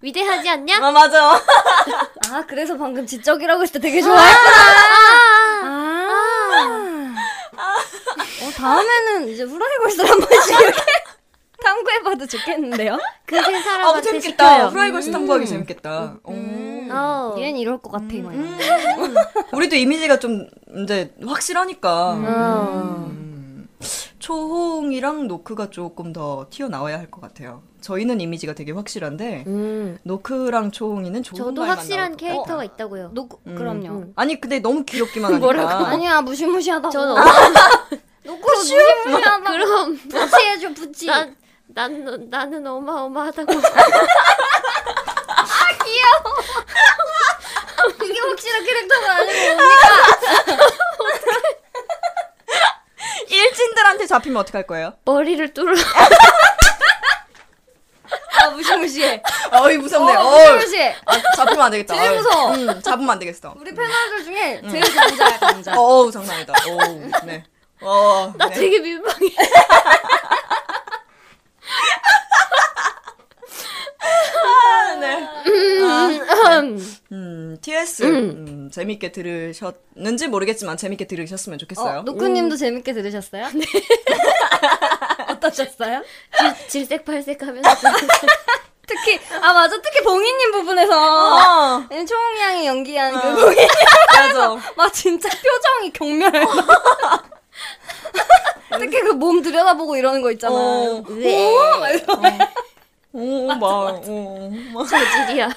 S6: 위대하지
S11: 어.
S6: 않냐?
S1: 아, 맞아.
S5: 아 그래서 방금 지적이라고 했을 때 되게 좋아했구나. 아. 어, 다음에는 이제 후라이걸스 한 번씩 이렇게 탐구해봐도 좋겠는데요?
S6: 그세
S1: 아,
S6: 사람한테
S1: 재밌겠다.
S6: 시켜요.
S1: 프라이걸스 탐구하기 재밌겠다. 오.
S5: 음.
S6: 어.
S5: 얘는 이럴 것 같아. 막
S11: 음,
S5: 이런.
S1: 어. 우리도 이미지가 좀 이제 확실하니까.
S5: 음.
S6: 어.
S1: 초홍이랑 노크가 조금 더 튀어나와야 할 것 같아요. 저희는 이미지가 되게 확실한데
S5: 음.
S1: 노크랑 초홍이는 좋은
S6: 저도
S1: 말만
S6: 확실한
S1: 나올 것
S6: 캐릭터가
S1: 같아요.
S6: 있다고요.
S5: 노 어. 그럼요. 음,
S1: 아니 근데 너무 귀엽기만 하니까. 뭐라고?
S5: 아니야 무시무시하다고.
S6: 저는
S5: 놓고 무시무시하다.
S6: 그럼
S5: 부치해줘 부치.
S6: 난, 난 나는 어마어마하다고.
S5: 그게 확실한 캐릭터가 아니고.
S1: 일진들한테 잡히면 어떡할 거예요?
S6: 머리를 뚫어.
S5: 아 무시무시해.
S1: 어이 무섭네.
S5: 어,
S1: 어이.
S5: 무시무시해.
S1: 아, 잡으면 안 되겠다.
S5: 제일
S1: 어이.
S5: 무서워.
S1: 음, 잡으면 안 되겠어.
S5: 우리 팬아들 중에 제일 강자야 강자.
S1: 어우 장난 아니다. 어우 네. 어, 나
S6: 되게 민망해.
S5: 네.
S1: 음, TS 음. 재밌게 들으셨는지 모르겠지만 재밌게 들으셨으면 좋겠어요.
S6: 음.
S5: 어, 노크님도 재밌게 들으셨어요? 네. 어떠셨어요?
S6: 질색팔색하면서
S5: 특히 아 맞아 특히 봉이님 부분에서 네,
S1: 어,
S5: 초홍 양이 연기한
S6: 어.
S5: 그 봉이
S1: 맞아.
S5: 막 진짜 표정이 경멸. 특히 그 몸 들여다보고 이러는 거 있잖아. 네.
S1: 어.
S5: 요 오! 막 이러면서.
S1: 오, 막, 어, 막.
S6: 저질이야.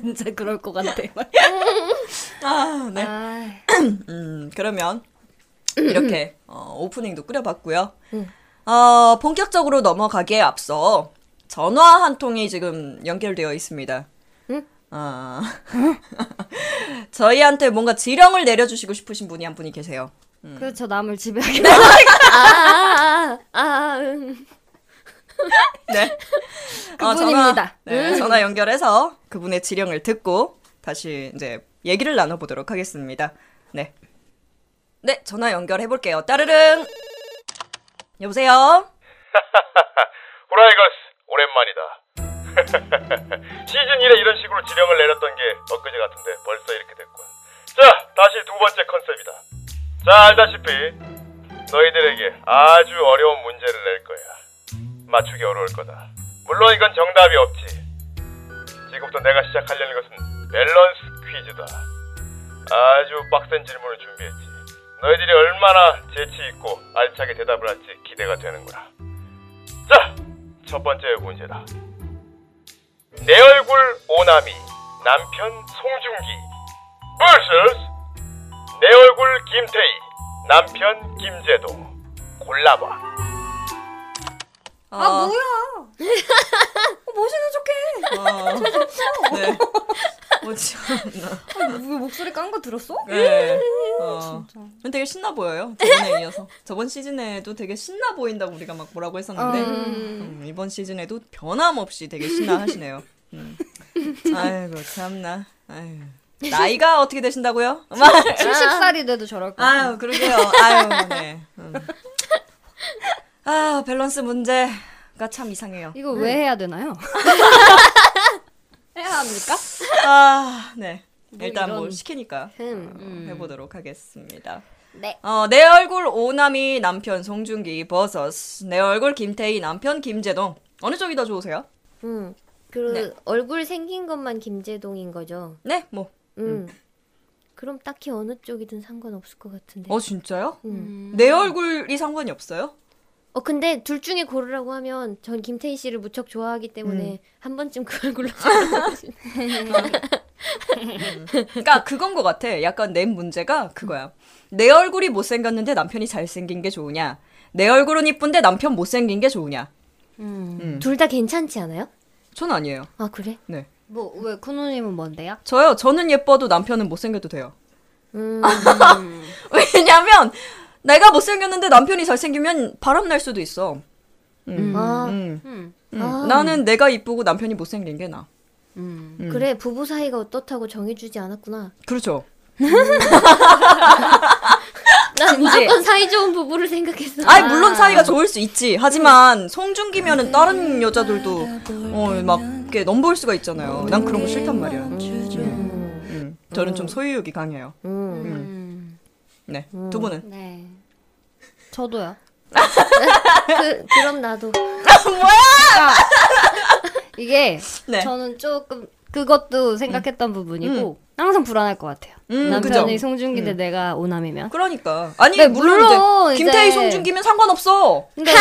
S5: 진짜 그럴 것 같아.
S1: 아, 네.
S5: 아,
S1: 음, 그러면 이렇게 어, 오프닝도 꾸려봤고요.
S5: 음.
S1: 어, 본격적으로 넘어가기에 앞서 전화 한 통이 지금 연결되어 있습니다.
S5: 음?
S1: 어, 저희한테 뭔가 지령을 내려주시고 싶으신 분이 한 분이 계세요.
S5: 그래서 저 남을 지배하게 아,
S6: 아, 아, 아, 음.
S1: 네. 어,
S5: 그분입니다. 음.
S1: 전화, 네, 전화 연결해서 그분의 지령을 듣고 다시 이제 얘기를 나눠보도록 하겠습니다. 네. 네, 전화 연결해볼게요. 따르릉! 여보세요?
S7: 호라이걸스 오랜만이다. 시즌 1에 이런 식으로 지령을 내렸던 게 엊그제 같은데 벌써 이렇게 됐군. 자, 다시 두 번째 컨셉이다. 자, 알다시피 너희들에게 아주 어려운 문제를 낼 거야. 맞추기 어려울 거다. 물론 이건 정답이 없지. 지금부터 내가 시작하려는 것은 밸런스 퀴즈다. 아주 빡센 질문을 준비했지. 너희들이 얼마나 재치 있고 알차게 대답을 할지 기대가 되는구나. 자, 첫 번째 문제다. 내 얼굴 오나미 남편 송중기 vs 내 얼굴 김태희 남편 김재동 골라봐.
S1: 아,
S5: 어.
S1: 뭐야? 멋있는 척해. 네. 뭐지?
S12: 왜 목소리 깐 거 들었어?
S1: 네. 어. 근데 되게 신나 보여요. 저번에 이어서. 저번 시즌에도 되게 신나 보인다고 우리가 막 뭐라고 했었는데 음, 이번 시즌에도 변함없이 되게 신나 하시네요. 음. 아이고 참나. 아유. 나이가 어떻게 되신다고요? 음.
S12: 70살이 돼도 저럴 거.
S1: 아유 그러게요. 아유 네. 음. 아 밸런스 문제가 참 이상해요.
S12: 이거 왜 해야 되나요? 해야 합니까?
S1: 아, 네. 일단 뭐 시키니까
S5: 음,
S1: 어, 해보도록 하겠습니다. 네. 어, 내 얼굴 오남이 남편 송중기 vs 내 얼굴 김태희 남편 김재동 어느 쪽이 더 좋으세요?
S11: 응. 그
S1: 네.
S11: 얼굴 생긴 것만 김재동인 거죠.
S1: 네, 뭐.
S11: 응. 그럼 딱히 어느 쪽이든 상관없을 것 같은데.
S1: 어 진짜요? 내 얼굴이 상관이 없어요?
S11: 어 근데 둘 중에 고르라고 하면 전 김태희 씨를 무척 좋아하기 때문에
S1: 음.
S11: 한 번쯤 그 얼굴로
S1: 그러니까 그건 것 같아. 약간 내 문제가 그거야. 내 얼굴이 못생겼는데 남편이 잘생긴 게 좋으냐? 내 얼굴은 이쁜데 남편 못생긴 게 좋으냐?
S5: 음.
S11: 둘 다 괜찮지 않아요?
S1: 전 아니에요.
S11: 아 그래?
S1: 네.
S5: 뭐 왜 쿠누님은 뭔데요?
S1: 저요. 저는 예뻐도 남편은 못생겨도 돼요.
S11: 음,
S1: 아, 왜냐면 내가 못생겼는데 남편이 잘생기면 바람 날 수도 있어.
S11: 아,
S1: 음. 음. 나는 내가 이쁘고 남편이 못생긴 게 나.
S5: 음.
S1: 음.
S11: 그래 부부 사이가 어떻다고 정해주지 않았구나.
S1: 그렇죠.
S11: 난 무조건 사이 좋은 부부를 생각했어.
S1: 네. 아이 물론 사이가 좋을 수 있지. 하지만 송중기면은 다른 여자들도 어막 이렇게 넘볼 수가 있잖아요. 난 그런 거 싫단 말이야. 음. 저는 좀 소유욕이 강해요. 음. 네, 두 분은
S5: 네. 저도요.
S11: 그, 그럼 나도.
S5: 이게
S1: 네.
S5: 저는 조금 그것도 생각했던 부분이고 항상 불안할 것 같아요.
S1: 음,
S5: 남편이
S1: 그죠?
S5: 송중기인데 내가 오남이면.
S1: 그러니까 아니
S5: 네,
S1: 물론,
S5: 물론
S1: 이제 김태희
S5: 이제-
S1: 송중기면 상관없어.
S5: 근데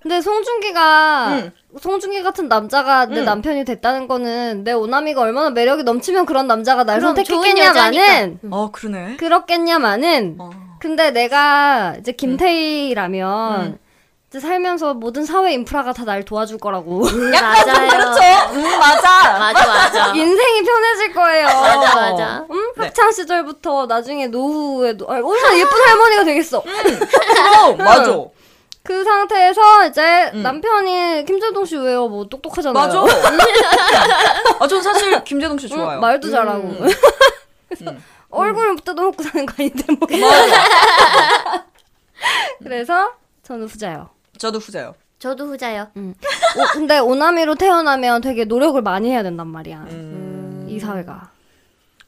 S5: 근데 송중기가
S1: 음.
S5: 송중기 같은 남자가 내 남편이 됐다는 거는 내 오남이가 얼마나 매력이 넘치면 그런 남자가 날
S11: 그럼 좋은
S5: 선택했겠냐마는
S11: 여자니까. 어.
S1: 어 그러네.
S5: 그렇겠냐마는 근데 내가 이제 김태희라면 이제 살면서 모든 사회 인프라가 다 날 도와줄 거라고
S11: 맞아요.
S1: 그렇죠. 음, 맞아.
S11: 맞아 맞아.
S5: 인생이 편해질 거예요.
S11: 맞아 맞아.
S5: 음?
S1: 네.
S5: 학창 시절부터 나중에 노후에도 아, 얼마나 예쁜 할머니가 되겠어.
S1: 어, 맞아.
S5: 그 상태에서 이제
S1: 음.
S5: 남편이 김재동 씨 왜요? 뭐 똑똑하잖아요.
S1: 맞아. 아, 전 사실 김재동 씨
S5: 응,
S1: 좋아요.
S5: 말도 잘하고. 그래서
S1: 음.
S5: 얼굴은 뜯어먹고 사는 거 아닌데 뭐. 그래서 저는 후자요.
S1: 저도 후자요.
S11: 저도 후자요. 음,
S5: 오, 근데 오나미로 태어나면 되게 노력을 많이 해야 된단 말이야.
S1: 음.
S5: 이 사회가.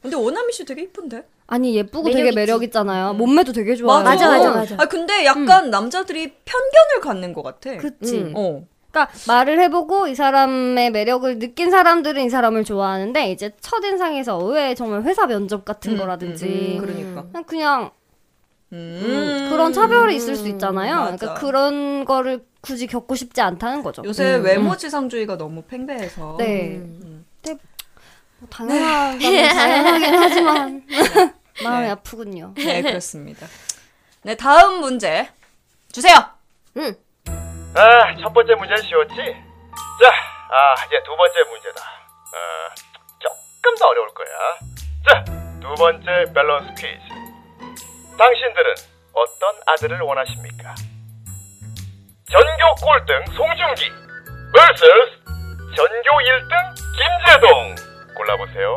S1: 근데 원아미 씨 되게 이쁜데?
S5: 아니 예쁘고
S11: 매력
S5: 되게
S11: 있지.
S5: 매력 있잖아요. 몸매도 되게 좋아요. 어.
S11: 맞아, 맞아, 맞아.
S1: 아, 근데 약간 남자들이 편견을 갖는 것 같아.
S5: 그치.
S11: 음.
S1: 어.
S5: 그러니까 말을 해보고 이 사람의 매력을 느낀 사람들은 이 사람을 좋아하는데 이제 첫 인상에서 왜 정말 회사 면접 같은
S1: 음,
S5: 거라든지
S1: 음, 그러니까.
S5: 그냥- 그냥
S1: 음.
S5: 그런 차별이 있을 수 있잖아요.
S1: 맞아.
S5: 그러니까 그런 거를 굳이 겪고 싶지 않다는 거죠. 음.
S1: 요새 뭐, 음, 외모 지상주의가 너무 팽배해서.
S5: 네. 근데 뭐 당연한 건 당연하긴 하지만 마음이
S1: 네.
S5: 아프군요.
S1: 네, 그렇습니다. 네, 다음 문제 주세요.
S7: 아, 첫 번째 문제 쉬웠지? 자, 아, 이제 두 번째 문제다. 어, 조금 더 어려울 거야. 자, 두 번째 밸런스 퀴즈. 당신들은 어떤 아들을 원하십니까? 전교 꼴등 송중기 vs 전교 1등 김재동 골라보세요.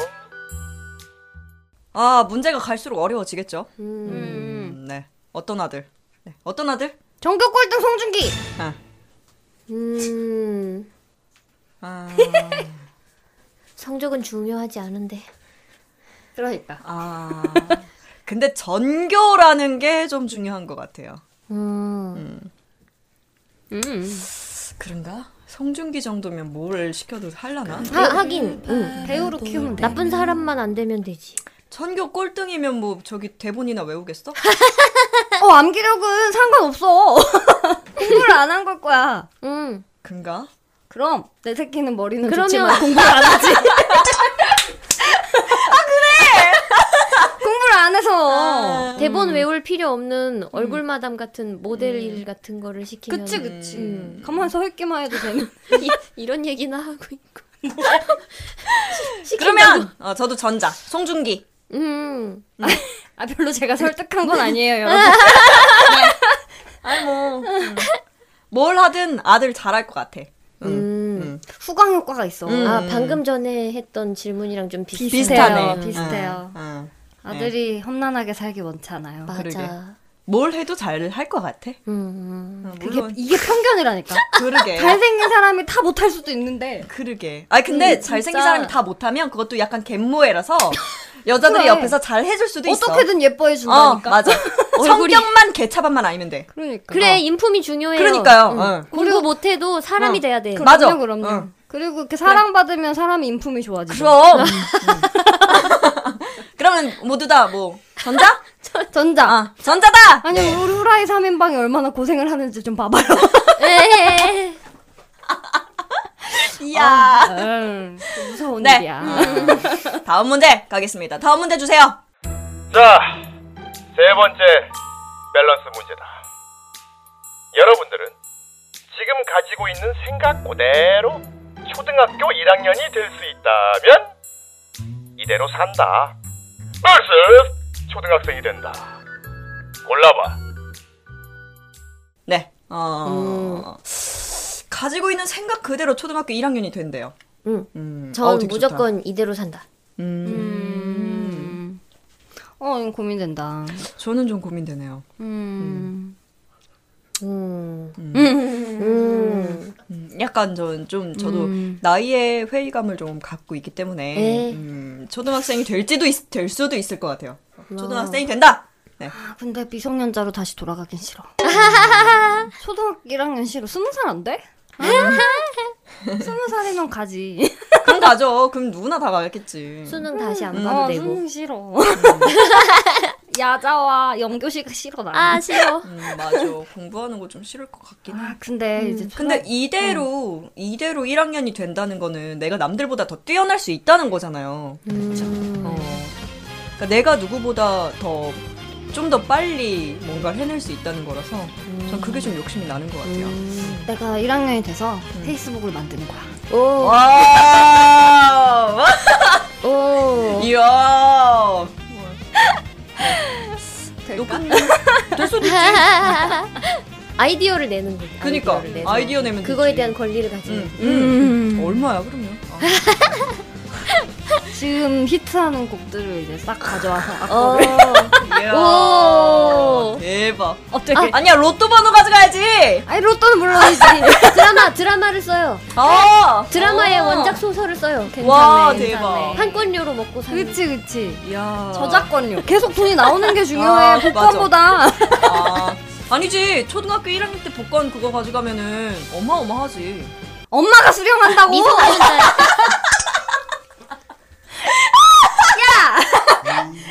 S1: 아 문제가 갈수록 어려워지겠죠.
S11: 음.
S1: 음, 네. 어떤 아들? 네. 어떤 아들?
S5: 전교 꼴등 송중기.
S1: 아.
S11: 음.
S1: 아,
S11: 성적은 중요하지 않은데.
S5: 그러니까.
S1: 아. 근데 전교라는 게 좀 중요한 것 같아요. 음.
S11: 음.
S1: 그런가? 성준기 정도면 뭘 시켜도 할라나?
S11: 하, 하긴. 응.
S5: 음, 배우로 키우면 돼.
S11: 나쁜 사람만 안 되면 되지.
S1: 전교 꼴등이면 뭐 저기 대본이나 외우겠어?
S5: 어 암기력은 상관없어. 공부를 안 한 걸 거야.
S11: 응.
S1: 근가?
S5: 그럼 내 새끼는 머리는
S11: 그러면-
S5: 좋지만 공부를 안 하지. 아 그래. 공부를 안 해서.
S1: 음.
S11: 대본 외울 필요 없는 얼굴 마담 같은
S1: 음.
S11: 모델 일 같은 거를 시키면
S5: 그치 그치.
S11: 음.
S5: 가만 서 있기만 해도 되는.
S11: 이, 런 얘기나 하고 있고.
S1: 그러면 어, 저도 전자. 송중기.
S11: 음.
S5: 아 별로 제가 설득한 건 아니에요 여러분.
S1: 아니 뭐. 음. 뭘 하든 아들 잘할 것 같아. 음.
S11: 음.
S1: 음.
S5: 후광 효과가 있어.
S1: 음.
S11: 아, 방금 전에 했던 질문이랑 좀 비슷해.
S1: 비슷하네.
S5: 비슷해요.
S1: 음, 음.
S5: 아들이 험난하게 살기 원찮아요.
S11: 맞아.
S1: 그러게. 뭘 해도 잘 할 것 같아.
S11: 음.
S1: 어,
S5: 그게
S1: 물론
S5: 이게 편견이라니까.
S1: 그러게.
S5: 잘생긴 사람이 다 못할 수도 있는데.
S1: 그러게. 아니 근데 잘생긴 사람이 다 못하면 그것도 약간 갯모해라서 여자들이
S5: 그래.
S1: 옆에서 잘 해줄 수도 있어.
S5: 어떻게든 예뻐해
S1: 어
S5: 준다니까.
S1: 맞아. 성격만 개차반만 아니면 돼.
S5: 그러니까.
S11: 그래, 인품이 중요해요.
S1: 어. 그러니까요.
S11: 응.
S1: 어.
S11: 공부 못 해도 사람이 돼야 돼.
S5: 그럼요,
S1: 맞아.
S5: 그럼요.
S1: 응.
S5: 그리고 이렇게 사랑받으면 사람의 인품이 좋아지죠.
S1: 그럼. 그러면 모두 다 뭐 전자?
S5: 전자.
S1: 아 전자다.
S5: 아니 우리 후라이 3인방이 얼마나 고생을 하는지 좀 봐봐요.
S11: 에헤.
S1: 이야.
S5: 음, 무서운
S1: 네.
S5: 일이야.
S1: 다음 문제 가겠습니다. 다음 문제 주세요.
S7: 자, 세 번째 밸런스 문제다. 여러분들은 지금 가지고 있는 생각 그대로 초등학교 1학년이 될 수 있다면 이대로 산다. vs 초등학생이 된다. 골라봐.
S1: 네. 어. 가지고 있는 생각 그대로 초등학교 1학년이 된대요.
S11: 응.
S1: 음.
S11: 전
S1: 어우, 되게 좋다.
S11: 무조건 이대로 산다.
S1: 음.
S5: 음. 어, 이거 고민된다.
S1: 저는 좀 고민되네요.
S5: 음.
S11: 음.
S5: 음.
S11: 음.
S1: 음, 약간 저는 좀 저도
S5: 음.
S1: 나이의 회의감을 좀 갖고 있기 때문에
S11: 네.
S1: 음, 초등학생이 될지도 있, 될 수도 있을 것 같아요. 초등학생이 된다.
S5: 아, 근데 미성년자로 다시 돌아가긴 싫어. 음. 초등학교 1학년 싫어. 스무 살 안 돼? 음. 스무 살이면 가지.
S1: 그럼 가죠. 그럼 누구나 다 가겠지.
S11: 수능 다시 안
S1: 음.
S11: 봐도
S5: 어,
S11: 되고.
S5: 수능 싫어. 야자와 영교식 싫어 나.
S11: 아, 싫어.
S1: 음, 맞아. 공부하는 거 좀 싫을 것 같긴 해.
S5: 아, 근데 이제
S1: 근데 이대로
S11: 네.
S1: 이대로 1학년이 된다는 거는 내가 남들보다 더 뛰어날 수 있다는 거잖아요.
S11: 음.
S1: 어. 그러니까 내가 누구보다 더 좀 더 빨리 뭔가를 해낼 수 있다는 거라서
S11: 음.
S1: 전 그게 좀 욕심이 나는 것 같아요.
S5: 내가 1학년이 돼서 페이스북을 만드는 거야.
S11: 오.
S1: 와!
S11: 오.
S1: 이야!
S5: 될까?
S1: 높은 될 수도 있지.
S11: 아이디어를 내는 거지.
S1: 그니까
S11: 아이디어를 내서.
S1: 아이디어 내면
S11: 그거에
S1: 되지. 음.
S11: 대한 권리를 가지는.
S1: 응,
S11: 거지.
S5: 음.
S1: 응. 얼마야 그러면? 아,
S5: 지금 히트하는 곡들을 이제 싹 가져와서
S11: 어.
S5: 악보를
S1: 이야. 대박.
S5: 어떻게?
S1: 아, 니야 로또 번호 가져가야지.
S5: 아니 로또는 물론이지.
S11: 드라마 드라마를 써요.
S1: 아.
S11: 드라마의
S1: 어.
S11: 원작 소설을 써요.
S1: 와
S5: 괜찮네,
S1: 대박.
S5: 괜찮네.
S11: 한 권료로 먹고 사는.
S5: 그치 그치.
S1: 이야.
S5: 저작권료. 계속 돈이 나오는 게
S1: 아,
S5: 중요해. 복권보다.
S1: 아. 아니지 초등학교 1학년 때 복권 그거 가져가면은 어마어마하지.
S5: 엄마가 수령한다고.
S11: 미소 가진다.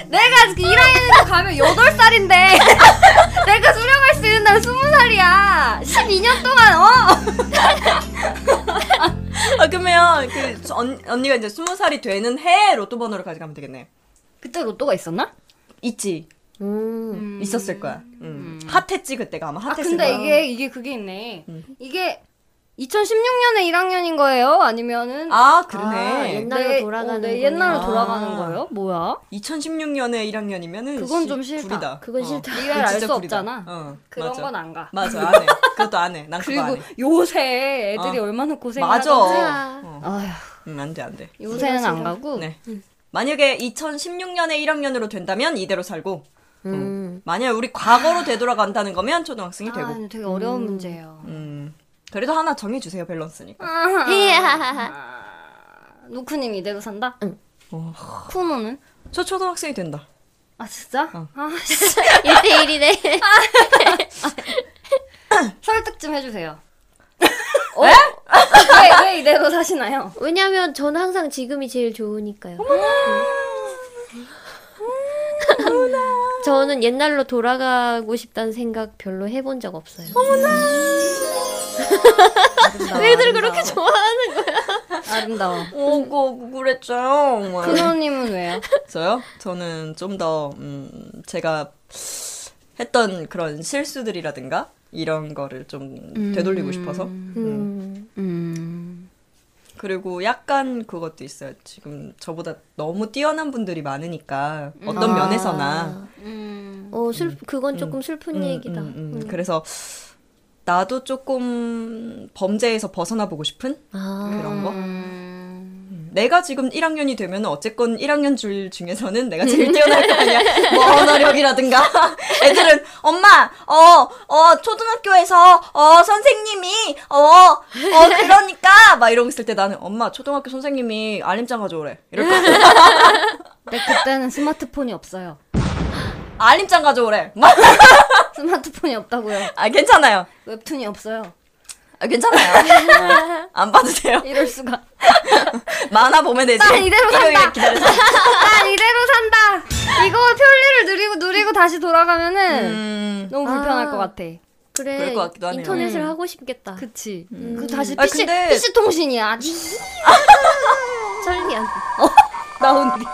S5: 내가 1학년에 가면 8살인데 내가 수령할 수 있는 날 20살이야. 12년 동안 어.
S1: 아 그러면 그 저- 언, 언니가 이제 스무 살이 되는 해 로또 번호를 가져가면 되겠네.
S5: 그때 로또가 있었나?
S1: 있지.
S11: 음.
S1: 있었을 거야. 음. 핫했지 그때가 아마
S5: 아
S1: 핫했을
S5: 근데
S1: 거야.
S5: 이게 이게 그게 있네. 이게 2016년에 1학년인 거예요? 아니면은
S1: 아 그러네.
S11: 옛날- 옛날로
S5: 내-
S11: 돌아가는
S5: 어, 내
S11: 거네요.
S5: 옛날로
S1: 아.
S5: 돌아가는 거예요? 뭐야?
S1: 2016년에 1학년이면은
S5: 그건 좀 싫다.
S1: 불이다. 어.
S11: 그건 싫다.
S5: 리얼 알 수
S1: 진짜 불이다.
S5: 없잖아.
S1: 어,
S5: 그런
S1: 맞아.
S5: 건 안 가.
S1: 맞아 안 해. 그것도 안 해. 난 그거
S5: 그리고
S1: 안 해.
S5: 요새 애들이
S1: 어.
S5: 얼마나 고생을
S1: 맞아.
S5: 하던지.
S1: 어.
S5: 아휴,
S1: 음, 안돼 안돼.
S5: 요새는 안 가고
S1: 네. 만약에 2016년에 1학년으로 된다면 이대로 살고
S11: 음.
S1: 만약에 우리 과거로 되돌아간다는 거면 초등학생이
S5: 아,
S1: 되고.
S5: 되게 어려운 문제예요.
S1: 음. 그래도 하나 정해주세요 밸런스니까. 아.
S5: 노크님 이대로 산다?
S11: 응.
S5: 쿠노는?
S1: 저 초등학생이 된다.
S5: 아 진짜? 아 씨.
S11: 1대1이네.
S5: 설득 좀 해주세요. 어? 왜, 왜 이대로 사시나요?
S11: 왜냐면 저는 항상 지금이 제일 좋으니까요. 음. 저는 옛날로 돌아가고 싶다는 생각 별로 해본 적 없어요.
S1: 왜들 그렇게
S5: 아름다워.
S1: 오고 어, 그랬죠?
S5: 쿠노님은 왜요?
S1: 저요? 저는 좀 더 음, 제가 했던 그런 실수들이라든가 이런 거를 좀 되돌리고 싶어서 음.
S11: 음.
S1: 그리고 약간 그것도 있어요. 지금 저보다 너무 뛰어난 분들이 많으니까 어떤 면에서나
S11: 어, 슬 그건 조금 슬픈
S1: 음,
S11: 얘기다.
S1: 음, 음. 그래서 나도 조금 범죄에서 벗어나 보고 싶은
S11: 아,
S1: 그런 거. 음, 내가 지금 1학년이 되면 어쨌건 1학년 줄 중에서는 내가 제일 뛰어날 거 아니야. 뭐 언어력이라든가. 애들은 엄마, 어, 어, 초등학교에서 어, 선생님이 어, 어, 그러니까 막 이러고 있을 때 나는 엄마, 초등학교 선생님이 알림장 가져오래. 이럴 거.
S5: 근데 그때는 스마트폰이 없어요.
S1: 알림장 가져오래. 막.
S5: 스마트폰이 없다고요.
S1: 아, 괜찮아요.
S5: 웹툰이 없어요.
S1: 아, 괜찮아요. 안 봐도 돼요.
S5: 이럴 수가.
S1: 만화 보면 되지.
S5: 난 이대로
S1: 일요일에
S5: 산다.
S1: 기다려서.
S5: 난 이대로 산다. 이거 편리를 누리고 누리고 다시 돌아가면은
S1: 음.
S5: 너무 불편할
S11: 아.
S5: 것 같아.
S11: 그래.
S1: 그럴 것 같기도 하네요. 음.
S11: 인터넷을 하고 싶겠다.
S5: 그치.
S11: 음.
S5: 그 다시
S1: 아,
S5: PC
S1: 근데-
S5: PC 통신이야. 아,
S11: 천리안.
S5: 나온디.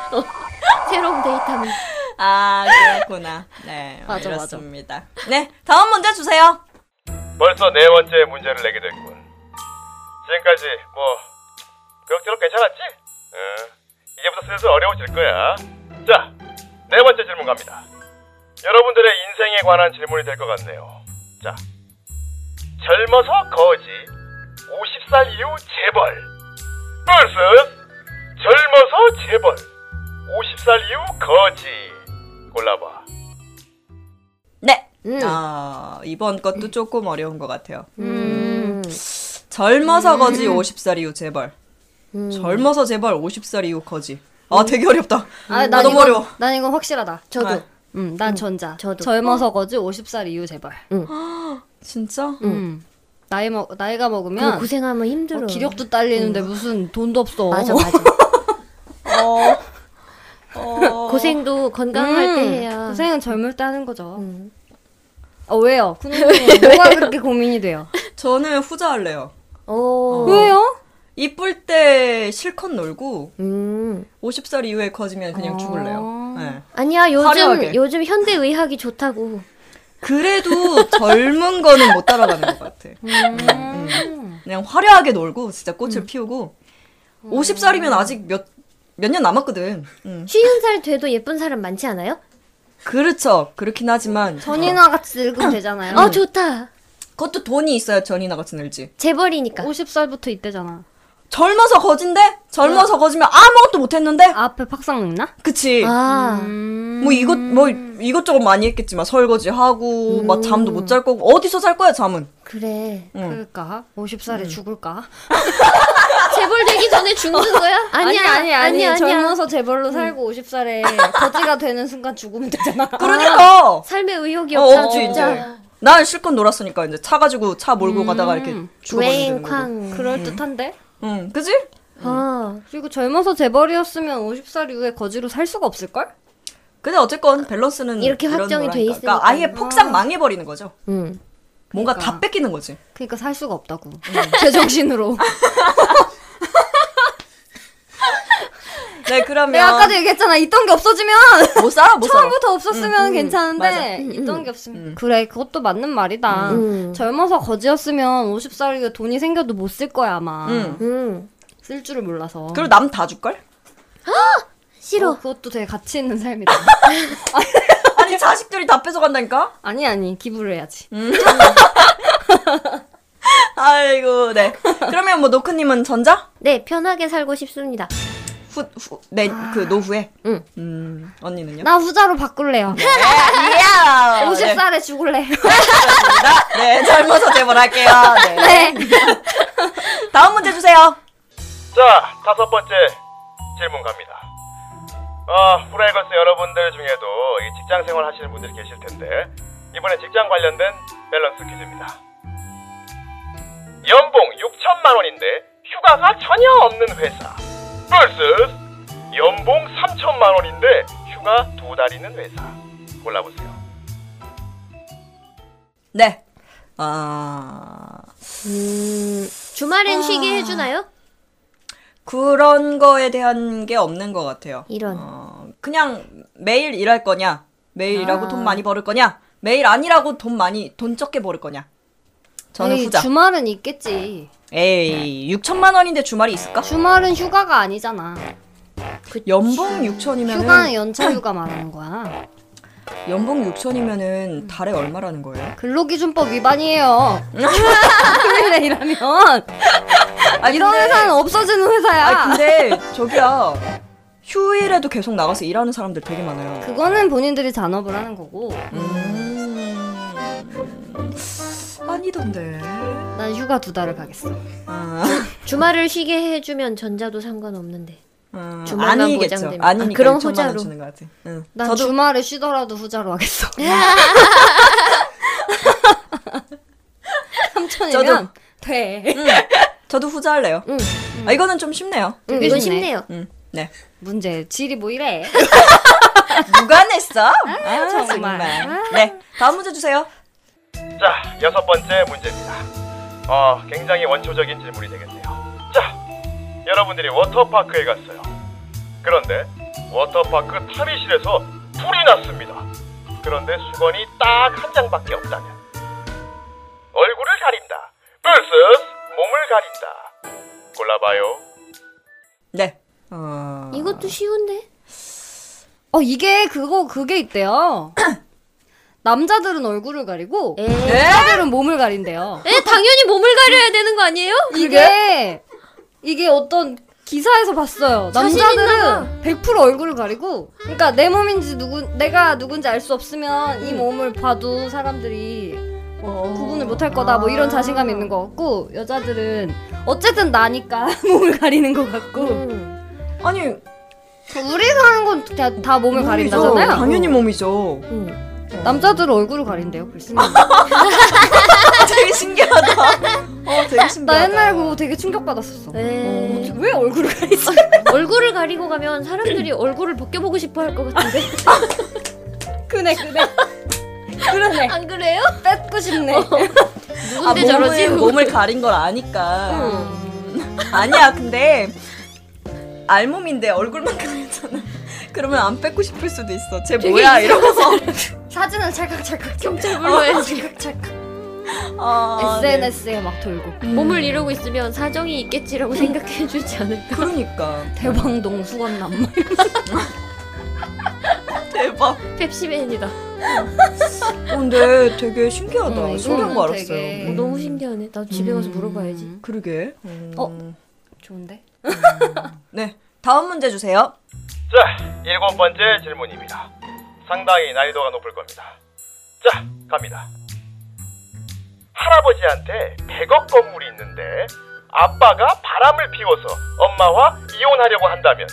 S11: 새로운 데이터는.
S1: 아, 그렇구나. 네,
S5: 맞아,
S1: 이렇습니다. 네, 다음 문제 주세요.
S7: 벌써 네 번째 문제를 내게 됐군. 지금까지 뭐 그럭저럭 괜찮았지? 응. 이제부터 슬슬 어려워질 거야. 자, 네 번째 질문 갑니다. 여러분들의 인생에 관한 질문이 될 것 같네요. 자, 젊어서 거지, 50살 이후 재벌 vs 젊어서 재벌, 50살 이후 거지 골라봐.
S1: 네.
S11: 음.
S1: 아, 이번 것도 조금 어려운 것 같아요.
S11: 음.
S1: 젊어서
S5: 음.
S1: 거지 50살 이후 재벌.
S11: 음.
S1: 젊어서 재벌 50살 이후 거지. 아, 되게 어렵다.
S5: 음. 아,
S1: 나 너무
S5: 이건-
S1: 어려워.
S5: 난 이건 확실하다.
S11: 저도.
S1: 아,
S5: 음, 난 전자.
S11: 저도. 음.
S5: 젊어서 거지 50살 이후 제발.
S1: 진짜?
S5: 음. 나이 먹 나이가
S11: 그거
S1: 음.
S5: 먹으면
S11: 고생하면 힘들어.
S5: 어, 기력도 딸리는데 무슨 돈도 없어.
S11: 맞아 맞아.
S4: 어.
S11: 고생도 건강할
S5: 음,
S11: 때 해야.
S5: 고생은 젊을 때 하는 거죠.
S11: 음.
S5: 어 왜요? 군인님 뭐가 그렇게 고민이 돼요?
S1: 저는 후자 할래요. 어.
S5: 어.
S11: 오.
S5: 왜요?
S11: 어.
S1: 이쁠 때 실컷 놀고
S11: 음.
S1: 50살 이후에 커지면
S5: 어.
S1: 그냥 죽을래요. 네.
S11: 아니야 요즘
S1: 화려하게.
S11: 요즘 현대 의학이 좋다고.
S1: 그래도 젊은 거는 못 따라가는 것 같아. 음. 그냥 화려하게 놀고 진짜 꽃을
S5: 음.
S1: 피우고 50살이면 아직 몇 몇 년 남았거든. 음.
S11: 쉬운 살 돼도 예쁜 사람 많지 않아요?
S1: 그렇죠. 그렇긴 하지만
S5: 전이나 같이 늙으면 되잖아요.
S11: 어 좋다.
S1: 그것도 돈이 있어야 전이나 같이 늘지.
S11: 재벌이니까.
S5: 그러니까 50살부터 이때잖아.
S1: 젊어서 거진데 젊어서
S5: 음.
S1: 거지면 아무것도 못했는데
S5: 앞에 팍상 늙나?
S1: 그치.
S11: 아.
S1: 뭐 이것 뭐 이것저것 많이 했겠지만 설거지 하고 막 잠도
S5: 음.
S1: 못 잘 거고 어디서 잘 거야 잠은.
S11: 그래.
S1: 응.
S5: 그럴까? 50살에 죽을까?
S11: 재벌 되기 전에 죽는 거야? 아니야
S5: 아니,
S11: 아니야 아니야.
S5: 젊어서 재벌로 살고 50살에 거지가 되는 순간 죽으면 되잖아.
S1: 그러니까
S11: 삶의 의욕이
S1: 어,
S11: 없다.
S1: 없지
S11: 진짜. 음.
S1: 이제. 난 실컷 놀았으니까 이제 차 가지고 차 몰고 가다가 이렇게 죽어버리는 거고.
S11: 쾅.
S5: 그럴 듯한데.
S1: 응, 그지?
S11: 어.
S5: 그리고 젊어서 재벌이었으면 50살 이후에 거지로 살 수가 없을 걸?
S1: 근데 어쨌건 밸런스는
S11: 이렇게
S1: 이런
S11: 확정이
S1: 거라니까.
S11: 돼 있으니까.
S1: 그러니까 아예 폭삭 망해버리는 거죠.
S11: 음.
S1: 뭔가 다 뺏기는 거지.
S5: 그러니까 살 수가 없다고. 제 정신으로.
S1: 네, 그러면 뭐
S5: 내가 아까도 얘기했잖아. 있던 게 없어지면
S1: 못 살아, 못 살아.
S5: 처음부터 없었으면 괜찮은데
S1: 맞아. 음,
S5: 있던 게 없으면 그래 그것도 맞는 말이다.
S11: 음.
S5: 젊어서 거지였으면 50살 이후에 돈이 생겨도 못 쓸 거야 아마.
S1: 음.
S11: 음.
S5: 쓸 줄을 몰라서.
S1: 그리고 남 다 줄걸?
S11: 싫어.
S5: 어, 그것도 되게 가치 있는 삶이다.
S1: 아니 자식들이 다 뺏어간다니까?
S5: 아니 아니 기부를 해야지.
S1: 음. 아이고, 네. 그러면 뭐 노크님은 전자?
S11: 네 편하게 살고 싶습니다.
S1: 후, 후, 내, 그 노후에? 응. 음, 언니는요?
S5: 나 후자로 바꿀래요.
S1: 네. 이야!
S5: 50살에 죽을래.
S1: 네, 젊어서 제보할게요. 네. 다음 문제 주세요.
S7: 자, 다섯 번째 질문 갑니다. 아, 후라이걸스 여러분들 중에도 이 직장 생활 하시는 분들이 계실 텐데 이번에 직장 관련된 밸런스 퀴즈입니다. 연봉 6천만 원인데 휴가가 전혀 없는 회사 vs 연봉 3천만 원인데 휴가 두 달 있는 회사 골라보세요.
S1: 네. 아,
S11: 음, 주말엔 쉬게 해주나요?
S1: 그런 거에 대한 게 없는 것 같아요.
S5: 예.
S11: 이런.
S1: 어, 그냥 매일 일할 거냐? 매일 일하고
S5: 아.
S1: 돈 많이 벌을 거냐? 매일 아니라고 돈 많이, 돈 적게 벌을 거냐? 저는
S5: 에이,
S1: 후자.
S5: 주말은 네. 있겠지.
S1: 에이, 6천만 원인데 주말이 있을까?
S5: 주말은 휴가가 아니잖아.
S1: 연봉 6천이면은
S5: 그 휴가는 연차 휴가 말하는 거야.
S1: 연봉 6천이면은 달에 얼마라는 거예요?
S5: 근로기준법 위반이에요. 휴일에 일하면
S1: 아,
S5: 이런
S1: 근데-
S5: 회사는 없어지는 회사야.
S1: 아 근데 저기야 휴일에도 계속 나가서 일하는 사람들 되게 많아요.
S5: 그거는 본인들이 잔업을 하는 거고
S1: 음. 아니던데.
S5: 난 휴가 두 달을 가겠어.
S1: 아,
S11: 주말을 쉬게 해주면 전자도 상관없는데.
S1: 아,
S11: 주말만
S1: 아니겠죠.
S11: 보장되면.
S1: 아니니까
S11: 아, 그럼
S1: 6천만 원
S11: 후자로.
S1: 주는 것 같아. 응.
S5: 난
S1: 저도
S5: 주말에 쉬더라도 후자로 하겠어. 삼천이면
S1: 저도-
S5: 돼.
S1: 저도 후자할래요. 아, 이거는 좀 쉽네요.
S5: 되게
S11: 이건
S5: 쉽네.
S11: 쉽네요.
S1: 음, 네.
S5: 문제 질이 뭐 이래?
S1: 누가 냈어? 아,
S5: 정말.
S1: 네. 다음 문제 주세요.
S7: 자, 여섯 번째 문제입니다. 어, 굉장히 원초적인 질문이 되겠네요. 자, 여러분들이 워터파크에 갔어요. 그런데 워터파크 탈의실에서 불이 났습니다. 그런데 수건이 딱 한 장밖에 없다면 얼굴을 가린다 vs 몸을 가린다. 골라봐요.
S1: 네. 어...
S11: 이것도 쉬운데?
S5: 어 이게 그거 그게 있대요. 남자들은 얼굴을 가리고
S11: 에?
S5: 여자들은 몸을 가린대요.
S11: 에, 당연히 몸을 가려야 되는 거 아니에요?
S5: 이게 이게 어떤 기사에서 봤어요.
S11: 자신
S5: 남자들은 100% 얼굴을 가리고, 그러니까 내 몸인지 누구 내가 누군지 알 수 없으면 이 몸을 봐도 사람들이 뭐 구분을 못할 거다 뭐 이런 자신감 있는 것 같고 여자들은 어쨌든 나니까 몸을 가리는 것 같고
S11: 음.
S1: 아니,
S5: 우리가 하는 건 다 몸을
S1: 몸이죠.
S5: 가린다잖아요.
S1: 당연히 몸이죠.
S11: 음.
S5: 남자들은 얼굴을 가린대요. 글쎄.
S1: 아, 되게 신기하다. 어, 되게 신기하다.
S5: 나 옛날 그거 되게 충격 받았었어.
S11: 에.
S5: 왜 얼굴을 가리지?
S11: 얼굴을 가리고 가면 사람들이 얼굴을 벗겨보고 싶어 할 것 같은데.
S5: 그네 그네. 그러네.
S11: 안 그래요?
S5: 뺏고 싶네.
S1: 아,
S11: 누군데
S1: 몸을,
S11: 저러지?
S1: 몸을 가린 걸 아니까.
S11: 음.
S1: 아니야, 근데 알몸인데 얼굴만 가렸잖아. 그러면 안 뺏고 싶을 수도 있어. 쟤 뭐야 이러면서.
S5: 사진은 찰칵찰칵 어,
S11: 경찰불로 해야지.
S5: 찰칵찰칵
S1: 아, 네.
S5: SNS에 막 돌고
S11: 몸을 이러고 있으면 사정이 있겠지라고 생각해 주지 않을까?
S1: 그러니까
S5: 대방동 수건남
S1: 대박.
S11: 펩시맨이다.
S1: 어, 근데 되게 신기하다.
S5: 음,
S1: 신기한 거
S5: 이거는
S1: 알았어요. 음.
S5: 되게-
S11: 어, 너무 신기하네. 나 집에 가서 물어봐야지.
S1: 그러게. 음.
S5: 어? 좋은데?
S1: 네. 다음 문제 주세요.
S7: 자, 일곱 번째 질문입니다. 상당히 난이도가 높을 겁니다. 자, 갑니다. 할아버지한테 100억 건물이 있는데 아빠가 바람을 피워서 엄마와 이혼하려고 한다면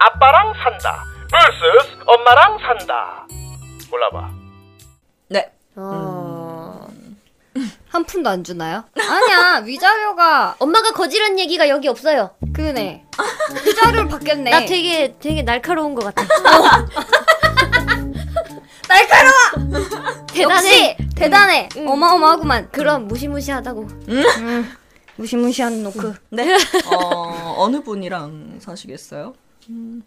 S7: 아빠랑 산다 vs 엄마랑 산다. 골라봐.
S1: 네.
S11: 어.
S5: 한 푼도 안 주나요? 아니야 위자료가
S11: 엄마가 거지란 얘기가 여기 없어요.
S5: 그네 위자료를 받겠네
S11: 나 되게 되게 날카로운 것 같아.
S5: 날카로워!
S11: 대단해. 음.
S5: 역시 대단해 어마어마하구만 음.
S11: 그럼 무시무시하다고. 음.
S5: 무시무시한 노크
S1: 네. 어, 어느 분이랑 사시겠어요?
S11: 음,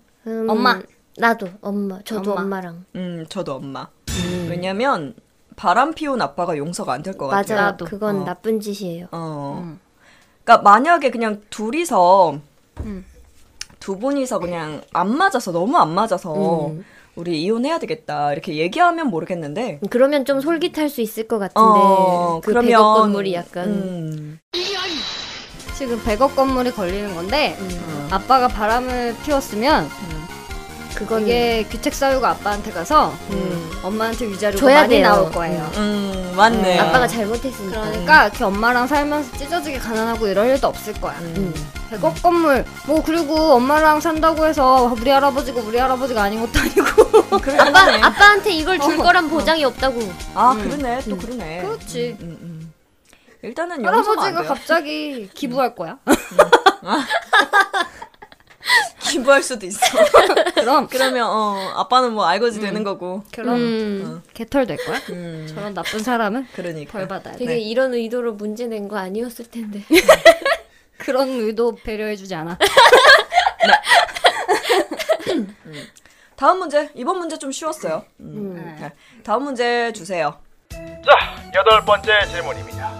S5: 엄마.
S11: 나도 엄마. 저도
S5: 엄마.
S11: 엄마. 랑
S1: 음, 저도 엄마. 왜냐면 바람 피운 아빠가 용서가 안 될 것 같아요.
S11: 맞아.
S5: 나도.
S11: 그건
S1: 어.
S11: 나쁜 짓이에요.
S1: 어. 그러니까 만약에 그냥 둘이서 두 분이서 그냥 안 맞아서 너무 안 맞아서 우리 이혼해야 되겠다 이렇게 얘기하면 모르겠는데.
S11: 음, 그러면 좀그 솔깃할 수 있을 것 같은데.
S1: 어,
S11: 그 백억 건물이 약간
S1: 음,
S5: 지금 100억 건물이 걸리는 건데
S11: 음.
S5: 아빠가 바람을 피웠으면 그거에 귀책 사유가 아빠한테 가서 엄마한테 위자료가
S11: 음. 줘야
S5: 많이
S11: 돼요.
S5: 나올 거예요.
S1: 음, 맞네.
S11: 아빠가 잘못했으니까.
S5: 그러니까 걔 엄마랑 살면서 찢어지게 가난하고 이럴 일도 없을 거야.
S1: 음.
S5: 100억 건물 뭐 그리고 엄마랑 산다고 해서 우리 할아버지고 우리 할아버지가 아닌 것도 아니고
S1: 어,
S5: 어.
S11: 아빠 아빠한테 이걸 줄 거란 보장이 없다고.
S1: 아, 그러네. 또 그러네.
S5: 그렇지
S1: 음, 음. 일단은 용서가 안
S5: 할아버지가
S1: 돼요.
S5: 갑자기 기부할 거야.
S1: 기부할 수도 있어.
S5: 그럼
S1: 그러면 어, 아빠는 뭐 알거지 되는 거고.
S5: 그럼 음, 개털 될 거야.
S1: 음,
S5: 저런 나쁜 사람은
S1: 그러니까.
S5: 벌 받아야 돼. 네.
S11: 되게 이런 의도로 문제 낸 거 아니었을 텐데.
S5: 그런 의도 배려해주지 않아.
S1: 다음 문제. 이번 문제 좀 쉬웠어요. 음. 네. 다음 문제 주세요.
S7: 자, 여덟 번째 질문입니다.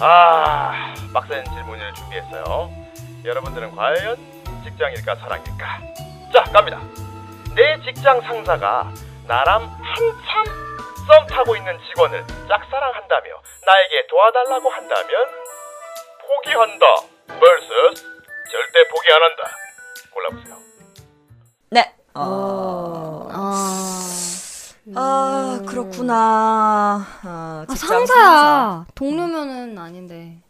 S7: 아, 빡센 질문을 준비했어요. 여러분들은 과연 직장일까 사랑일까? 자, 갑니다. 내 직장 상사가 나랑 한참 썸 타고 있는 직원을 짝사랑한다며 나에게 도와달라고 한다면 포기한다 vs 절대 포기 안 한다. 골라보세요.
S1: 네. 어. 아, 그렇구나. 아,
S5: 아,
S1: 직장
S5: 상사야.
S1: 상사.
S5: 동료면은 아닌데.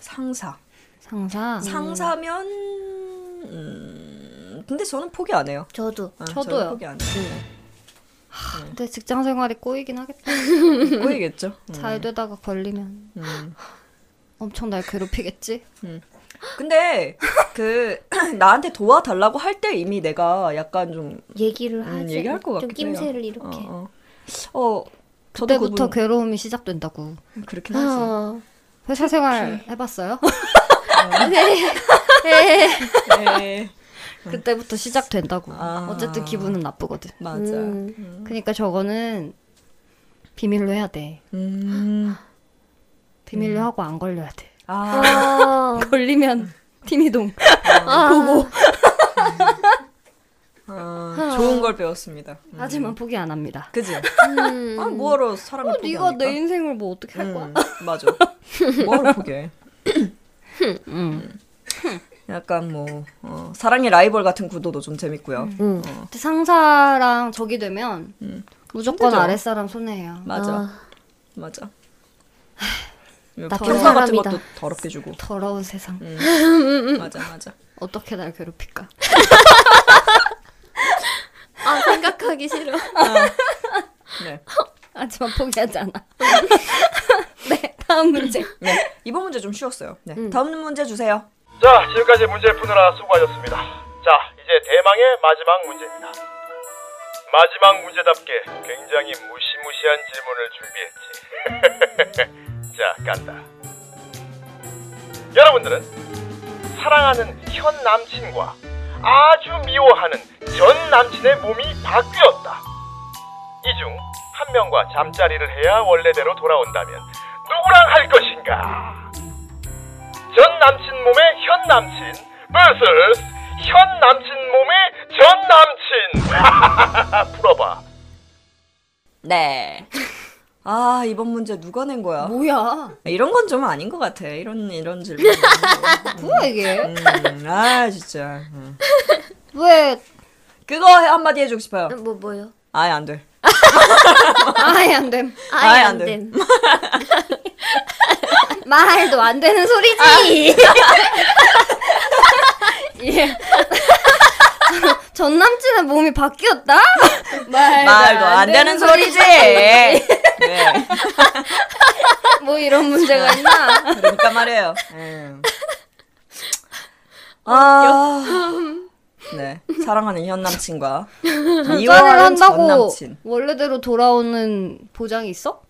S1: 상사.
S5: 상사.
S1: 상사면 음, 근데 저는 포기 안 해요.
S11: 저도.
S1: 아,
S5: 저도요.
S1: 저는 포기 안 해요.
S5: 근데 직장 생활이 꼬이긴 하겠다.
S1: 꼬이겠죠. 음.
S5: 잘 되다가 걸리면
S1: 음.
S5: 엄청 날 괴롭히겠지.
S1: 근데 그 나한테 도와달라고 할 때 이미 내가 약간 좀
S11: 얘기를 하지.
S1: 음, 얘기할 것
S11: 좀
S1: 같기도 해요.
S11: 낌새를 이렇게.
S1: 어, 어. 어 저도
S5: 그때부터
S1: 그때부터
S5: 괴로움이 시작된다고.
S1: 그렇긴 하지.
S11: 어.
S5: 회사 생활 해봤어요? 예.
S1: 예.
S5: 어. 그때부터 시작된다고.
S1: 아.
S5: 어쨌든 기분은 나쁘거든.
S1: 맞아. 요
S5: 그러니까 저거는 비밀로 해야 돼.
S1: 음.
S5: 비밀로 하고 안 걸려야 돼.
S1: 아,
S11: 어.
S5: 걸리면 팀 이동.
S1: 어, 좋은 걸 배웠습니다. 음.
S5: 하지만 포기 안 합니다.
S1: 그지? 아, 뭐하러 사람을 포기하니까?
S5: 어, 네가 내 인생을 뭐 어떻게 할 거야?
S1: 음, 맞아. 뭐하러 포기해. 음. 약간 뭐 어, 사랑의 라이벌 같은 구도도 좀 재밌고요.
S5: 근데 상사랑 적이 되면
S1: 음.
S5: 무조건
S1: 힘들죠.
S5: 아랫사람 손해예요.
S1: 맞아, 맞아.
S5: 나쁜
S1: 평가 같은
S11: 사람이다.
S1: 것도 더럽게 주고.
S5: 더러운 세상.
S1: 음. 맞아, 맞아.
S5: 어떻게 날 괴롭힐까?
S11: 아 생각하기 싫어.
S1: 네.
S5: 하지만 포기하지 않아. 네, 다음 문제.
S1: 네. 이번 문제 좀 쉬웠어요. 네. 다음 문제 주세요.
S7: 자, 지금까지 문제 푸느라 수고하셨습니다. 자, 이제 대망의 마지막 문제입니다. 마지막 문제답게 굉장히 무시무시한 질문을 준비했지. 자, 간다. 여러분들은 사랑하는 현 남친과 아주 미워하는 전 남친의 몸이 바뀌었다. 이 중 한 명과 잠자리를 해야 원래대로 돌아온다면 누구랑 할 것인가? 전 남친 몸의 현 남친 vs 현 남친 몸의 전 남친 풀어봐
S1: 네. 아 이번 문제 누가 낸 거야?
S5: 뭐야?
S1: 이런 건 좀 아닌 것 같아. 이런 이런 질문.
S5: 뭐야 이게?
S1: 음, 아 진짜. 음.
S5: 왜?
S1: 그거 해- 한마디 해주고 싶어요.
S11: 뭐 뭐요?
S1: 아예 안 돼.
S5: 아예 안 됨.
S11: 아예,
S1: 아예
S11: 안
S1: 안
S11: 된.
S5: 말도 안 되는 소리지. 예. 전 남친의 몸이 바뀌었다? 말도,
S1: 말도 안 되는 소리지. 네.
S5: 뭐 이런 문제가 있나?
S1: 그러니까 말이에요. 예. 아, 네 사랑하는 현 남친과
S5: 전을
S1: 이혼하는 전
S5: 한다고
S1: 남친.
S5: 원래대로 돌아오는 보장이 있어?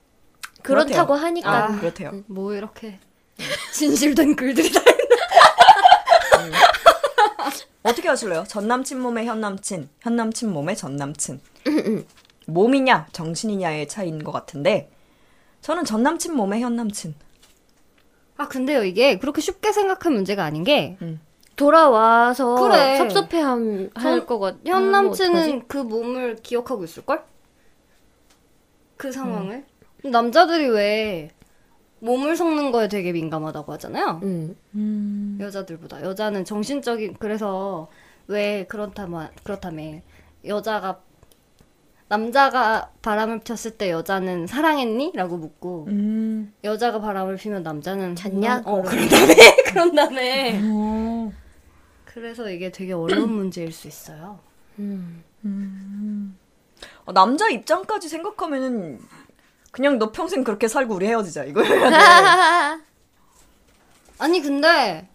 S11: 그렇다고
S1: 그렇대요.
S11: 하니까.
S1: 아, 그렇대요.
S5: 뭐 이렇게 진실된 글들이 다 있네.
S1: 어떻게 하실래요? 전 남친 몸의 현 남친, 현 남친 몸의 전 남친.
S5: 음,
S1: 몸이냐 정신이냐의 차이인 것 같은데 저는 전 남친 몸의 현 남친.
S5: 아 근데요 이게 그렇게 쉽게 생각한 문제가 아닌 게
S11: 돌아와서
S5: 그래. 전-
S11: 섭섭해함 할것 같.
S5: 현
S11: 아, 어떡하지?
S5: 남친은 그 몸을 기억하고
S11: 음.
S5: 있을걸? 그 상황을? 남자들이 왜 몸을 섞는 거에 되게 민감하다고 하잖아요.
S6: 음.
S5: 여자들보다 여자는 정신적인 그래서 왜 그렇다마 그렇다며 여자가 남자가 바람을 폈을 때 여자는 사랑했니?라고 묻고
S6: 음.
S5: 여자가 바람을 피면 남자는
S11: 잤냐?
S5: 어 그런 다음에 그런 다음에
S6: 오.
S5: 그래서 이게 되게 어려운 문제일 수 있어요.
S6: 음.
S1: 어, 남자 입장까지 생각하면은 그냥 너 평생 그렇게 살고 우리 헤어지자 이거예요.
S5: 아니 근데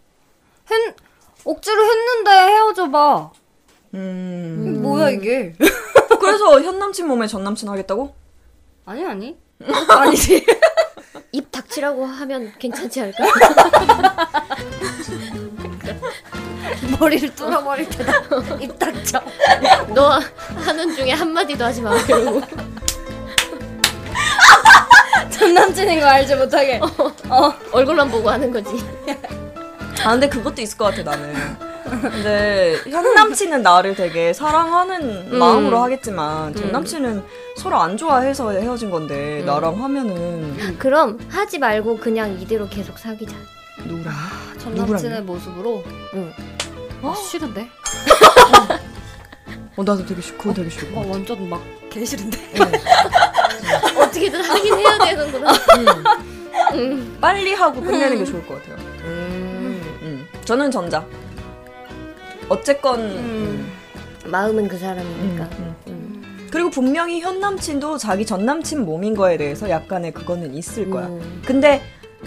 S5: 했 억지로 했는데 헤어져 봐.
S1: 음.
S5: 이게 뭐야 이게?
S1: 그래서 현 남친 몸에 전 남친 하겠다고?
S5: 아니 아니 아니지.
S11: 입 닥치라고 하면 괜찮지 않을까?
S5: 머리를 뚫어버릴 때다 입 닥쳐.
S11: 너 하는 중에 한마디도 하지 마. 그러고.
S5: 전 남친인 거 알지 못하게.
S11: 얼굴만 보고 하는 거지.
S1: 아 근데 그것도 있을 것 같아 나는. 근데 현 남친은 나를 되게 사랑하는 마음으로 음. 하겠지만 전 남친은 서로 안 좋아해서 헤어진 건데 나랑 하면은
S11: 그럼 하지 말고 그냥 이대로 계속 사귀자.
S1: 누구랑?
S5: 전
S1: 누구랑요?
S5: 남친의 모습으로.
S11: 응.
S5: 어? 싫은데?
S1: 어 나도 되게 싫고 그거 되게 싫고.
S5: 어, 완전 막 개싫은데?
S11: 어떻게든 하긴 해야 되는구나.
S1: 빨리 하고 끝내는 게 좋을 것 같아요. 음. 저는 전자. 어쨌건 음.
S11: 마음은 그 사람이니까.
S1: 음. 그리고 분명히 현 남친도 자기 전 남친 몸인 거에 대해서 약간의 그거는 있을 거야.
S11: 음.
S1: 근데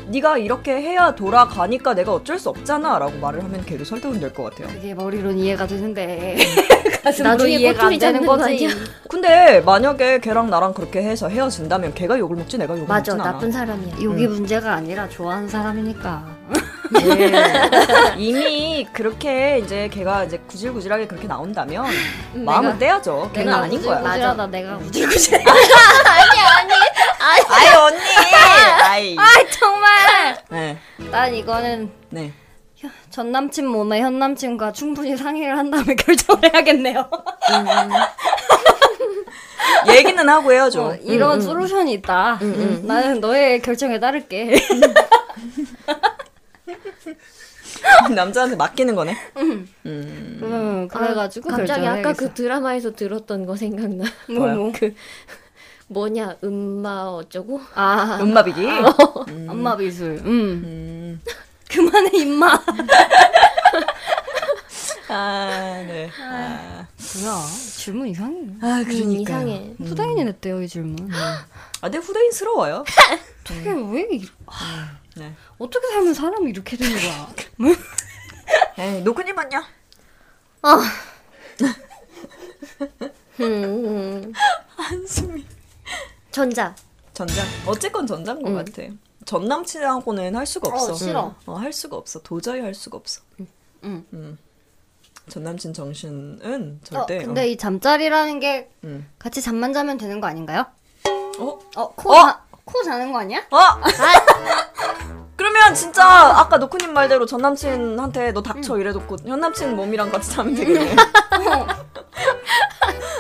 S1: 네가 이렇게 해야 돌아가니까 내가 어쩔 수 없잖아라고 말을 하면 걔도 설득은 될 것 같아요.
S5: 그게 머리론 이해가 되는데 가슴으로
S11: 나중에
S5: 이해가 안
S11: 꼬투리
S5: 되는
S11: 잡는 거 아니야?
S5: 거지.
S1: 근데 만약에 걔랑 나랑 그렇게 해서 헤어진다면 걔가 욕을 먹지 내가 욕을
S11: 맞아,
S1: 먹진 않아.
S11: 나쁜 사람이야.
S5: 여기 문제가 아니라 좋아하는 사람이니까.
S1: 예. 이미 그렇게 이제 걔가 이제 구질구질하게 그렇게 나온다면 마음을 떼야죠. 걔는
S5: 내가
S1: 아닌 거야.
S5: 우질구질하다 내가 우질.
S1: 아이 언니. 아이.
S5: 정말.
S1: 네.
S5: 난 이거는
S1: 네.
S5: 전 남친 몸에 현 남친과 충분히 상의를 한 다음에 결정을 해야겠네요.
S1: 얘기는 하고 해야죠.
S11: 예.
S5: 어, 이런 솔루션이 있다. 음, 나는 너의 결정에 따를게.
S1: 남자한테 맡기는 거네.
S5: 음, 그래가지고
S11: 갑자기
S5: 결정을
S11: 아까
S5: 해야겠어.
S11: 그 드라마에서 들었던 거 생각나.
S5: 뭐, 뭐.
S11: 뭐냐, 음마 어쩌고?
S5: 아,
S1: 음마비기.
S11: 어.
S5: 엄마 미술. 음. 그만해 임마.
S1: 아, 네. 아,
S5: 뭐야? 질문 이상해.
S1: 아
S11: 음,
S1: 그러니까.
S11: 이상해.
S5: 후대인이 냈대요 이 질문.
S1: 아, 근데 후대인스러워요.
S5: 어떻게 왜 이렇게 아, 음.
S1: 네.
S5: 어떻게 살면 사람이 이렇게 되는 거야?
S1: 에이, 노크님은요?
S11: 음, 음.
S1: 한숨이.
S11: 전자.
S1: 전장. 어쨌건 전장 것 같아. 전 남친하고는 할 수가 음. 없어.
S5: 싫어.
S1: 어, 할 수가 없어. 도저히 할 수가 없어.
S5: 응.
S1: 음. 전 남친 정신은
S5: 어,
S1: 절대.
S5: 근데 이 잠자리라는 게
S1: 어. 네, 음.
S5: 같이 잠만 자면 되는 거 아닌가요?
S1: 어?
S5: 어, 코,
S1: 어?
S5: 자, 코 자는 거 아니야?
S1: 어? 그러면 진짜 아까 노크님 말대로 전 남친한테 너 닥쳐 이래놓고 현 남친 몸이랑 같이 자면 되겠네.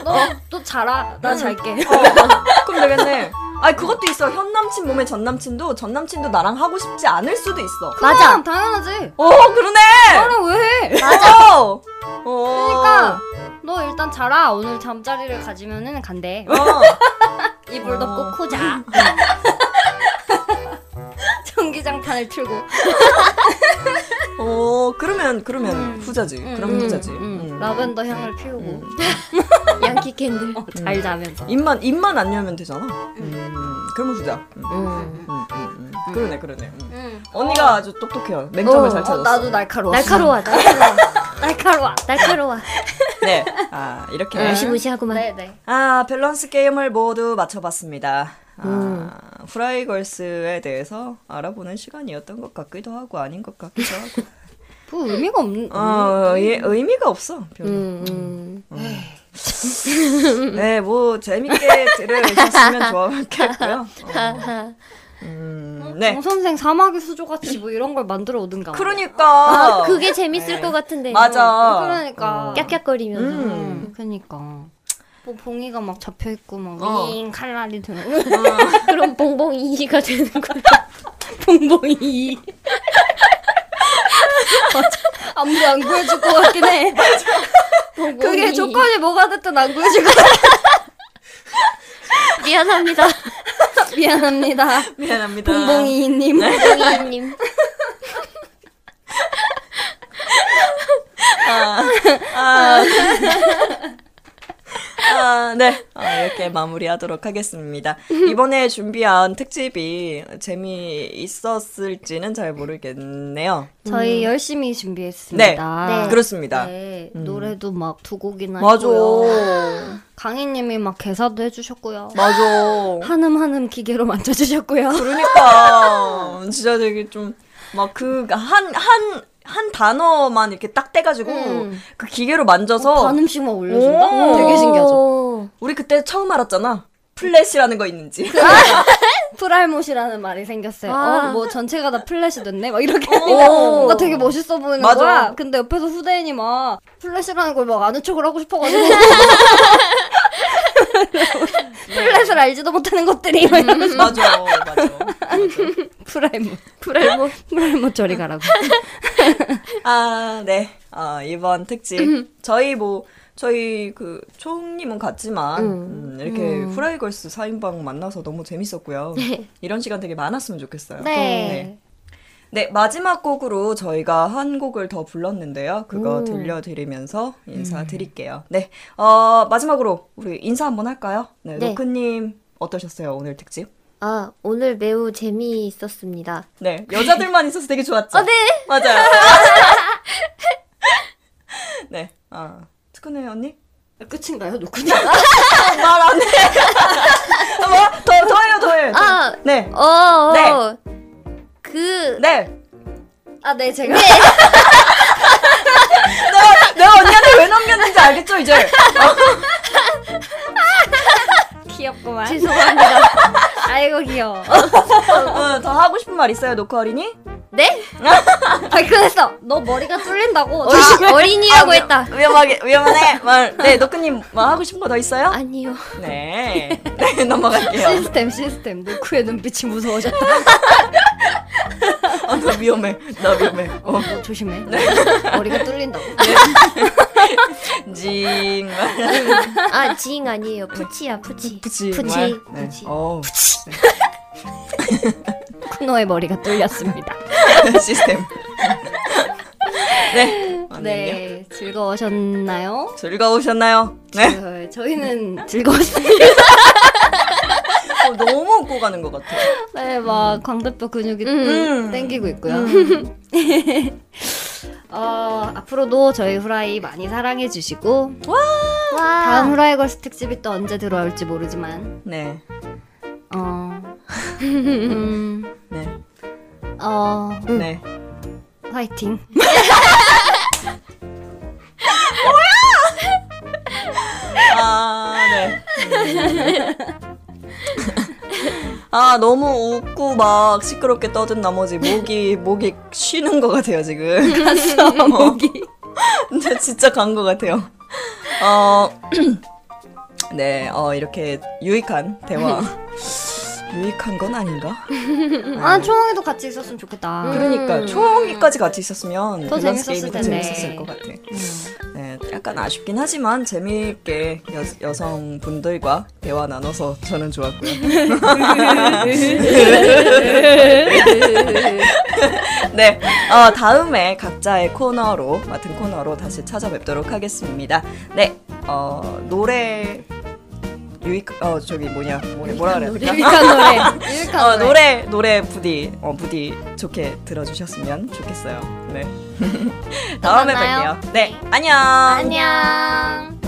S5: 너, 너 자라. 나 잘게.
S1: 그럼 되겠네. 아 그것도 있어. 현 남친 몸에 전 남친도 전 남친도 나랑 하고 싶지 않을 수도 있어.
S5: 맞아. 당연하지.
S1: 어 그러네.
S5: 나랑 왜 해?
S1: 맞아. 어. 그러니까.
S5: 너 일단 자라. 오늘 잠자리를 가지면은 간대.
S1: 어.
S5: 이불 덮고 코 자. 전기장판을 틀고.
S1: 어 그러면 그러면 후자지. 그럼 후자지. 음.
S5: 라벤더 향을 피우고.
S11: 양키 캔들.
S5: 음. 어, 잘 자면서.
S1: 입만 입만 안 열면 되잖아. 음. 그러면 후자. 음.
S11: 음.
S1: 음, 음, 음. 그러네 그러네. 음. 언니가 아주 똑똑해요.
S11: 어,
S1: 맹점을 잘
S5: 어,
S1: 찾았어.
S5: 나도 날카로워.
S11: 날카로워, 날카로워.
S5: 날카로워.
S11: 날카로워.
S1: 네. 아 이렇게.
S11: 무시무시하고만.
S5: 네네.
S1: 아, 밸런스 게임을 모두 맞춰봤습니다. 아, 후라이걸스에 대해서 알아보는 시간이었던 것 같기도 하고 아닌 것 같기도 하고.
S5: 뭐 의미가 없는.
S1: 어, 예, 의미가 없어. 별로.
S11: 음, 음.
S1: 네, 뭐 재밌게 들으셨으면 좋겠고요. 어.
S11: 하하.
S1: 음, 네.
S5: 정뭐 선생 사마귀 수조같이 뭐 이런 걸 만들어 오든가.
S1: 그러니까.
S11: 아, 그게 재밌을 것 같은데.
S1: 맞아.
S5: 그러니까.
S11: 깍깍거리면서. 그러니까.
S1: 음.
S5: 그니까. 뭐 봉이가 막 잡혀 있고 막
S1: 어.
S5: 윙 칼날이 드는.
S11: 그럼 봉봉이가 되는 거야.
S5: 봉봉이 2. 아무도 안 구해줄 것 같긴 해. 그게 조건이 뭐가 됐든 안 구해줄 것 같아.
S11: 미안합니다.
S5: 미안합니다. 네.
S1: 미안합니다.
S5: 봉봉이님.
S11: 봉봉이님.
S1: 아, 아, 아, 네. 아, 이렇게 마무리하도록 하겠습니다. 이번에 준비한 특집이 재미있었을지는 잘 모르겠네요.
S11: 음.
S5: 저희 열심히 준비했습니다.
S1: 네, 그렇습니다.
S5: 네,
S1: 음.
S5: 노래도 막 두 곡이나
S1: 맞아.
S5: 했고요. 강희님이 막 개사도 해주셨고요.
S1: 맞아.
S5: 한음 한음 기계로 만져주셨고요.
S1: 그러니까 진짜 되게 좀 막 그 한 한 한 단어만 이렇게 딱 떼가지고
S5: 음.
S1: 그 기계로 만져서
S5: 어, 반음씩 막 올려준다?
S1: 오.
S5: 되게 신기하죠.
S1: 우리 그때 처음 알았잖아 플랫이라는 거 있는지
S5: 프랄못이라는 말이 생겼어요.
S11: 아.
S5: 어, 뭐 전체가 다 플래시 됐네? 막 이렇게 하니까 뭔가
S1: 오.
S5: 되게 멋있어 보이는
S1: 맞아.
S5: 거야. 근데 옆에서 후대인이 막 플래시라는 걸 막 아는 척을 하고 싶어가지고. 플랫을 알지도 못하는 것들이 막 이러면서
S1: 맞아 맞아
S5: 프랄못 프랄못 프랄못 저리 가라고
S1: 아, 네. 어, 이번 특집. 저희 뭐, 저희 그, 총님은 갔지만, 음, 이렇게 후라이걸스 4인방 만나서 너무 재밌었고요. 이런 시간 되게 많았으면 좋겠어요.
S11: 네.
S1: 네, 마지막 곡으로 저희가 한 곡을 더 불렀는데요. 그거 들려드리면서 인사드릴게요. 네. 어, 마지막으로 우리 인사 한번 할까요? 네.
S11: 네.
S1: 노크님, 어떠셨어요? 오늘 특집?
S11: 아, 오늘 매우 재미있었습니다.
S1: 네. 여자들만 있어서 되게 좋았죠?
S11: 네.
S1: 맞아요. 네. 아, 특훈의 언니? 아,
S5: 끝인가요? 놓고
S1: 말 안 해. 뭐? 더, 더 해요, 더 해요. 더.
S11: 아,
S1: 네.
S11: 어, 어. 그,
S1: 네.
S5: 아네 제가
S1: 네. 내가, 내가 언니한테 왜 넘겼는지 알겠죠, 이제?
S5: 귀엽구만
S11: 죄송합니다.
S5: 아이고 귀여워
S1: 어, 더 하고 싶은 말 있어요, 노크 어린이?
S11: 네?
S5: 발끈했어 아, 너 머리가 뚫린다고
S11: 아, 어린이라고
S1: 아, 위-
S11: 했다.
S1: 위험하게, 위험하네. 말. 네, 노크님, 뭐 하고 싶은 거 더 있어요?
S11: 아니요.
S1: 네. 네, 넘어갈게요.
S5: 시스템 시스템 노크의 눈빛이 무서워졌다
S1: 어, 나 위험해. 나 위험해. 어.
S5: 너 조심해 머리가 뚫린다고
S1: 정말.
S11: 아, 지잉 아니에요. 푸치야, 푸치.
S1: 푸치.
S11: 푸치.
S1: 정말. 네.
S11: 푸치.
S1: 어우.
S5: 쿠노의 머리가 뚫렸습니다
S1: 시스템. 네. 네.
S5: 네 즐거우셨나요?
S1: 즐거우셨나요? 네.
S5: 어, 저희는 즐거웠습니다
S1: 어, 너무 웃고 가는 것 같아요.
S5: 네막 광대뼈 근육이
S1: 음.
S5: 땡기고 있고요 어, 앞으로도 저희 후라이 많이 사랑해주시고
S11: 와.
S5: 다음 후라이 걸스 특집이 또 언제 들어올지 모르지만
S1: 네.
S5: 어, 음,
S1: 네.
S5: 어
S1: 네.
S5: 화이팅
S1: 아, 네. 아, 너무 웃고 막 시끄럽게 떠든 나머지 목이, 목이 쉬는 것 같아요, 지금. 갔어, 목이. 진짜, 진짜 간 것 같아요. 어, 네, 어, 이렇게 유익한 대화. 유익한 건 아닌가?
S5: 아 초롱이도 같이 있었으면 좋겠다
S1: 음. 그러니까 초홍이까지 같이 있었으면
S5: 음. 더
S1: 밸런스 게임이
S5: 재밌었을
S1: 더
S5: 텐데. 음.
S1: 재밌었을 것 같아. 네, 약간 아쉽긴 하지만 재미있게 여, 여성분들과 대화 나눠서 저는 좋았고요. 네, 어, 다음에 각자의 코너로 맡은 코너로 다시 찾아뵙도록 하겠습니다. 네, 어, 노래 유익 어 저기 뭐냐 뭐냐 뭐라 그래야 될까?
S5: 유익한 노래 유익한
S1: 어, 노래
S5: 노래.
S1: 노래 부디 어 부디 좋게 들어주셨으면 좋겠어요. 네. 다음에
S11: 만나요.
S1: 뵐게요. 네, 안녕.
S11: 안녕.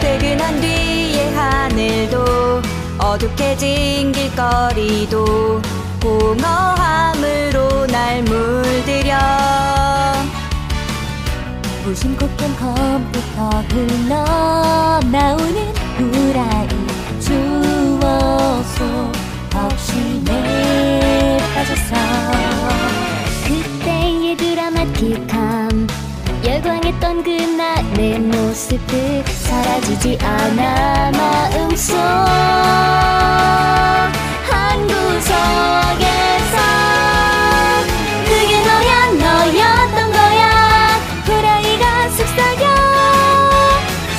S13: 퇴근한 뒤의 하늘도 어둡게 진 길거리도 공허함으로 날 물들여
S14: 고심코캔 컵부터 흘러나오는 후라이 주워서
S2: 혹시내 빠졌어 그때의 드라마틱함 열광했던 그날 내 모습은 사라지지 않아 마음속 한 구석에서 그게 너야 너였던 거야 후라이가 속삭여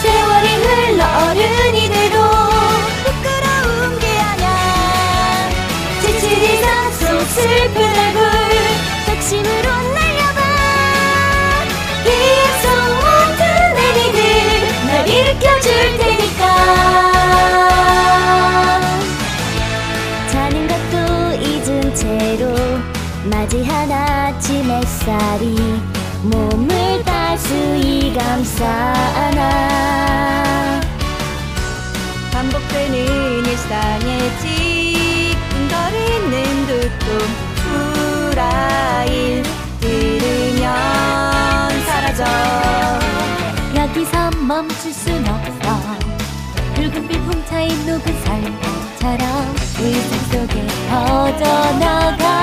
S2: 세월이 흘러 어른이 되고 부끄러운 게 아냐 지친 이상 속 슬픈 얼굴 덕심으로 날려봐 이에서 모든 애기들 날 일으켜줄 테니까 자는 것도 잊은 채로 맞이한 아침 햇살이 몸을 따스히 감싸 안아
S15: 반복되는 일상에 찌끈거리는 두통 후라이 들으면 사라져
S14: 여기서 멈출 순 없어 붉은 빛 혼자인 녹은 설탕처럼 의상 속에 퍼져나가